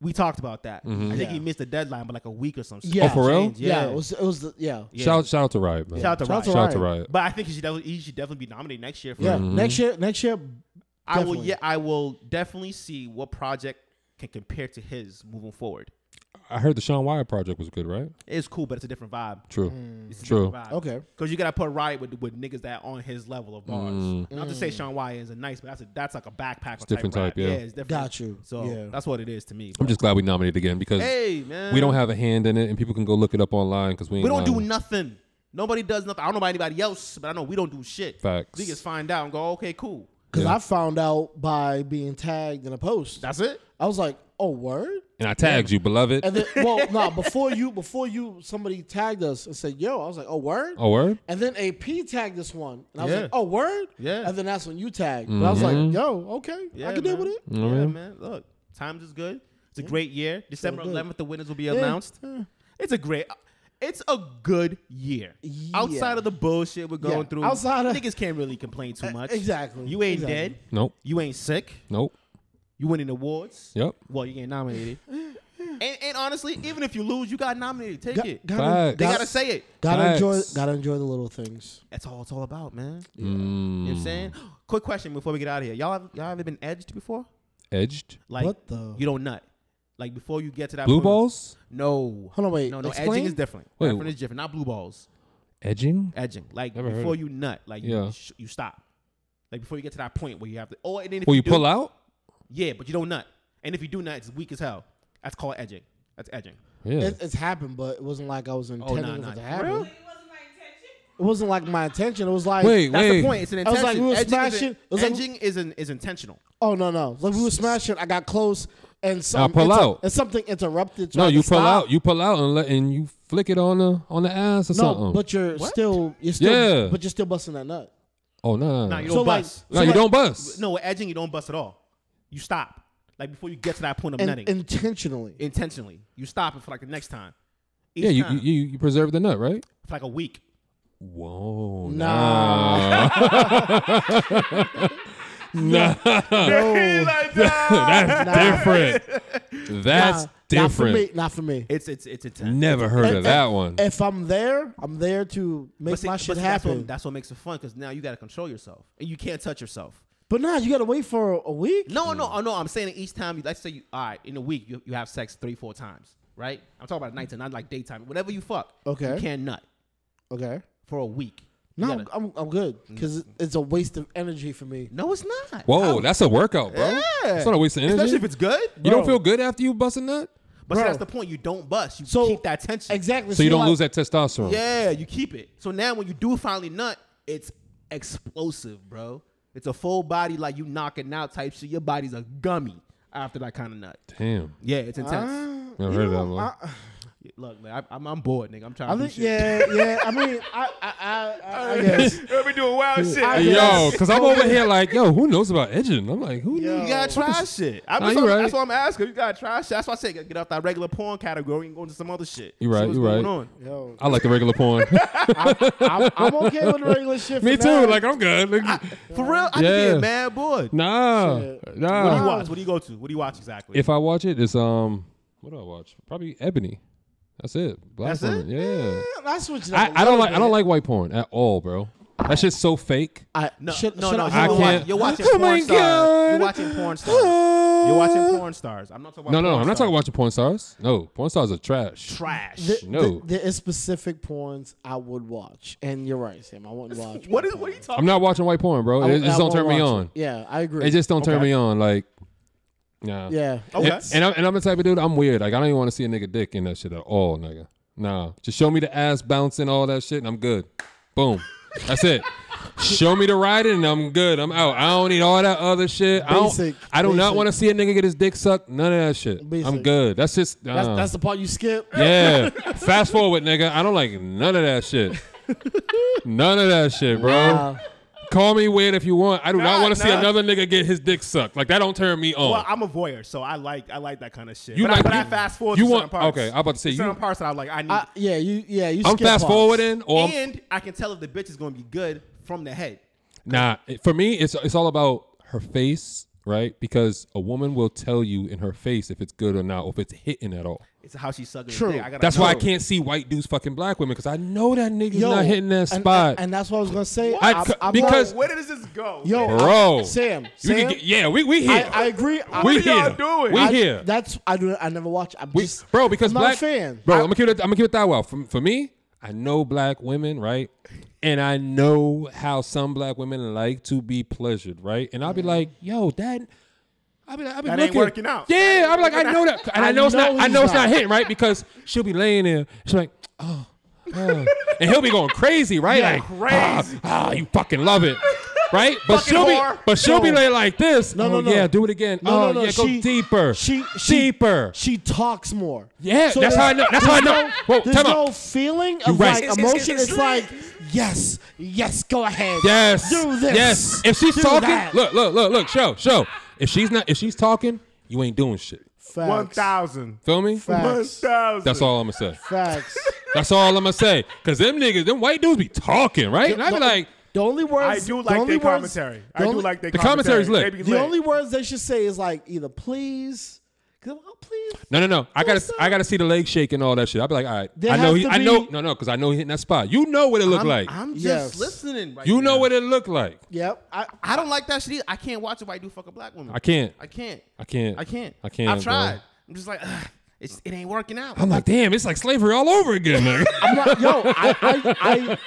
S3: we talked about that. I think he
S2: Yeah.
S3: missed the deadline by like a week or something.
S2: Yeah. Oh,
S1: Mm-hmm. for real?
S2: Yeah,
S3: Yeah.
S2: it was. It was. The, yeah.
S3: Yeah.
S1: Shout shout out to Riot, man.
S3: Shout out to
S2: Shout out
S3: Rock.
S2: to
S1: Shout out
S2: Riot.
S1: to Riot. Mm-hmm.
S3: But I think he should definitely, he should definitely be nominated next year for
S2: Yeah. Next year. Next year.
S3: I will
S2: Definitely.
S3: yeah, I will definitely see what project can compare to his moving forward.
S1: I heard the Sean Wyatt project was good, right?
S3: It's cool, but it's a different vibe.
S1: True.
S3: It's a
S1: True.
S3: different vibe.
S16: Okay.
S3: Because you gotta put Riot with with niggas that on his level of bars. Not to say
S2: Mm.
S3: Sean Wyatt is a nice, but that's a, that's like a backpacker type.
S1: Mm. different type,
S3: rap.
S1: yeah.
S3: it's different.
S16: Got you.
S3: So
S16: Yeah.
S3: that's what it is to me.
S1: I'm just glad we nominated again because
S3: hey man,
S1: we don't have a hand in it, and people can go look it up online because we ain't
S3: we don't do
S1: lying.
S3: nothing. Nobody does nothing. I don't know about anybody else, but I know we don't do shit.
S1: Facts.
S3: We just find out and go, okay, cool.
S2: Because
S1: Yeah.
S2: I found out by being tagged in a post.
S3: That's it.
S2: I was like, oh, word?
S1: And I tagged you, beloved.
S2: And then, well, no, before you, before you, somebody tagged us and said, yo, I was like, oh, word?
S1: oh word.
S2: And then AP tagged this one. And I was
S3: Yeah.
S2: like, oh, word?
S3: Yeah.
S2: And then that's when you tagged. But I was like, yo, okay. I can deal
S3: man.
S2: with it.
S1: Mm-hmm. know what I
S3: Yeah,
S1: mean?
S3: man. Look, times is good. It's a great year. December
S2: good.
S3: 11th, the winners will be announced. It's a great. It's a good year.
S2: Yeah.
S3: Outside of the bullshit we're going through,
S2: Outside of- Eh,
S3: niggas can't really complain too much.
S2: exactly.
S3: You ain't
S2: Exactly.
S3: dead.
S1: Nope.
S3: You ain't sick.
S1: Nope.
S3: You winning awards.
S1: Yep.
S3: Well, you getting nominated. and, and honestly, even if you lose, you got nominated. Take it.
S2: Gotta,
S1: Facts.
S3: they
S2: gotta-
S3: gotta say it.
S2: gotta enjoy,
S1: Facts.
S2: gotta enjoy the little things.
S3: That's all it's all about, man. Mm. You know
S1: Mm.
S3: what I'm saying? Quick question before we get out of here. Y'all have, y'all ever been edged before?
S1: Edged.
S3: Like
S2: What the-
S3: you don't nut. Like before you get to that
S1: Blue
S3: point-
S1: balls.
S3: No.
S2: Hold on, wait,
S3: No, no.
S2: explain?
S3: Edging is different.
S1: Wait,
S3: Reference
S1: wh-
S3: is different. Not blue balls.
S1: Edging.
S3: Edging. Like
S1: Never heard
S3: before
S1: of
S3: you nut. Like
S1: Yeah.
S3: you, sh- you stop. Like before you get to that point where you have to. Oh, and then if
S1: Will you
S3: do-
S1: pull out?
S3: Yeah, but you don't nut. And if you do nut, it's weak as hell. That's called edging. That's edging.
S1: Yeah.
S2: It, it's happened, but it wasn't like I was
S3: Oh
S2: intending
S3: no,
S2: for
S3: no.
S2: it to
S3: For
S2: happen.
S3: real?
S2: It wasn't like my intention. It was like,
S1: wait,
S3: That's
S1: wait.
S3: the point. It's an
S2: I was like,
S3: intention.
S2: we were
S3: edging is,
S2: smashing-
S3: an-
S2: it was like-
S3: edging is, an, is intentional.
S2: oh no, no, like we were smashing. I got close, and some
S1: pull
S2: inter-
S1: out.
S2: and something interrupted.
S1: No,
S2: tried
S1: you
S2: to
S1: pull
S2: stop.
S1: out. You pull out and let and you flick it on the on the ass or
S2: No,
S1: something.
S2: but you're still, you're still,
S1: Yeah.
S2: but you're still busting that nut.
S1: oh no,
S3: No,
S1: no,
S3: you
S1: no.
S3: don't
S2: So, like-
S3: bust.
S1: No,
S2: so,
S1: you
S2: like-
S1: don't bust.
S3: no, with edging, you don't bust at all. You stop. Like before you get to that point of
S2: And
S3: nutting,
S2: intentionally.
S3: intentionally, you stop it for like the next time. Each
S1: Yeah, you,
S3: time,
S1: you you you preserve the nut, right?
S3: for like a week. Oh,
S1: Whoa,
S2: Nah.
S1: nah, that's different. That's different.
S2: Not for me. Not for me.
S3: It's it's it's intense.
S1: Never heard of
S2: If-
S1: that one.
S2: If I'm there, I'm there to make
S3: see-
S2: my shit
S3: see, That's
S2: happen.
S3: what, that's what makes it fun because now you got to control yourself and you can't touch yourself.
S2: but nah, you gotta wait for a week.
S3: No, no, oh, no. I'm saying each time you, let's say you, all right, in a week you, you have sex three, four times, right? I'm talking about at nighttime, not like daytime. Whenever you fuck,
S2: Okay.
S3: you can't nut
S2: Okay.
S3: for a week. You
S2: No,
S3: gotta-
S2: I'm, I'm good because it's a waste of energy for me.
S3: no, it's not.
S1: Whoa, that's a workout, bro. It's not a waste of energy.
S3: Especially if it's good.
S1: you don't feel good after you bust a nut,
S3: But see,
S2: Bro.
S3: that's the point. You don't bust. You
S2: So-
S3: keep that tension.
S2: Exactly.
S1: so you don't
S2: like-
S1: lose that testosterone.
S3: Yeah, you keep it. So now when you do finally nut, it's explosive, bro. It's a full body like you knocking out type shit. Your body's a gummy after that kind of nut.
S1: Damn, Ah.
S3: Yeah, it's intense.
S2: Uh,
S1: never heard of that one.
S3: Look, man, I, I'm, I'm bored, nigga. I'm trying
S2: I
S3: to do
S2: think,
S3: shit.
S2: yeah, yeah. I mean, I, I, I, I, I guess.
S3: we doing wild Oh, shit.
S2: I
S1: Hey, yo,
S2: guess.
S1: because I'm over here like, yo, who knows about edging? I'm like, who
S2: Yo.
S1: knows?
S3: You gotta try shit. I'm
S1: Nah,
S3: just,
S1: you right.
S3: That's what I'm asking. You gotta try shit. That's why I say get off that regular porn category and go into some other shit.
S1: You right,
S3: See what's
S1: you right.
S3: going on.
S2: Yo,
S1: I like the regular porn.
S2: I'm, I'm okay with the regular shit.
S1: Me
S2: for
S1: too.
S2: now.
S1: Like I'm good. Like,
S3: For real, I yeah.
S1: Yeah.
S3: get mad bored.
S1: nah,
S3: What do you
S1: nah.
S3: watch? What do you go to? What do you watch exactly?
S1: If I watch it, it's um, what do I watch? Probably Ebony. That's it. Black
S3: That's it?
S1: woman. Yeah.
S2: that's what you.
S1: I, I don't like I don't like white porn at all, bro. That shit's so fake.
S2: I,
S3: No,
S2: shit,
S3: no,
S2: shit,
S3: no.
S2: I,
S1: I
S3: you're,
S1: can't-
S3: Watching, you're watching
S1: Oh
S3: porn
S1: my
S3: stars.
S1: God.
S3: You're watching porn stars. You're
S2: Uh,
S3: watching porn stars. I'm not talking about
S1: No, no,
S3: porn
S1: I'm not
S3: stars.
S1: talking about your porn stars. No, porn stars are trash.
S3: trash.
S2: th-
S1: no.
S2: th- there is specific porns I would watch, and you're right, Sam. I wouldn't watch.
S3: what is
S2: porn.
S3: what are you
S1: I'm
S3: talking?
S1: not watching white porn, bro. It,
S2: I
S1: it
S2: won't- I
S1: just don't
S2: won't
S1: turn me
S2: watch
S1: on.
S2: it. Yeah, I agree.
S1: It just don't turn
S3: Okay.
S1: me on. Like, nah.
S2: yeah.
S3: Okay.
S2: it's-
S1: And I'm and I'm the type of dude. I'm weird. Like I don't even want to see a nigga dick in that shit at all, nigga. Nah. Just show me the ass bouncing, all that shit, and I'm good. Boom. That's it. Show me the riding, and I'm good. I'm out. I don't need all that other shit.
S2: Basic,
S1: I don't. I do not
S2: basic.
S1: want to see a nigga get his dick sucked. None of that shit. I'm
S2: Basic.
S1: good. That's just.
S2: That's,
S1: uh.
S2: that's the part you skip.
S1: Yeah. Fast forward, nigga. I don't like none of that shit. None of that shit, bro.
S2: Wow.
S1: Call me weird if you want. I do not
S3: Nah,
S1: want to see
S3: nah.
S1: another nigga get his dick sucked. Like that don't turn me on.
S3: Well, I'm a voyeur, so I like I like that kind of shit.
S1: You
S3: but I,
S1: like-
S3: but I
S1: you-
S3: fast forward.
S1: you
S3: to
S1: want-
S3: certain parts.
S1: okay, I about to say,
S3: To
S1: you-
S3: certain parts that I'm like I need.
S2: I, yeah, you. Yeah, you.
S1: I'm
S2: skip
S1: fast
S2: parts.
S1: forwarding, or I'm-
S3: and I can tell if the bitch is gonna be good from the head.
S1: nah. it- For me, it's it's all about her face right? Because a woman will tell you in her face if it's good or not, or if it's hitting at all.
S3: It's how she sucking.
S2: True.
S3: True. I gotta
S1: That's why I
S3: know.
S1: can't see white dudes fucking black women because I know that nigga's
S2: Yo,
S1: not hitting that
S2: and-
S1: spot.
S2: And, and that's what I was gonna say.
S1: I
S2: I'm-
S1: c-
S2: I'm
S1: because-
S2: not-
S3: Where does this go?
S2: yo, I'm-
S1: Bro.
S2: Sam,
S1: You
S2: Sam,
S1: can get- yeah, we we
S2: I,
S1: here.
S2: I agree. I-
S1: we
S3: are y'all
S1: here.
S3: doing?
S1: We
S2: I-
S1: here.
S2: That's I do. I never watch. I'm
S1: We-
S2: just
S1: bro, because
S2: I'm not
S1: black
S2: a fan.
S1: Bro, I'm gonna keep it. I'm gonna keep it that well. For, for me, I know black women, right? And I know how some black women like to be pleasured, right? And I'll be like, yo, that. I'll be like, I'll be
S3: That ain't
S1: looking.
S3: working out.
S1: Yeah, I'm like, I know that, and I, know, it's not.
S2: know
S1: I
S2: he's
S1: know it's not
S2: not.
S1: hitting, right? Because she'll be laying there. She's like, oh. oh. and he'll be going crazy, right? like
S3: crazy.
S1: Ah, ah, you fucking love it, right? But
S3: Fucking
S1: she'll
S3: whore.
S1: be, but she'll be
S2: No.
S1: laying like this.
S2: No, no,
S1: Oh,
S2: no.
S1: Yeah, do it again.
S2: No,
S1: oh,
S2: no, no.
S1: yeah, go
S2: she,
S1: deeper.
S2: She, she
S1: deeper.
S2: She talks more.
S1: Yeah, that's how I know- that's how I
S2: there's
S1: know.
S2: no-
S1: Whoa,
S2: there's
S1: time out.
S2: no feeling of
S1: right.
S2: like
S1: It's-
S2: emotion.
S7: it's-
S2: It's,
S7: it's
S2: like yes, yes, go ahead.
S1: Yes.
S2: do this.
S1: Yes. If she's
S2: do
S1: talking,
S2: that.
S1: look, look, look, look, show, show. If she's not, if she's talking, you ain't doing shit.
S2: Facts.
S3: One thousand.
S1: Feel me?
S3: One
S2: Facts.
S3: thousand.
S1: That's all I'm gonna say.
S2: Facts.
S1: That's all I'm gonna say. Cause them niggas, them white dudes be talking, right? And I be
S2: The-
S1: like,
S2: the only
S3: I
S2: words
S3: do
S2: the
S3: like
S2: only
S3: their
S2: words-
S3: commentary. I
S2: the
S3: do
S2: only-
S3: like their
S1: The commentary's
S3: commentary.
S1: lit.
S3: They be
S2: The only words they should say is like either please, 'cause I'm- oh, please.
S1: no, no, no. I gotta,
S2: What's up?
S1: I gotta see the leg shake and all that shit. I be like, all right,
S2: There
S1: I know
S2: has
S1: he,
S2: to
S1: I know,
S2: be-
S1: no, no, cause I know he hitting that spot. You know what it looked
S3: I'm,
S1: like.
S3: I'm just
S2: Yes.
S3: listening. Right
S1: you know
S3: now.
S1: what it looked like.
S2: Yep. I,
S3: I don't like that shit. Either. I can't watch a white dude fuck a black woman.
S1: I can't.
S3: I can't.
S1: I can't.
S3: I can't.
S1: I can't.
S3: I've tried.
S1: bro.
S3: I'm just like, ugh, it's, it ain't working out.
S1: I'm like, damn, it's like slavery all over again, nigga.
S2: I'm not, yo, I, I,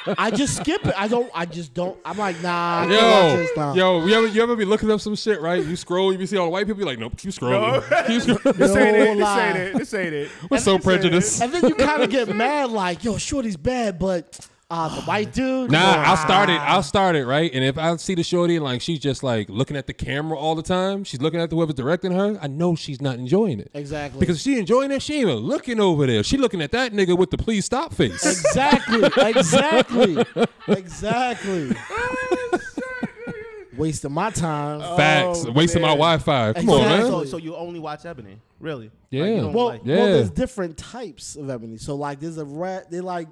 S2: I, I just skip it. I don't. I just don't. I'm like, nah. I can't watch
S1: Yo,
S2: this now.
S1: yo, you ever, you ever be looking up some shit, right? You scroll, you be see all the white people, you like, nope, keep scrolling. Keep scrolling.
S3: This ain't it. This
S2: lie.
S3: ain't it. This ain't it.
S1: We're so prejudiced.
S2: And then you kind of get mad, like, yo, shorty's bad, but uh, the white dude.
S1: Nah,
S2: come on.
S1: I'll start it. I'll start it, right? And if I see the shorty and like she's just like looking at the camera all the time, she's looking at the whoever's directing her, I know she's not enjoying it.
S2: Exactly.
S1: Because if she enjoying it, she ain't even looking over there. She looking at that nigga with the please stop face.
S2: exactly, exactly, exactly. Wasting my time.
S1: Facts. Wasting my Wi Fi. Come on,
S2: Exactly.
S1: man.
S3: So, so you only watch Ebony, really?
S1: Yeah.
S3: Like, you don't
S2: well,
S3: like-
S1: Yeah.
S2: well, there's different types of ebony. So like, there's a rat. They like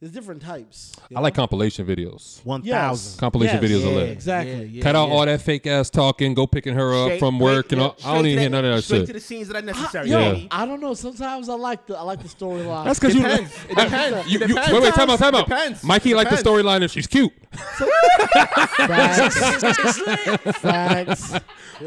S2: there's different types.
S1: I like compilation videos.
S3: one
S2: Yes.
S3: thousand.
S1: Compilation
S2: Yes.
S1: videos are
S2: Yeah,
S1: lit.
S2: Exactly.
S1: Cut out all that fake ass talking, go picking her up
S3: Straight-
S1: uh, from work and all.
S3: straight
S1: I don't
S3: to
S1: even
S3: the-
S1: hear none of that
S3: straight
S1: shit.
S3: to the scenes that are
S2: I,
S3: necessary.
S2: yo,
S1: Yeah.
S2: I don't know. Sometimes I like the I like the storyline.
S1: That's because you.
S3: Depends. It
S1: Uh,
S3: depends.
S1: You,
S3: It
S1: you-
S3: depends.
S1: Wait, wait, time out, time out.
S3: Depends.
S1: Mikey
S3: It
S1: like the
S3: depends.
S1: storyline if she's cute.
S2: Facts. Facts.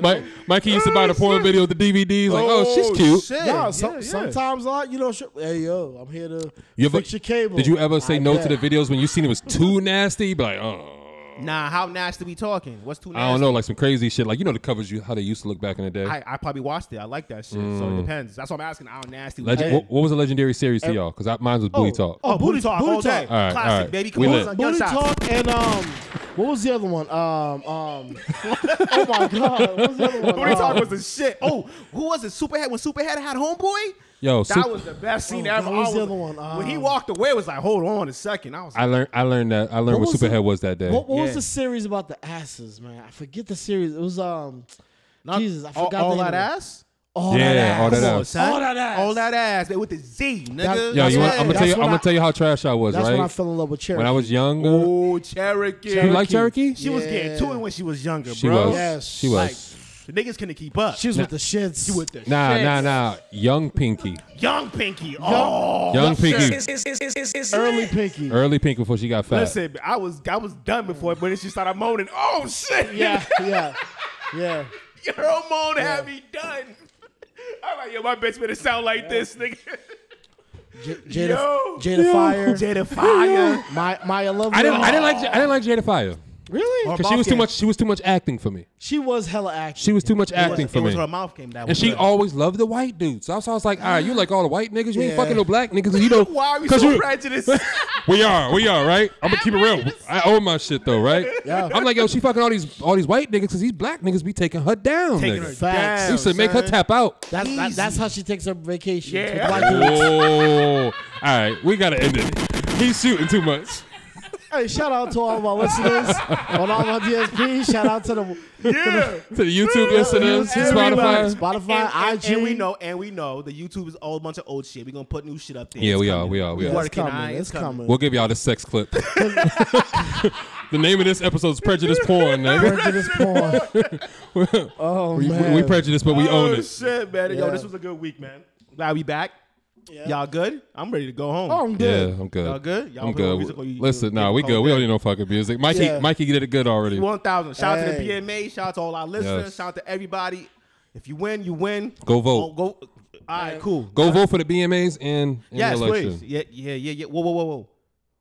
S1: Mike, Mikey used to buy the porn video, the DVDs. Like, oh, she's cute.
S3: Shit.
S2: No,
S3: Yeah,
S2: some,
S3: yeah.
S2: sometimes I, you know, sh- hey yo, I'm here to
S1: You ever-
S2: fix your cable.
S1: Did you ever say
S2: I
S1: no
S2: bet.
S1: to the videos when you seen it was too nasty? You be like, oh,
S3: Nah, how nasty we talking? What's too nasty?
S1: I don't know, like some crazy shit. Like you know the covers you how they used to look back in the day.
S3: I, I probably watched it. I like that shit. So it depends. That's why I'm asking. How nasty? we
S1: Mm. Legend,
S3: talking.
S1: what, what was a legendary series to y'all? Because mine was Booty Talk.
S3: Oh, booty talk
S2: Booty
S3: all day.
S2: talk.
S1: All right,
S3: Classic,
S1: all right.
S3: baby.
S1: We
S3: Come
S1: lit.
S3: on, young
S2: Booty
S3: shots.
S2: talk and um, what was the other one? Um, um, oh my god, what was the other one?
S3: Booty
S2: Um,
S3: talk was the shit. Oh, who was it? Superhead when Superhead had Homeboy.
S1: Yo,
S3: that
S1: Sup-
S3: was the best scene
S2: Oh,
S3: ever.
S2: that was
S3: I
S2: the other one.
S3: when he
S2: Um,
S3: walked away, it was like, hold on a second. I was like,
S1: I learned I learned that I learned what,
S2: was
S1: Superhead
S2: the-
S1: was that day.
S2: What, what was
S3: Yeah.
S2: the series about the asses, man? I forget the series. It was um, Jesus, I
S3: all,
S2: forgot
S3: all
S2: the name
S3: that
S2: of it.
S3: ass.
S2: All
S1: Yeah,
S2: that ass.
S1: all that
S3: Come
S1: ass.
S3: on, son.
S2: All that ass.
S3: All that ass. They with the Z, nigga.
S1: Yo, you want, I'm
S2: Yeah,
S1: gonna tell you.
S2: that's
S1: I'm
S2: when
S1: gonna
S2: I-
S1: tell you how trash I was,
S2: That's
S1: right?
S2: when I fell in love with Cherry.
S1: when I was younger,
S3: Oh, Cherokee.
S1: you like Cherokee?
S3: She was getting to it when she was younger,
S1: She
S3: bro.
S1: was.
S2: Yes.
S1: She was.
S3: Like, the niggas couldn't keep up.
S2: she was with the shits. She
S3: with the
S1: nah,
S3: shits.
S1: nah, nah. Young Pinky.
S3: Young Pinky. Oh,
S1: Young Pinky.
S2: early pinky.
S1: Early Pink before she got fat.
S3: listen, I was I was done before, but then she started moaning. Oh shit!
S2: Yeah, yeah, yeah.
S3: your moan had me done. I'm like, yo, my bitch better sound like this, nigga.
S2: J- Jada,
S3: Yo.
S2: Jada Fire.
S3: Jada Fire.
S2: My my love.
S1: I didn't. I didn't like. I didn't like Jada Fire
S2: really.
S1: because she was too much. She was too much acting for me.
S2: She was hella action.
S1: She was too much
S3: It was-
S1: acting for
S3: it was
S1: me.
S3: her mouth came that way.
S1: and she always loved the white dudes. So I was, I was like, all right, you like all the white niggas. You ain't
S2: Yeah.
S1: fucking no black niggas. You know
S3: Why are we
S1: 'cause
S3: so
S1: you-
S3: prejudiced?
S1: We are, we are, right? I'm gonna keep it real. I own my shit though, right?
S2: Yeah.
S1: I'm like, yo, she fucking all these all these white niggas because these black niggas be taking her down.
S3: Taking her
S1: nigga.
S2: Facts.
S3: down,
S1: Used to make her
S3: son.
S1: tap out.
S2: That's that, that's how she takes her vacations. with
S3: Yeah.
S2: black dudes.
S1: Oh, all right, we gotta end it. He's shooting too much.
S2: Hey, shout out to all of our listeners on all my DSP. Shout out to the
S1: to the YouTube listeners, Spotify.
S2: Spotify,
S3: and,
S2: IG.
S3: and, and we know, and we know, the YouTube is all a bunch of old shit. We're gonna put new shit up there.
S1: Yeah,
S3: It's
S1: we
S3: coming.
S1: are, we are, we
S2: Yeah,
S1: are.
S2: it's
S3: Working
S2: coming.
S3: eye, it's
S2: It's coming.
S1: We'll give y'all the sex clip. the name of this episode is Prejudice Porn. Nigga.
S2: Prejudice porn. oh
S1: We,
S2: man,
S1: we prejudice, but we own
S3: Oh
S1: it.
S3: shit, man! Yo,
S2: Yeah.
S3: this was a good week, man. Glad we back. Y'all good? I'm ready to go home.
S2: Oh, I'm
S1: Yeah,
S2: good.
S1: I'm good.
S3: Y'all good? Y'all
S1: I'm
S3: play music
S1: good.
S3: or you-
S1: Listen,
S3: you
S1: nah, we
S3: call
S1: good. We
S3: back?
S1: don't need no fucking music. Mikey,
S2: Yeah.
S1: Mikey did it good already.
S3: One thousand. Shout out to
S2: Hey.
S3: the PMA. Shout out to all our listeners.
S1: Yes.
S3: Shout out to everybody. If you win, you win.
S1: Go vote.
S3: Oh, go. All right, cool.
S1: Go vote for the BMAs and in
S3: Yes,
S1: the election.
S3: please. Yeah, yeah, yeah, yeah. Whoa, whoa, whoa, whoa.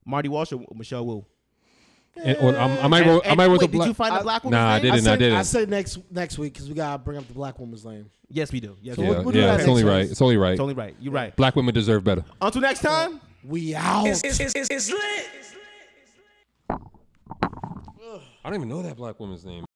S3: Marty Walsh or Michelle Wu?
S1: And, or, I'm- I might
S3: And-
S1: vote. I
S3: and-
S1: might vote
S3: wait,
S1: the
S3: did
S1: black.
S3: you find the black woman's
S1: Nah, I
S3: name?
S1: didn't. I
S2: say,
S1: did it.
S2: I say next next week because we gotta bring up the black woman's name.
S3: Yes, we do. Yes, we
S1: yeah,
S3: do.
S2: we'll do
S1: yeah,
S2: that
S1: it's
S2: next
S1: only
S2: time.
S1: right. It's only right.
S3: Totally right. You're right.
S1: Black women deserve better.
S3: Until next time.
S2: We out.
S1: I don't even know that black woman's name.